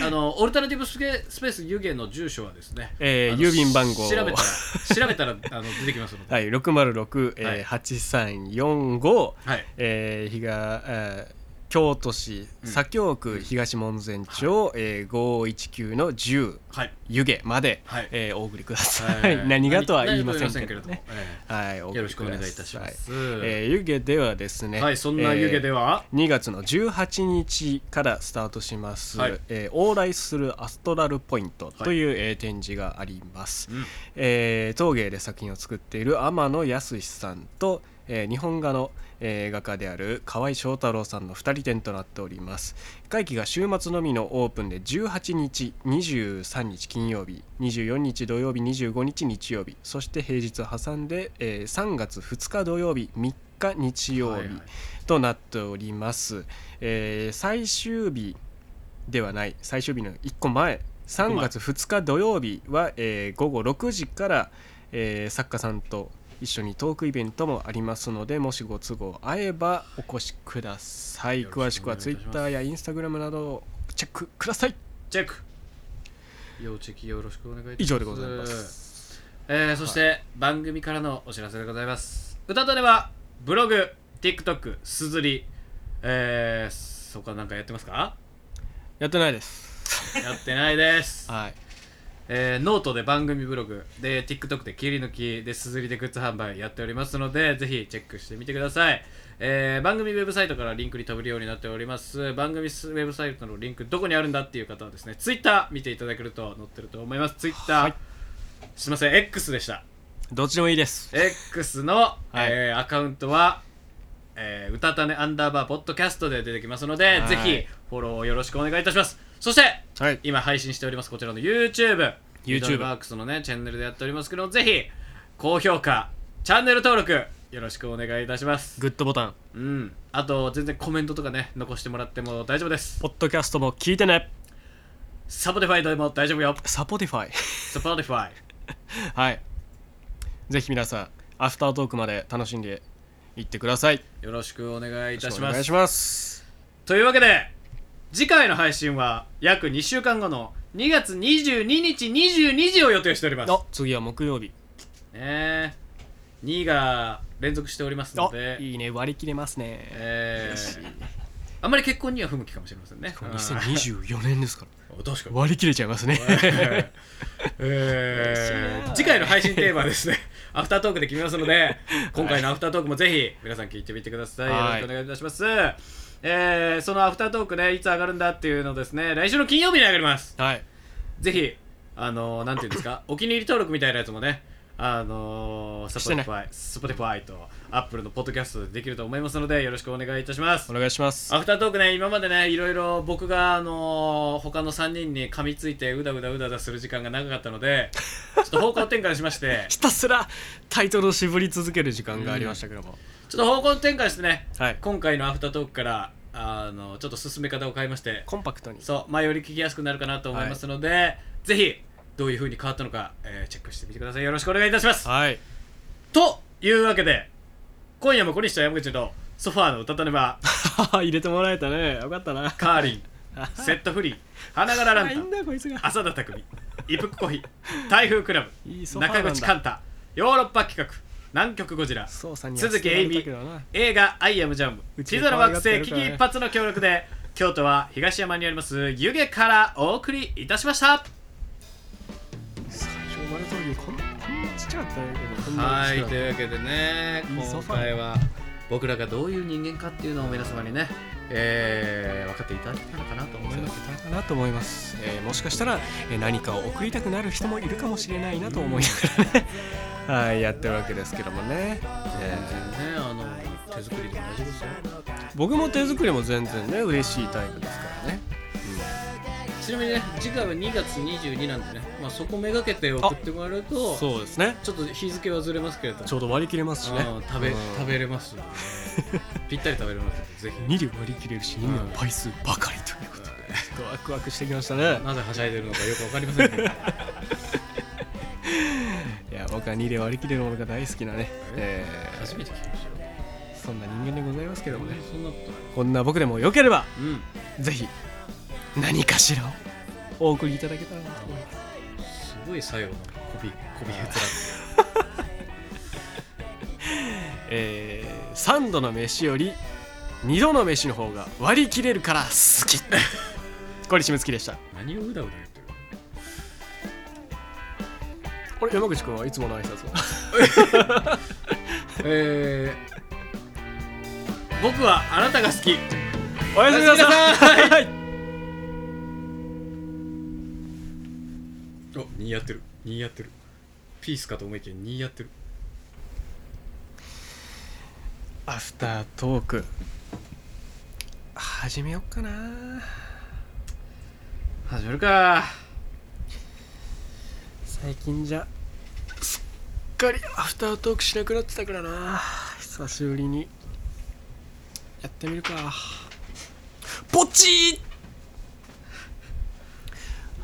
H: ーあのオルタナティブスペスペース湯気の住所はですね、
B: えー
H: あの
B: 郵便番号
H: 調べたら調べたらあの出てきますので、
B: はい、606、えー
H: はい
B: 8345、
H: はい
B: えー日が、えー京都市左京区東門前町、えー519の10
H: はい
B: 湯気まで、
H: はい
B: えーお送りくださ、
H: はいい
B: 何がとは言いませんけ
H: 何
B: ど
H: とは言いませんけれども
B: ね、
H: え
B: はい、お
H: ー
B: 送
H: よろ
B: り
H: し
B: くだ
H: くお
B: さ
H: 願いいたします、
B: えー湯気ではですね、
H: はいそんな湯気では、
B: 2月の18日からスタートします、
H: はい
B: えー往来するアストラルポイントという、えー展示があります、
H: うん
B: えー陶芸で作品を作っている天野康さんと、えー日本画の、えー画家である河合翔太郎さんの2人展となっております会期が週末のみのオープンで18日23日金曜日24日土曜日25日日曜日そして平日を挟んで、えー3月2日土曜日3日日曜日、
H: はいはい
B: となっております、えー最終日ではない最終日の1個前3月2日土曜日は、えー午後6時から、えー作家さんと一緒にトークイベントもありますのでもしご都合合えばお越しください
H: よ
B: 詳
H: ろ
B: し
H: しく
B: く
H: お願
B: はい
H: いたします
B: Twitter や Instagram などをチェックください
H: チェック要チェキよろしくお願いいたします
B: 以上でございます
H: えーそして、番組からのお知らせでございます歌とではブログ TikTok すずりえー、そこは何かやってますか
B: やってないです
H: やってないです、
B: はい
H: えーノートで番組ブログで TikTok で切り抜きですずりでグッズ販売やっておりますのでぜひチェックしてみてください、えー番組ウェブサイトからリンクに飛べるようになっております番組ウェブサイトのリンクどこにあるんだっていう方はですね Twitter 見ていただけると載ってると思います Twitter、
B: はい
H: すいません X でした
B: どっちでもいいです
H: X の、えーアカウントは、えー、うたたねアンダーバーポッドキャストで出てきますので、
B: はい
H: ぜひフォローをよろしくお願いいたしますそして、
B: はい
H: 今配信しておりますこちらの YouTube
B: YouTube
H: バークスのねチャンネルでやっておりますけどもぜひ高評価チャンネル登録よろしくお願いいたします
B: グッドボタン
H: うんあと全然コメントとかね残してもらっても大丈夫です
B: ポッドキャストも聞いてね
H: サポティファイでも大丈夫よ
B: サポティファイ
H: サポティファイ
B: はい。ぜひ皆さん、アフタートークまで楽しんでいってください。
H: よろしくお願いいたし
B: お
H: ま
B: 願い
H: す
B: します。
H: というわけで次回の配信は約2週間後の2月22日22時を予定しております
B: あ、次は木曜日。
H: ね2が連続しておりますの
B: あ、
H: で
B: いいね、割り切れますね。
H: えーあんまり結婚には不向きかもしれませんね
B: これ2024年ですから。
H: あー確かに
B: 割り切れちゃい ますね。
H: えー次回の配信テーマはですねアフタートークで決めますので今回のアフタートークもぜひ皆さん聞いてみてください、
B: はい
H: よろしくお願いいたします、えーそのアフタートークねいつ上がるんだっていうのをですね来週の金曜日に上がります
B: はい。
H: ぜひ、あのー、なんていうんですか、お気に入り登録みたいなやつもね、あのー、
B: してね
H: Spotify、Spotify と Apple のポッドキャストでできると思いますので、よろしくお願いいたします
B: お。願いします。
H: アフタートークね、今までね、いろいろ僕が、あのー他の3人に噛みついて、うだうだうだうだする時間が長かったので、ちょっと方向転換しまして、
B: ひたすらタイトルを絞り続ける時間がありましたけども。
H: ちょっと方向転換してね、
B: はい。
H: 今回のアフタートークから、あのちょっと進め方を変えまして
B: コンパクトに
H: そう前より聞きやすくなるかなと思いますので、ぜひどういう風に変わったのか、えーチェックしてみてくださいよろしくお願いいたします
B: はい
H: というわけで今夜も小西と山口のソファーの歌たねば
B: 入れてもらえたねよかった な
H: カーリンセットフリー花柄ラン
B: いい
H: タ
B: ん
H: ン
B: だこいつが
H: 浅田匠イプッコヒ台風クラブ
B: いいソファーな
H: 中
B: んだ
H: 口カンタヨーロッパ企画南極ゴジラ
B: 操作に
H: 鈴木エイミ
B: ー
H: 映画「アイアムジャン
B: う
H: ム」
B: ち
H: 地
B: の
H: 座の惑
B: 可愛
H: 星
B: がってるからね
H: 危機一髪の協力で京都は東山にあります湯気からお送りいたしました
B: 最初生まれた時にこんなこんなちっちゃかったんだけどこんな
H: は
B: ち
H: い
B: っ
H: と
B: ちゃかっ
H: いうわけでね
B: いいソ
H: 今
B: ファー
H: 回は僕らがどういう人間かっていうのを皆様にね、えー分かっていただけたのかなと思います
B: たかなと思います、えーもしかしたら、えー何かを送りたくなる人もいるかもしれないなと思いなが らねはいやってるわけですけどもね、え
H: ねあの手作りでも大丈夫ですよ
B: ー僕も手作りも全然ね嬉しいタイプですからね
H: ちなみにね次回は2月22なんでね、まあ、そこめがけて送ってもらえると
B: そうですね
H: ちょっと日付はずれますけれども
B: ちょうど割り切れますしね
H: うん食べ
B: うん
H: 食べれます よねぴったり食べれますのでぜひ
B: 2両割り切れるし2の倍数ばかりということで、ちょっとワクワクしてきましたね
H: なぜはしゃいでるのかよくわかりませんけど
B: いや僕は2両割り切れるものが大好きなね、え
H: 初めて聞きましたよ
B: ーそんな人間でございますけどもね
H: そんなことない
B: こんな僕でもよければ
H: うん
B: ぜひ何かしらをお送りいただけたらなと思います
H: すごい作用のコビコビヘツラ
B: えー、3度の飯より2度の飯の方が割り切れるから好 きこれしむつきでした
H: 何をうだうだ言ってる
B: これ山口君はいつもの挨拶を
H: えー、僕はあなたが好き
B: おやすみなさい
H: お似合ってる似合ってるピースかと思いきや似合ってる
B: アフタートーク始めよっかな
H: 始めるか
B: 最近じゃすっかりアフタートークしなくなってたからな久しぶりにやってみるかポチー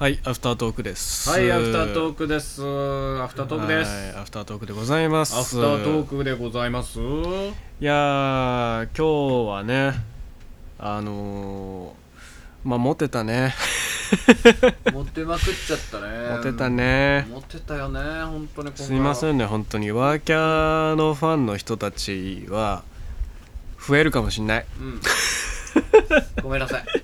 B: はいアフタートークです
H: はいアフタート
B: ー
H: ークですアフタートークです
B: アフタートークでございます
H: アフタートークでございます
B: いやー今日はねあのー、まあモテたね
H: モテまくっちゃったね
B: モテたね
H: モテたよね本当に今回は
B: すいませんね本当にワーキャーのファンの人たちは増えるかもしんない
H: うんごめんなさ いにわかがいっ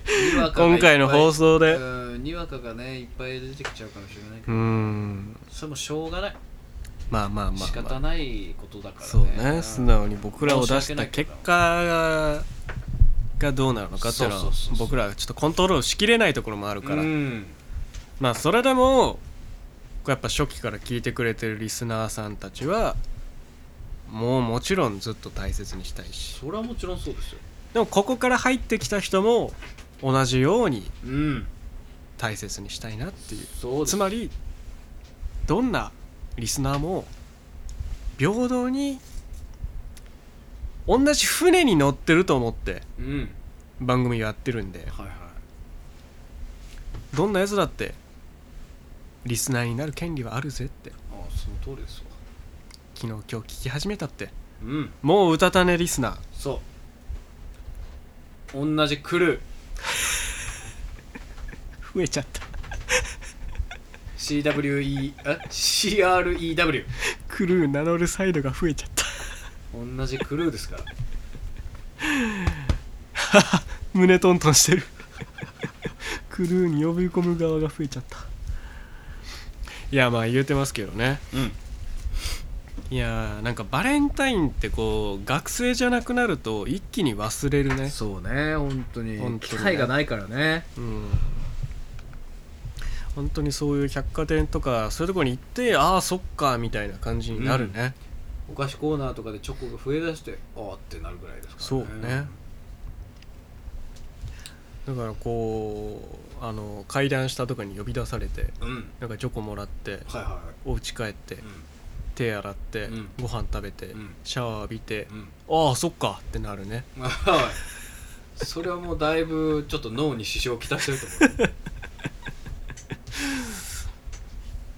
H: ぱい
B: 今回の放送でう
H: うんにわかがねいっぱい出てきちゃうかもしれないけ
B: ー
H: ど
B: ん
H: それもしょうがない
B: まあまあま
H: 仕
B: あ、ま
H: 方
B: あ、
H: ないことだからね
B: そうね素直に僕らを出した結果ががどうなるのかっていうのは
H: そうそうそうそう
B: 僕らはちょっとコントロールしきれないところもある
H: う
B: から
H: ん
B: まあそれでもこうやっぱ初期から聞いてくれてるリスナーさんたちはもうもちろんずっと大切にしたいし
H: それはもちろんそうですよ
B: でもここから入ってきた人も同じように
H: うん
B: 大切にしたいなっていう
H: そうです
B: つまりどんなリスナーも平等に同じ船に乗ってると思って
H: うん
B: 番組やってるんで
H: はいはい
B: どんなやつだってリスナーになる権利はあるぜって
H: ああその通りですわ
B: 昨日今日聞き始めたって
H: うん
B: もううたたねリスナー
H: そう同じクルー
B: 増えちゃった
H: CWE え CREW
B: クルー名乗るサイドが増えちゃった
H: 同じクルーですから
B: 胸トントンしてるクルーに呼び込む側が増えちゃったいやまあ言うてますけどね
H: うん
B: いやーなんかバレンタインってこう学生じゃなくなると一気に忘れるね、
H: そうね本当に
B: 本当にね
H: 機会がないからね
B: うん、本当にそういう百貨店とかそういうところに行ってああそっかみたいな感じになるね、
H: お菓子コーナーとかでチョコが増えだしてああってなるぐらいですからね
B: そうねだからこうあの階段下とかに呼び出されて
H: うん
B: なんかチョコもらって
H: はいは
B: お家帰って
H: い
B: 手洗って、
H: うん
B: ご飯食べて、
H: うん
B: シャワー浴びて
H: う、んうん
B: ああそっかってなるね
H: はいそれはもうだいぶちょっと脳に支障をきたしてると思う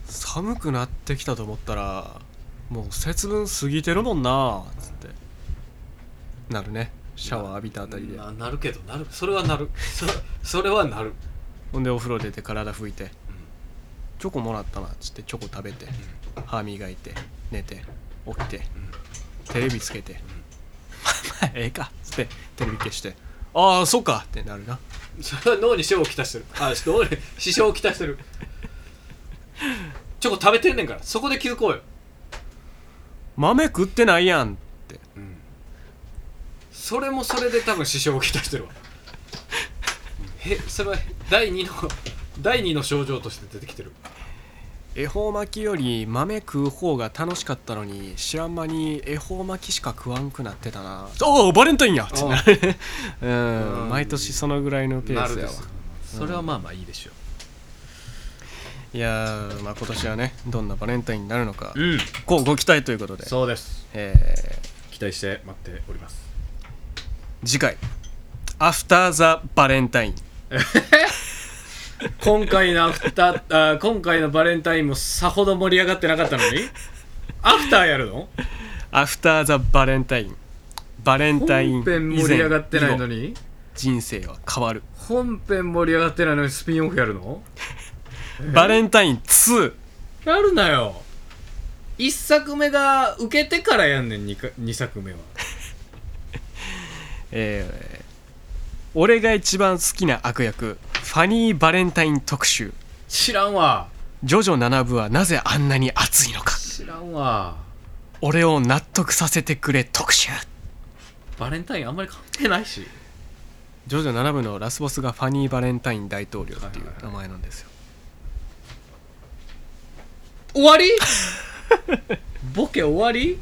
B: 寒くなってきたと思ったらもう節分過ぎてるもんなつってなるねシャワー浴びたあたりで
H: ななるけどなるそれはなるそそれはなる
B: ほんでお風呂出て体拭いて、チョコもらったなっつってチョコ食べて、歯磨いて寝て起きて、テレビつけて、まあまあええかっつってテレビ消してああそうかってなるな
H: それは脳に支障をきたしてるあ脳に支障をきたしてるチョコ食べてんねんからそこで気づこうよ
B: 豆食ってないやんって
H: それもそれで多分支障をきたしてるわへそれは第2の第2の症状として出てきてる
B: 恵方巻きより豆食う方が楽しかったのに知らん間に恵方巻きしか食わんくなってたなおおバレンタインやってなる うん毎年そのぐらいのペースやわ
H: それはまあまあいいでしょ
B: いやー、まあ、今年はねどんなバレンタインになるのか
H: ううん
B: こうご期待ということで、
H: そうです
B: え
H: 期待して待っております
B: ー次回「アフター・ザ・バレンタイン
H: 今回のアフタ ーあ今回のバレンタインもさほど盛り上がってなかったのにアフターやるの」
B: 「アフター・ザ・バレンタイン」「バレンタイン
H: 本
B: 以前」
H: 編盛り上がってないの
B: 以後
H: に
B: 人生は変わる
H: 本編盛り上がってないのにスピンオフやるの
B: 「バレンタイン2」
H: やるなよ1作目が受けてからやんねん 2, か2作目は
B: えー俺が一番好きな悪役ファニー・バレンタイン特集
H: 知らんわ
B: ジョジョ7部はなぜあんなに熱いのか
H: 知らんわ
B: 俺を納得させてくれ特集
H: バレンタインあんまり関係ないし
B: ジョジョ7部のラスボスがファニー・バレンタイン大統領っていう名前なんですよ
H: 終わりボケ終わり
B: い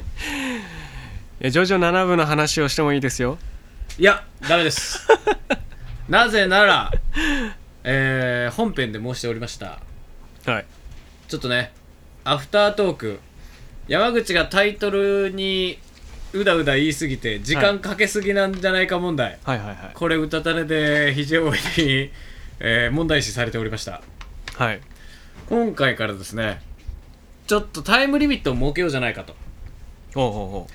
B: やジョジョ7部の話をしてもいいですよ
H: いやダメです なぜなら、えー本編で申しておりました
B: はい
H: ちょっとねアフタートーク山口がタイトルにうだうだ言いすぎて時間かけすぎなんじゃないか問題、
B: はいはいはい
H: これうたたれで非常に、えー問題視されておりました
B: はい
H: 今回からですねちょっとタイムリミットを設けようじゃないかと
B: ほうほ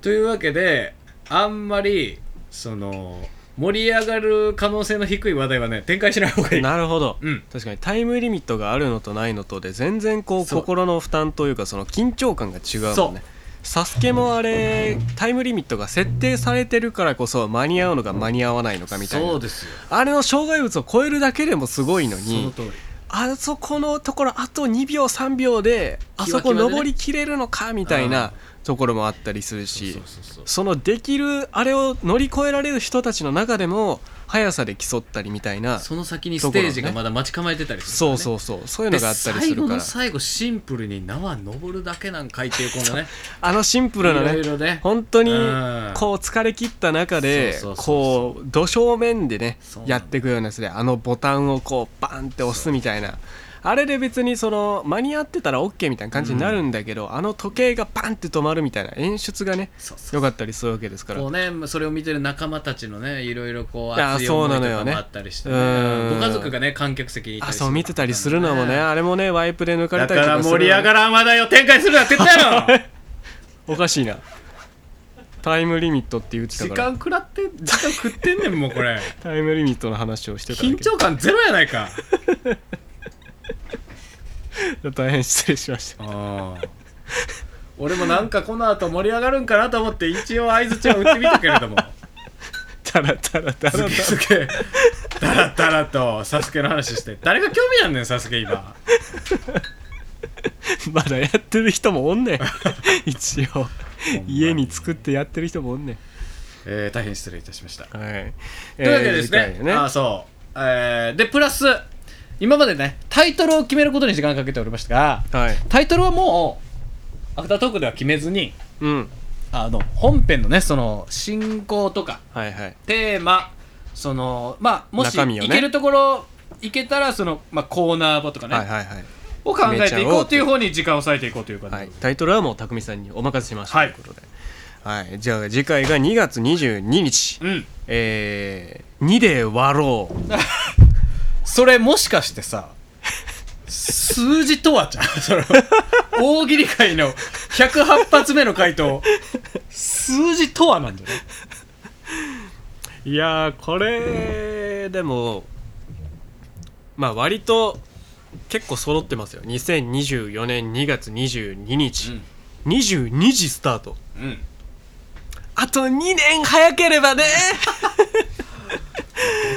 H: というわけであんまりその盛り上がる可能性の低い話題はね展開しない方が
B: う
H: い
B: ほう
H: い
B: なるほど、
H: うん
B: 確かにタイムリミットがあるのとないのとで全然こう
H: そう
B: 心の負担というかその緊張感が違うもん
H: そ
B: ねサスケもあれタイムリミットが設定されてるからこそ間に合うのか間に合わないのかみたい
H: そう
B: な
H: ですよ
B: あれの障害物を超えるだけでもすごいの
H: その
B: に
H: 通り
B: あそこのところあと2秒3秒であそこ
H: キワキワでね
B: 登りきれるのかみたいなところもあったりするし
H: そうそうそう
B: そのできるあれを乗り越えられる人たちの中でも速さで競ったりみたいな
H: その先にステージがまだ待ち構えてたりするから
B: そ
H: ね
B: うそうそうそういうのがあったりするから
H: で最後の最後シンプルに縄登るだけなんかいっていうこのね
B: あのシンプルない
H: ろ
B: ね
H: いろね
B: 本当に
H: うん
B: こう疲れ切った中で
H: そうそうそう
B: こうど正面でね
H: そうなんだ
B: やっていくようなやつであのボタンをこうバンって押すみたいなあれで別にその間に合ってたら OK みたいな感じになるんだけどあの時計がバンって止まるみたいな演出がね
H: そうそう
B: 良かったりするわけですから
H: こうねそれを見てる仲間たちのねいろいろこう
B: あ
H: 熱い思
B: そう
H: いと
B: なの
H: か
B: よね
H: もあったりして、ね
B: うん
H: ご家族がね観客席にいた
B: あ
H: り
B: そう見てたりするのもねあれもねワイプで抜かれ
H: だ
B: た
H: か
B: りと
H: ら
B: かする
H: 盛り上がらん話題を展開するなって言ったやろ
B: おかしいなタイムリミットって言ってた
H: 時
B: から
H: 間食らって時間食ってんねんもう これ
B: タイムリミットの話をしてただけ
H: 緊張感ゼロやないか
B: 大変失礼しました
H: 俺もなんかこの後盛り上がるんかなと思って一応相づちを打ってみたけれども
B: タラタラタラタラ
H: すげえダラダラとサスケの話して誰が興味あんねんサスケ今
B: まだやってる人もお んねん一応家に作ってやってる人もおんね
H: えー大変失礼いたしました。
B: んはい
H: というわけでです
B: えー
H: ね
B: 次、回ね
H: あーそう、えーで、プラス、今までね、タイトルを決めることに時間をかけておりましたが、
B: はい
H: タイトルはもう、アフタートークでは決めずに、
B: うん
H: あの本編のね、その進行とか、
B: はいはい
H: テーマ、その、まあ、もし、
B: 中身をね
H: いけるところ、いけたら、その、まあ、コーナー場とかね、
B: はいはいはい
H: を考えていこうという方に時間を割いていこうという感じで
B: はいタイトルはもう匠さんにお任せしました
H: は
B: とい
H: いう
B: ことではい、じゃあ次回が2月22日、
H: うん
B: えー、2で割ろう
H: それもしかしてさ数字とはじゃん その大喜利会の108発目の回答数字とはなんじゃない
B: いやーこれでもまあ割と結構揃ってますよ2024年2月22日、22時スタート、
H: ん
B: あと2年早ければね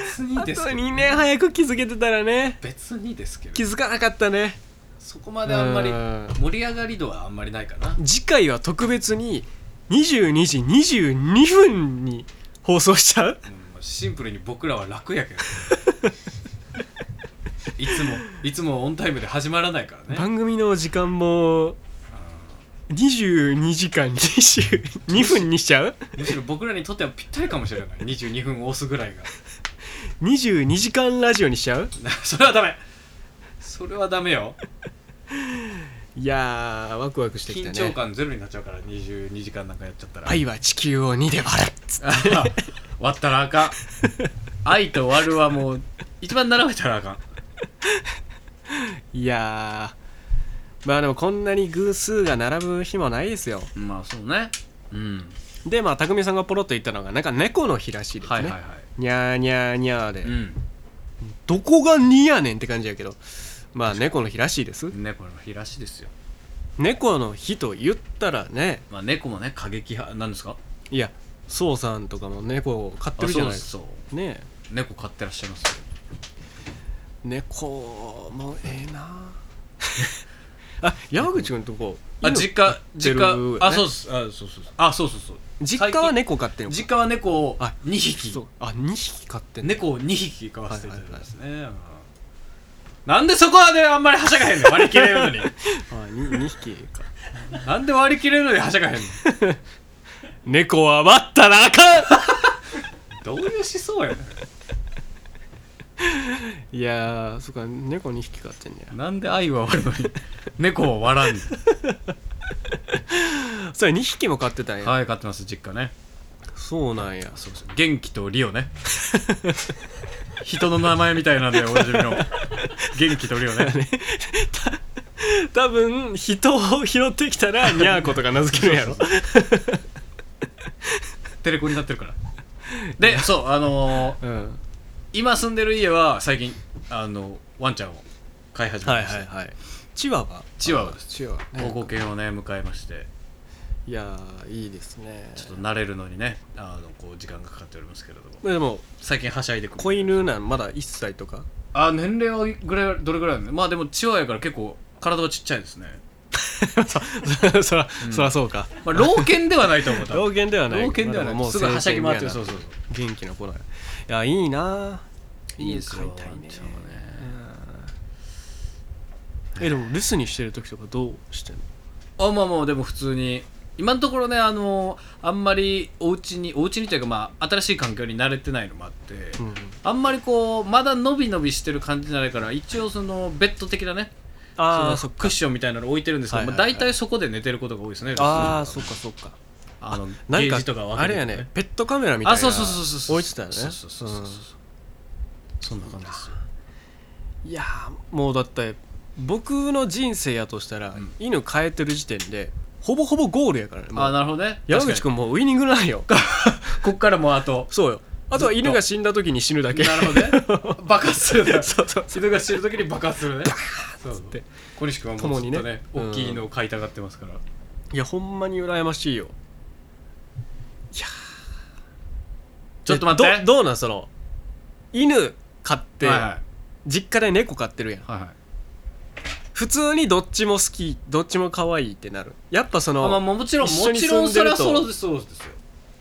H: 別に
B: あと2年早く気づけてたらね
H: 別にですけど
B: 気づかなかったね
H: そこまであんまり
B: うん
H: 盛り上がり度はあんまりないかな
B: 次回は特別に22時22分に放送しちゃう
H: シンプルに僕らは楽やけど いつもいつもオンタイムで始まらないからね
B: 番組の時間も22時間22分にしちゃう
H: むしろ僕らにとってはぴったりかもしれない22分押すぐらいが
B: 22時間ラジオにしちゃう
H: それはダメそれはダメよ
B: いやーワクワクしてきた
H: 緊
B: ね
H: 張感ゼロになっちゃうから22時間なんかやっちゃったら
B: 愛は地球を2で割る
H: 割ったらあかん愛と割るはもう一番並べたらあかん
B: いやーまあでもこんなに偶数が並ぶ日もないですよ
H: まあそうねうん
B: でまあ匠さんがポロッと言ったのがなんか猫の日らしいですね、
H: はいはいはい、
B: にゃーにゃーにゃーで、
H: う
B: どこが2やねんって感じやけどまあ猫の日らしいです
H: ん猫の日らしいですよ
B: 猫の日と言ったらね
H: まあ猫もね過激派なんですか
B: いや宋さんとかも猫を飼ってるじゃないです
H: そう
B: かね
H: そう猫飼ってらっしゃいますよ
B: 猫もええな あ山口君とこ
H: あ
B: 犬
H: 実家
B: て
H: 実
B: る
H: 家、
B: よね
H: あそうですあそうそうそうあそうそうそう
B: 実家は猫飼ってるのか
H: 実家は猫を
B: あ
H: 2匹
B: そうあ2匹飼ってんの
H: 猫を2匹買わせていただきますね、うんなんでそこはねあんまりはしゃがへんの割り切れるのに
B: あ 2, 2匹か
H: なんで割り切れるのにはしゃがへんの
B: 猫は割ったらあかん
H: どういう思想やね
B: いやーそっか猫2匹飼ってんね
H: んなんで愛は割るのに猫は割らんの
B: やそれ2匹も飼ってたんや、
H: はい飼ってます実家ね
B: そうなんや
H: そうそう元気とリオね 人の名前みたいなんでおなじみの元気とリオ ね
B: 多分人を拾ってきた らニャーコとか名付けるんやろ
H: テレコになってるからでそうあのー
B: うん
H: 今住んでる家は最近あのワンちゃんを飼い始めました、
B: はいチワワ
H: チワワです
B: チワワ
H: 保護犬をね迎えまして
B: いやーいいですね
H: ちょっと慣れるのにねあのこう時間がかかっておりますけれども
B: でも
H: 最近はしゃいでく
B: 子
H: る
B: 犬なんまだ1歳とか
H: あ年齢はぐらいどれぐらいなのまあでもチワワやから結構体はちっちゃいですね
B: そそら、そらそうか
H: まあ老犬ではないと思う多分
B: 老犬ではない
H: 老犬ではない
B: まだもう
H: すぐはしゃぎ回ってる
B: 成
H: そう
B: 犬
H: そ
B: や
H: うそう
B: な元気な子だいやいいなぁ
H: いいですよ
B: 犬飼いたいね
H: ワンちゃんは
B: うんえでも留守にしてる時とかどうしてんの
H: あまあまあでも普通に今のところねあのあんまりお家にお家にというかまあ新しい環境に慣れてないのもあって、
B: うん
H: あんまりこうまだ伸び伸びしてる感じじゃないから一応そのベッド的なね
B: ああ
H: そ
B: そ
H: の
B: っ
H: ク
B: か
H: ッションみたいなの置いてるんですけど、
B: はい
H: ま
B: は
H: あ、
B: いはい
H: 大体そこで寝てることが多いですね
B: ああそっかそっか
H: あの
B: な
H: ゲ
B: ん
H: ー
B: か
H: ジとか分
B: あ
H: け
B: れ
H: て
B: や
H: る
B: ねペットカメラみたい
H: あ
B: な
H: そうそうそうそうそう
B: 置いてたよね
H: そうそうそうそうそうそんな感じですよ
B: うんいやーもうだって僕の人生やとしたら、
H: ん
B: 犬変えてる時点でほぼほぼゴールやからねもう
H: あなるほどね
B: 山口
H: 確か
B: 君もうウイニングランよ
H: にこっからもうあと
B: そうよあとは犬が死んだ時に死ぬだけ
H: なるほどね爆発するね
B: そうそう
H: 犬が死ぬ時に爆発するねそうそう
B: て
H: 小西君はもうずっとね
B: 共にね
H: 大きいのを買いたがってますから
B: いやほんまに羨ましいよ
H: ちょっと待って
B: えどどうなんその犬飼って、
H: はいはい
B: 実家で猫飼ってるやん
H: はいはい
B: 普通にどっちも好きどっちも可愛いってなるやっぱそ
H: あまあ
B: の
H: もちろん
B: 一
H: も
B: 緒に
H: ちろ
B: 住ん
H: ん
B: で
H: そ
B: る
H: ら
B: と
H: そらそうですよ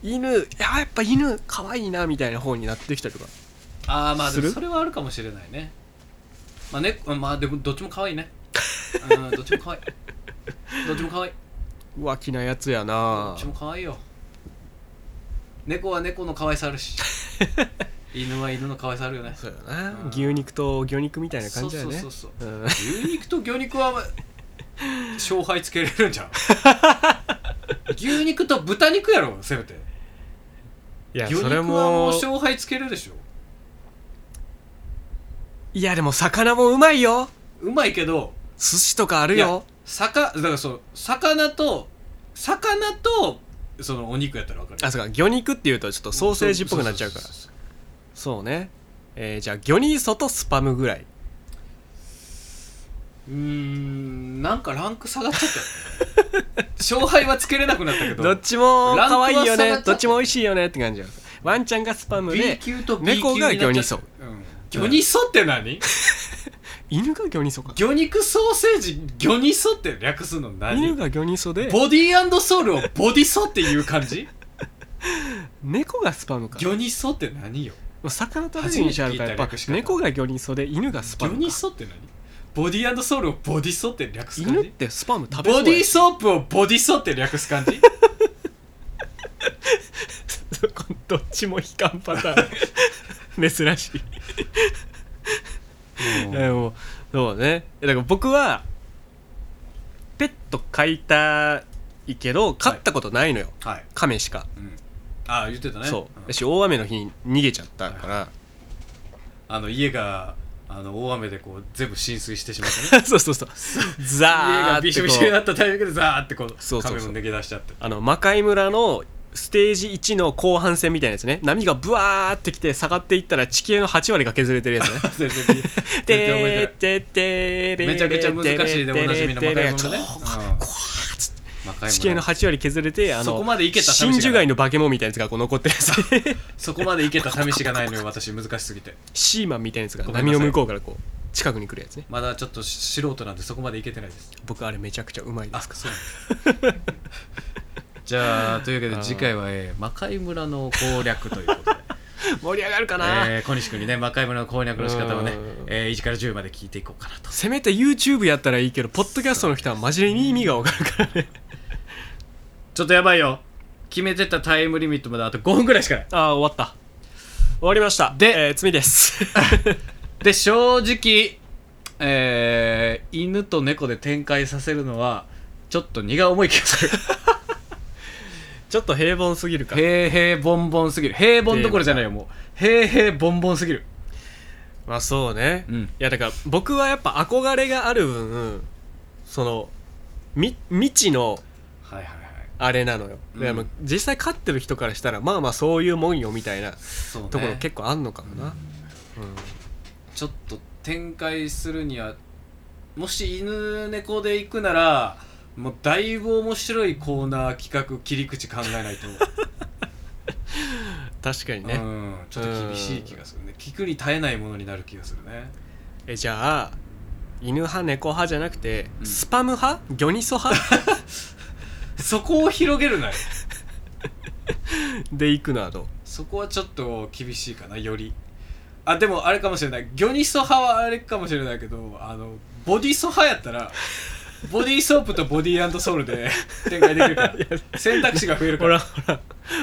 B: 犬いややっぱ犬可愛いなみたいな方になってきたりとか
H: ああまあですも
B: る
H: それはあるかもしれないねまあねまあでもどっちも可愛いねうんどっちも可愛いどっち も可愛い
B: 浮気なやつや
H: ど
B: な
H: っちも可愛いよ猫は猫の可愛さあ るし犬は犬の可愛さあるよね
B: そうやな
H: うん
B: 牛肉と魚肉みたいな感じやね
H: そうそうそうそう
B: うん
H: 牛肉と魚肉は勝敗つけれるんじゃん牛肉と豚肉やろせめて
B: いや
H: 牛
B: そ
H: 肉
B: れ
H: はもう
B: も
H: 勝敗つけるでしょ
B: いやでも魚もうまいよ
H: うまいけど
B: 寿司とかある
H: いや
B: よ
H: 魚だからそう魚と魚とそのお肉やったら分かる
B: あそうか魚肉っていうとちょっとソーセージっぽくなっちゃうから
H: そそそ
B: そうねえーじゃあ魚にそとスパムぐらいう
H: ううーんなんかランク下がっちゃったよね 勝敗はつけれなくなったけど
B: どっちも
H: ランク
B: 可
H: は
B: 愛いよ
H: 下がっちゃ
B: ね
H: った
B: どっちも美味しいよねって感じだワンちゃんがスパム
H: B
B: で
H: 級と B 級
B: 猫が魚にそ
H: うん魚にそって何
B: 犬が魚にそか
H: 魚肉ソーセージ魚にそって略すの
B: 犬
H: 何
B: が魚にそで
H: ボディーソウルをボディソっていう感じ
B: 猫がスパムか
H: 魚にそって何よ
B: もう魚食べるにしあるからやっぱ
H: 初めて聞いた略し方
B: 猫が魚にそで犬がスパ
H: 魚
B: ム
H: に
B: か
H: そって何ボディーソウルをボディソって略す
B: 犬
H: 感
B: っ
H: じ
B: てスパム食べそ
H: ボ
B: うや
H: ディーソープをボディソって略す 感じ
B: どっちも悲観パターン 珍しいでもそうねだから僕はペット飼いたいけど飼ったことないのよ、
H: はい
B: カメしか、
H: ああ言ってたね
B: そ
H: ん
B: うだし大雨の日に逃げちゃったから、
H: あの家があの大雨でこう全部浸水してしま ったね
B: そうそうそう
H: 家
B: ザー
H: が
B: って
H: び
B: こ
H: しょびしょに
B: う
H: なったタイミングでザーってこう
B: そうそうそう
H: 亀も抜け出しちゃって
B: あの魔界村のステージ1の後半戦みたいなやつね波がブワーってきて下がっていったら地形の8割が削れてるやつね
H: 全然覚えてないめちゃくちゃ難しいでおなじみの魔界物ねうん魔界物
B: 地形の8割削れてあの
H: そこまでいけた試しがない
B: 真珠街の化け物みたいなやつがこう残ってるやつ
H: そこまでいけた試しがないのよ私難しすぎて
B: シーマンみたいなやつが
H: ごめんな
B: 波
H: さい
B: の向こうからこう近くに来るやつね
H: まだちょっと素人なんでそこまでいけてないです
B: 僕あれめちゃくちゃうまいで
H: あ
B: す
H: そうなんだ じゃあというわけで次回は、えー魔界村の攻略ということで、
B: 盛り上がるかな、
H: えー、小西君にね魔界村の攻略の仕方をね
B: うん、
H: えー、1から10まで聞いていこうかなと
B: せめて YouTube やったらいいけどポッドキャストの人はマジで意味が分かるからね
H: ちょっとやばいよ決めてたタイムリミットまであと5分くらいしかない
B: ああ終わった終わりましたで、えー罪です
H: で正直、えー、犬と猫で展開させるのはちょっと荷が重い気がする
B: ちょっと平凡すぎるか
H: 平平ボンボンすぎる平凡どころじゃないよもう平平ボンボンすぎる
B: まあそうね、
H: うん
B: いやだから僕はやっぱ憧れがある分そのみ未知の
H: はいはいはい
B: あれなのよ、でも実際飼ってる人からしたらまあまあそういうもんよみたいな
H: そうね
B: ところ結構あんのかもな、
H: ちょっと展開するにはもし犬猫で行くならもうだいぶ面白いコーナー企画切り口考えないと、
B: 確かに ね、
H: うんちょっと厳しい気がするね聞くに耐えないものになる気がするね
B: えじゃあ犬派猫派じゃなくて、スパム派魚にそ派
H: そこを広げるなよ
B: で行くのはどう
H: そこはちょっと厳しいかなよりあでもあれかもしれない魚にそ派はあれかもしれないけどあのボディソ派やったらボディソープとボディソウルで展開でき るから選択肢が増えるか
B: おらん
H: ら
B: おらん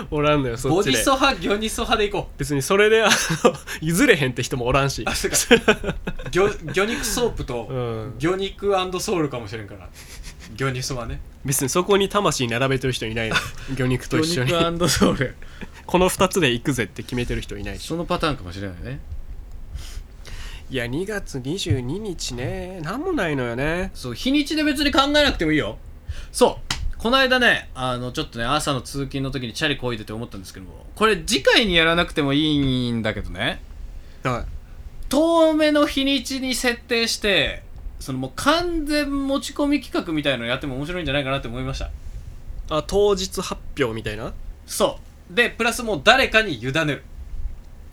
B: おらんのよそ
H: ボ
B: っち
H: ディ
B: で
H: ソ派魚にそ派でいこう
B: 別にそれであの譲れへんって人もおらんし
H: あ そうか魚魚肉ソープ
B: う
H: と
B: ん、
H: 魚肉ソウルかもしれんから魚肉そばね
B: 別にそこに魂並べてる人いない の魚肉と一緒に
H: 肉ソウル
B: この2つで行くぜって決めてる人いないし
H: そのパターンかもしれないね
B: いや2月22日ね何もないのよね
H: そう日にちで別に考えなくてもいいよそうこの間ねあのちょっとね朝の通勤の時にチャリこいでて思ったんですけどもこれ次回にやらなくてもいいんだけどね
B: は
H: 遠目の日にちに設定してそのもう完全持ち込み企画みたいのやっても面白いんじゃないかなって思いました
B: いあ当日発表みたいな
H: そうでプラスもう誰かに委ねる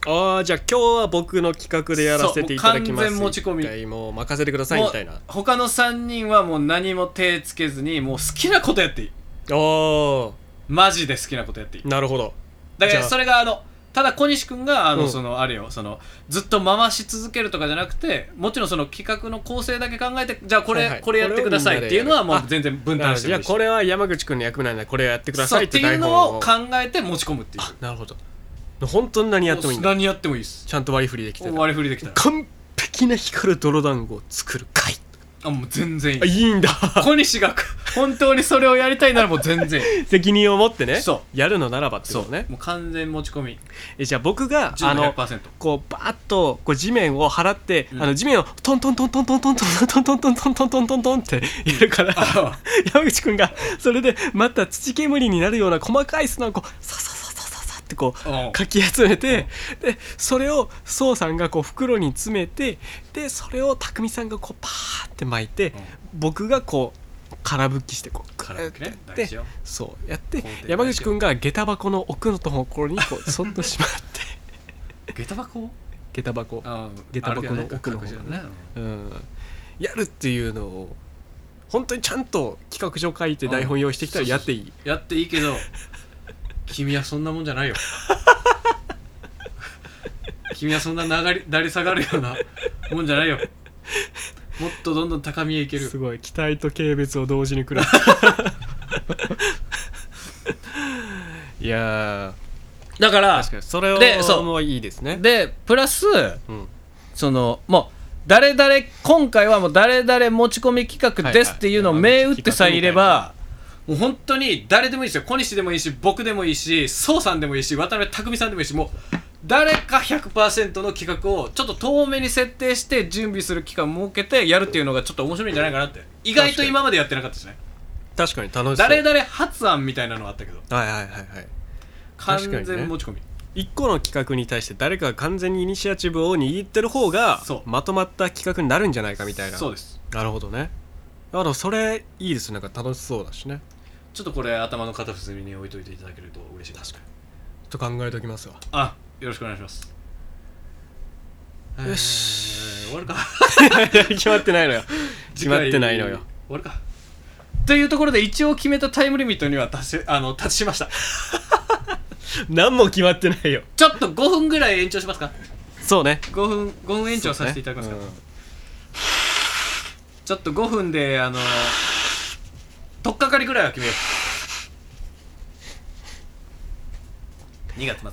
B: あーじゃあ今日は僕の企画でやらせていただきます
H: そうもう完全持ち込み
B: 一回もう任せてください
H: もう
B: みたいな
H: 他の3人はもう何も手つけずにもう好きなことやっていい
B: お
H: マジで好きなことやっていい
B: ーなるほど
H: だか
B: じゃ
H: ら
B: あ
H: それがあのただ小西君があの、
B: うん
H: そのあれよそのずっと回し続けるとかじゃなくてもちろんその企画の構成だけ考えてじゃあこれ、
B: はいはい
H: これやってくださいっていうのはもう全然分
B: なるほ
H: 担
B: ど
H: して
B: じゃ
H: もい
B: あ
H: いし
B: これは山口君の役なんでこれをやってくだ
H: そ
B: さ
H: う
B: い
H: っ
B: って
H: てい
B: 台
H: う
B: 本
H: のを
B: を
H: 考えて持ち込むっていう
B: なるほど本当に何やってもいいんだ
H: 何やってもいいです
B: ちゃんと割り振りできてた
H: 割り振りできたら
B: 完璧な光る泥団子を作る会
A: あもう全然いい
B: あいいんだ
A: 小西が本当にそれをやりたいならもう全然いい
B: 責任を持ってね
A: そ
B: やるのならばってことね
A: もう完全持ち込み
B: えじゃあ僕があ
A: 1の
B: の
A: 100%
B: こうバーッとこう地面を払って、あの地面をトントントントントントントントントントントントントントンってやるから、山口くんがそれでまた土煙になるような細かい砂をこうササササササってこう
A: うん
B: かき集めてでそれを宋さんがこう袋に詰めてでそれを匠さんがこうパーって巻いて、僕がこう空拭きしてこうグ
A: 空
B: ー
A: 拭
B: っ
A: き
B: てやっ
A: ね
B: て
A: 大事よ
B: そうやって
A: 工程大事よ
B: 山口くんが下駄箱の奥のところにこうそっとしまって
A: 下駄箱
B: 下駄箱
A: あ
B: 下駄箱の奥の方
A: ね
B: ねうんやるっていうのを本当にちゃんと企画書書いて台本用意してきたらやっていい
A: やっていいけど 君はそんなもんじゃないよ 君はそんな流れだり下がるようなもんじゃないよもっとどんどん高みへ行ける
B: すごい期待と軽蔑を同時に食らった いや
A: だから
B: ー確かにそれを
A: でそう
B: もういいですね
A: でプラス、
B: ん
A: そのもう誰々今回はもう誰々持ち込み企画ですっていうのを
B: はいはい
A: 銘打ってさえいれば、
B: 企
A: もう本当に誰でもいいですよ小西でもいいし僕でもいいし宋さんでもいいし渡辺匠さんでもいいしもう誰か100%の企画をちょっと遠目に設定して準備する期間を設けてやるっていうのがちょっと面白いんじゃないかなって意外と今までやってなかったですね
B: 確かに楽しそう
A: 誰々発案みたいなのはあったけど
B: はいはいはいはい
A: 完
B: 確かにね
A: 全持ち込み、
B: 一個の企画に対して誰かが完全にイニシアチブを握ってる方が
A: そう
B: まとまった企画になるんじゃないかみたいな
A: そうです
B: なるほどねだからそれいいですねなんか楽しそうだしね
A: ちょっとこれ頭の片隅に置いといていただけると嬉しいです
B: ちょっと考えておきますわ
A: あよろしくお願いします
B: よし
A: えー終わるか
B: 決まってない のよ決まってないのよ
A: 終わるかというところで一応決めたタイムリミットには達しあの達しました
B: 何も決まってないよ
A: ちょっと5分ぐらい延長しますか
B: そうね
A: 5分5分延長させていただきますか、ちょっと5分であの取っかかりぐらいは決めよう2月末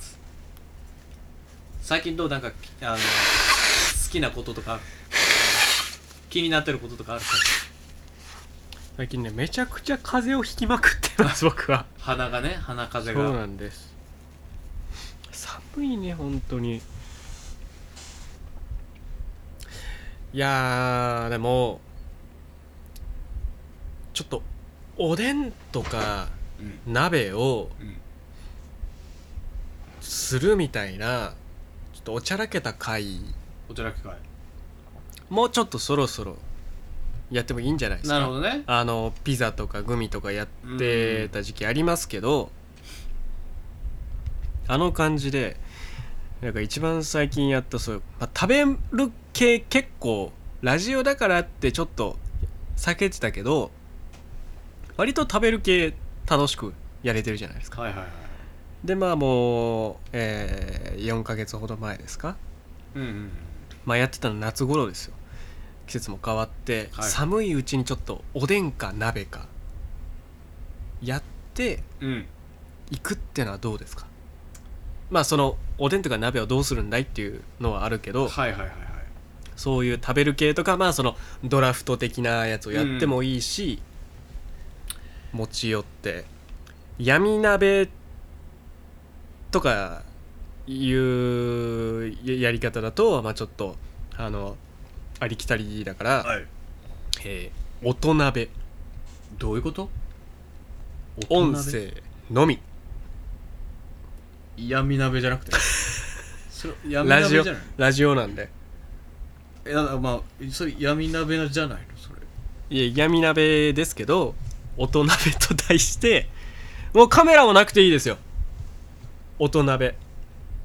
A: 最近どうなんかあの好きなこととかある気になってることとかあるか
B: 最近ねめちゃくちゃ風邪をひきまくってます僕は
A: 鼻がね鼻風
B: そう
A: が
B: なんです寒いね本当にいやーでもちょっとおでんとか鍋を
A: うん
B: するみたいなちょっとおちゃらけた回
A: おちゃらけ会
B: もうちょっとそろそろやってもいいんじゃないですか
A: なるほどね
B: あのピザとかグミとかやってた時期ありますけど、あの感じでなんか一番最近やったそういう、まあ、食べる系結構ラジオだからってちょっと避けてたけど割と食べる系楽しくやれてるじゃないですか
A: はいはいはい
B: でまあもう、え4ヶ月ほど前ですか
A: うんうん
B: まあ、やってたの夏頃ですよ季節も変わって、
A: はい
B: 寒いうちにちょっとおでんか鍋かやって
A: うんうん
B: いくってのはどうですかまあそのおでんとか鍋をどうするんだいっていうのはあるけど
A: はいはいはいはい
B: そういう食べる系とかまあそのドラフト的なやつをやってもいいし、持ち寄って闇鍋とかいうややり方だとまあちょっとあのありきたりだから、
A: はい
B: えー音鍋
A: どういうこと
B: 音声のみ
A: 闇鍋じゃなくてそれ闇
B: ラジ
A: 鍋
B: オ
A: じゃない
B: ラジオなんで
A: いやまあそれ闇鍋じゃないのそれ
B: いや闇鍋ですけど音鍋と題してもうカメラもなくていいですよ音鍋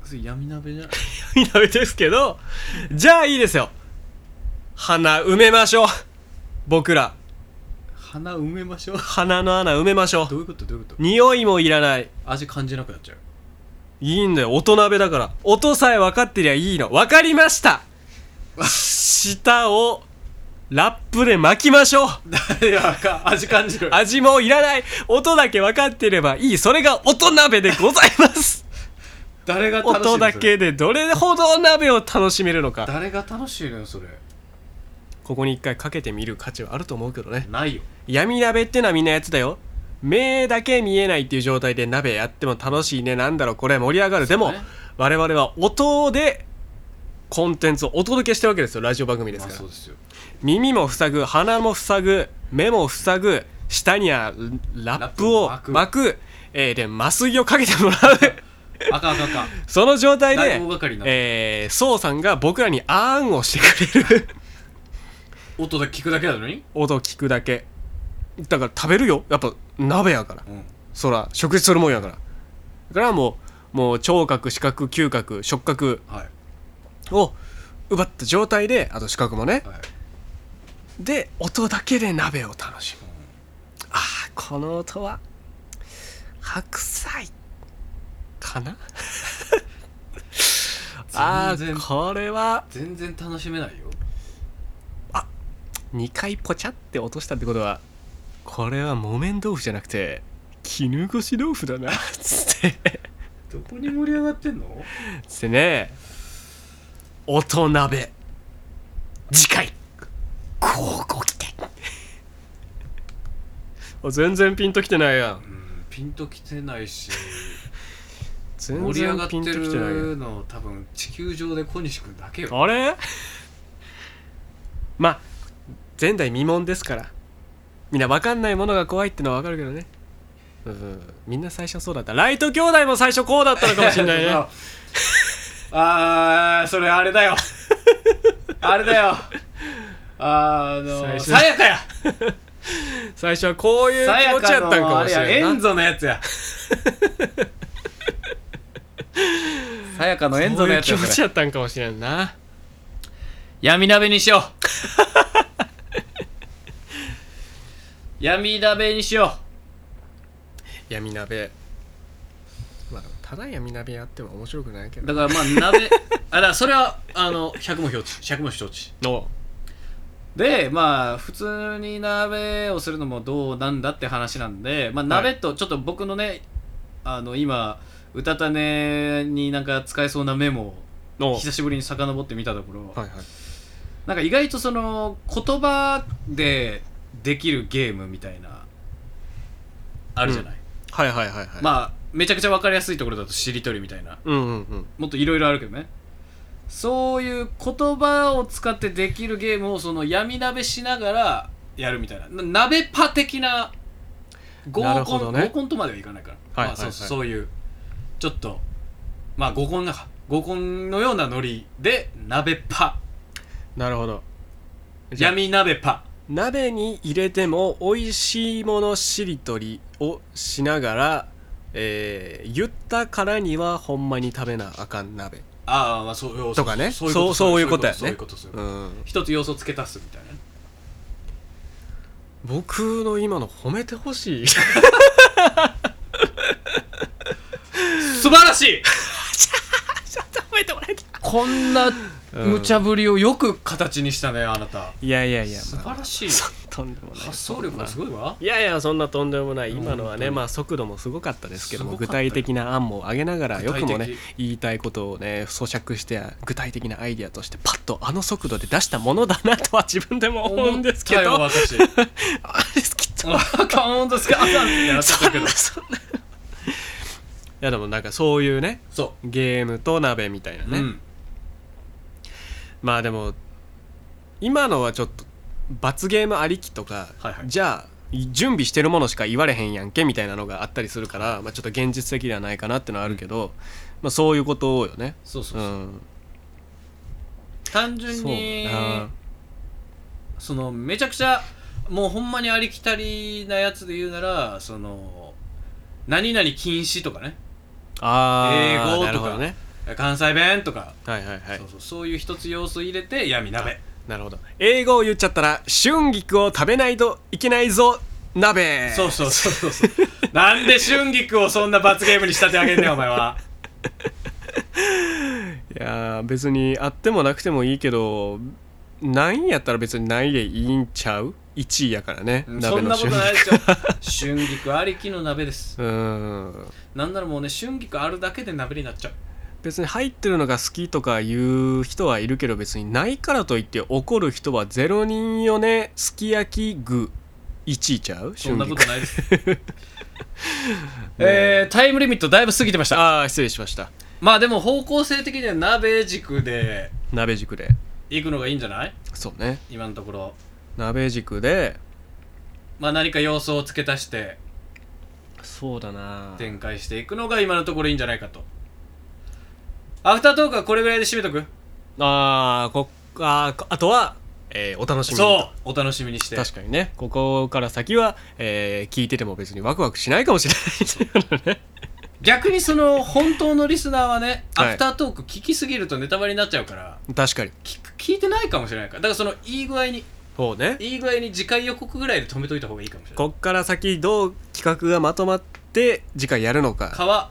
A: それ闇鍋じゃない
B: 闇鍋ですけどじゃあいいですよ花埋めましょう僕ら
A: 鼻埋めましょう
B: 花の穴埋めましょ
A: ど
B: う
A: ういうことどういうこと
B: 匂いもいらない
A: 味感じなくなっちゃう
B: いいんだよ音鍋だから音さえ分かってりゃいいの分かりました舌をラップで巻きましょう
A: いやか味感じる
B: 味もいらない音だけ分かってればいいそれが音鍋でございます
A: 誰が楽しいの
B: 音だ
A: それ
B: けでどれほど鍋を楽しめるのか
A: 誰が楽しいのよそれ
B: ここに一回かけてみる価値はあると思うけどね
H: ないよ
B: 闇鍋ってのはみんなやつだよ目だけ見えないっていう状態で鍋やっても楽しいねなんだろうこれ盛り上がるでも
H: ね
B: 我々は音でコンテンツをお届けしてるわけですよラジオ番組ですか
H: まあ
B: ら、
H: そうですよ
B: 耳も塞ぐ鼻も塞ぐ目も塞ぐ舌にはララップを
H: ラッ
B: 巻
H: プ
B: く
H: を
B: えーで麻酔をかけてもらう
H: あかんあかんあかん
B: その状態
H: 大
B: で
H: 大掛かりな
B: えー、宋さんが僕らにあーんをして くれる
H: 音で聞くだけなのに
B: 音を聞くだけだから食べるよやっぱ鍋やから、
H: ん
B: そら食事するもんやからだからもうもう聴覚視覚嗅覚触覚
H: はい
B: を奪った状態であと視覚もね、
H: はい
B: で音だけで鍋を楽しむ、ああこの音は白菜かなああ
H: 全然
B: これは
H: 全然楽しめないよ
B: 2回ポチャって落としたってことはこれは木綿豆腐じゃなくて絹ごし豆腐だなつって
H: どこに盛り上がってんの
B: つってね音鍋次回こうご期待あ 全然ピンときてないやん
H: うんピンときてないし
B: 全
H: 盛り上
B: 然
H: がって
B: ピンときてないやん
H: るの多分地球上で小西君だけよ
B: あれ まあ前代未聞ですからみんな分かんないものが怖いってのは分かるけどねうんみんな最初そうだったライト兄弟も最初こうだったのかもしれ ないね
H: あーそれあれ だよあれだよあの
B: 最初
H: さやかや
B: 最初はこういう
H: さ
B: 気
H: や
B: 持ちやった
H: か
B: ん
H: の
B: か
H: あ
B: も
H: れ
B: し
H: や
B: れ
H: エ
B: ない
H: ン
B: な
H: ゾのやつやさやかのエン
B: そ
H: ゾ
B: う
H: の
B: い
H: や
B: う
H: つ
B: 気
H: や
B: 持
H: そ
B: ち
H: れ
B: やったんかもしれんな
H: 闇鍋にしよう闇鍋にしよ
B: 闇鍋まあただ闇鍋やっても面白くないけ
H: う
B: ど
H: だからまあ鍋あだからそれはあの百も承知百も承知
B: お
H: でまあ普通に鍋をするのもどうなんだって話なんで、まあ、鍋とちょっと僕のね、あの今うたたねになんか使えそうなメモを
B: お
H: 久しぶりに遡ってみたところ、
B: はいはい
H: なんか意外とその言葉でできるゲームみたいなあるじゃない、
B: はいはいはいはい
H: まあめちゃくちゃ分かりやすいところだとしりとりみたいな
B: うんうんうん
H: もっといろいろあるけどねそういう言葉を使ってできるゲームをその闇鍋しながらやるみたいなな鍋パ的な合
B: なるほ
H: コン、
B: どね
H: 合コンとまではいかないから、
B: はい
H: まあ、
B: はいはい
H: そうそういうちょっとまあ合コンなんか合コンのようなノリで鍋パ
B: なるほどじゃあ
H: 闇鍋パ
B: 鍋に入れても美味しいものしりとりをしながら、えー言ったからにはほんまに食べなあかん鍋
H: ああまあそうそう
B: とかね
H: そう
B: そうそういうことやね
H: そういうことそういうことそういうこと
B: うん
H: 一つ要素付け足すみたいなね
B: 僕の今の褒めてほ しい
H: 素晴らしい
B: 褒めてもらいた
H: こんな
B: うん
H: 無茶ぶりをよく形にしたねあなた
B: いやいやいや、
H: 素
B: まあ
H: 晴らしい
B: とんでもない
H: 発想力がす
B: ごい
H: ごいわ
B: いやいやそんなとんでもない今のは
H: 本当
B: ね
H: に
B: まあ速度もすごかったですけども
H: すご
B: 具
H: かったよ
B: 体的な案も上げながら
H: 具
B: よ
H: 体
B: く
H: 的
B: もね言いたいことをね咀嚼して具体的なアイディアとしてパッとあの速度で出したものだなとは自分でも思うんですけ
H: 思
B: ど
H: ったよ私
B: あれ好きっと
H: あかん本当ですかあかんってなっちゃったけど
B: そんないやでもなんかそういうね
H: そ
B: ゲームと鍋みたいな
H: う、
B: ね、
H: うん
B: まあでも今のはちょっと罰ゲームありきとか、
H: はいはい
B: じゃあ準備してるものしか言われへんやんけみたいなのがあったりするから、まあ、ちょっと現実的ではないかなってのはあるけど、まあ、そういうことをよね
H: そうそう
B: う
H: そう、
B: ん
H: 単純
B: そう
H: に
B: だ
H: そのめちゃくちゃもうほんまにありきたりなやつで言うならその何々禁止とかね
B: なあ
H: 英語とか
B: なるほどね
H: 関西弁とか、
B: はいはいはい
H: そうそうそういう一つ要素入れて闇鍋
B: なるほど英語を言っちゃったら春菊を食べないといけないぞ鍋
H: そうそうそうそうそうなんで春菊をそんな罰ゲームに仕立て上げんねんお前は
B: いやー別にあってもなくてもいいけどないんやったら別にないでいいんちゃう1位やからね、
H: そ
B: 鍋
H: ん
B: の
H: なこと
B: 瞬
H: ない
B: 間
H: でしょ春菊ありきの鍋です
B: うーん
H: なんならもうね春菊あるだけで鍋になっちゃう
B: 別に入ってるのが好きとか言う人はいるけど別にないからといって怒る人は0人よねすき焼き具1位ちゃう
H: そんなこ
B: 春菊
H: とないです。えー、タイムリミットだいぶ過ぎてました。
B: ああ失礼しました
H: まあでも方向性的には鍋軸で
B: 鍋塾で
H: 行くのがいいんじゃない
B: そうね
H: 今のところ。
B: 鍋塾で
H: まあ何か要素を付け足して
B: そうだな
H: 展開していくのが今のところいいんじゃないかと。アフタートークはこれぐらいで締めとく
B: あーこあーあとは、えーお楽しみにと
H: そうお楽しみにして。
B: 確かにねここから先は、えー聞いてても別にワクワクしないかもしれないっていうのね
H: 逆にその本当のリスナーはね、
B: はい
H: アフタートーク聞きすぎるとネタバレになっちゃうから
B: 確かに
H: 聞く聞いてないかもしれないからだからそのいい具合に
B: そうね
H: いい具合に次回予告ぐらいで止めといた方がいいかもしれない
B: こっから先どう企画がまとまって次回やるのか
H: かわ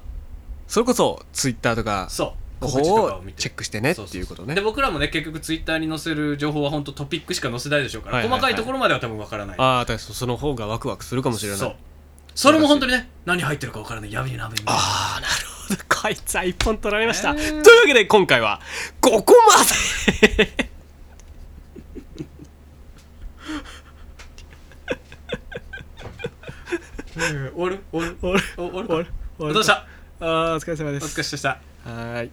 B: それこそツイッターとか
H: そう
B: こ
H: 告
B: こ
H: 知とかを
B: を
H: 見て
B: チェックしてねって
H: そうそうそう
B: いうこと
H: で
B: ね
H: 僕らもね結局ツイッターに載せる情報は本当トピックしか載せないでしょうから、
B: はいはいはい
H: 細かいところまでは多分わからない
B: ああ確かにその方がワクワクするかもしれない
H: そうそれも本当にね何入ってるかわからないやべえなべえな
B: ああなるほどこいつは一本取られました、というわけで今回はここま で
H: 終わる終わる
B: 終わる
H: 終わる
B: 終わる
H: どうした
B: あーお疲れ様で
H: お疲れ様
B: す
H: でした
B: はーい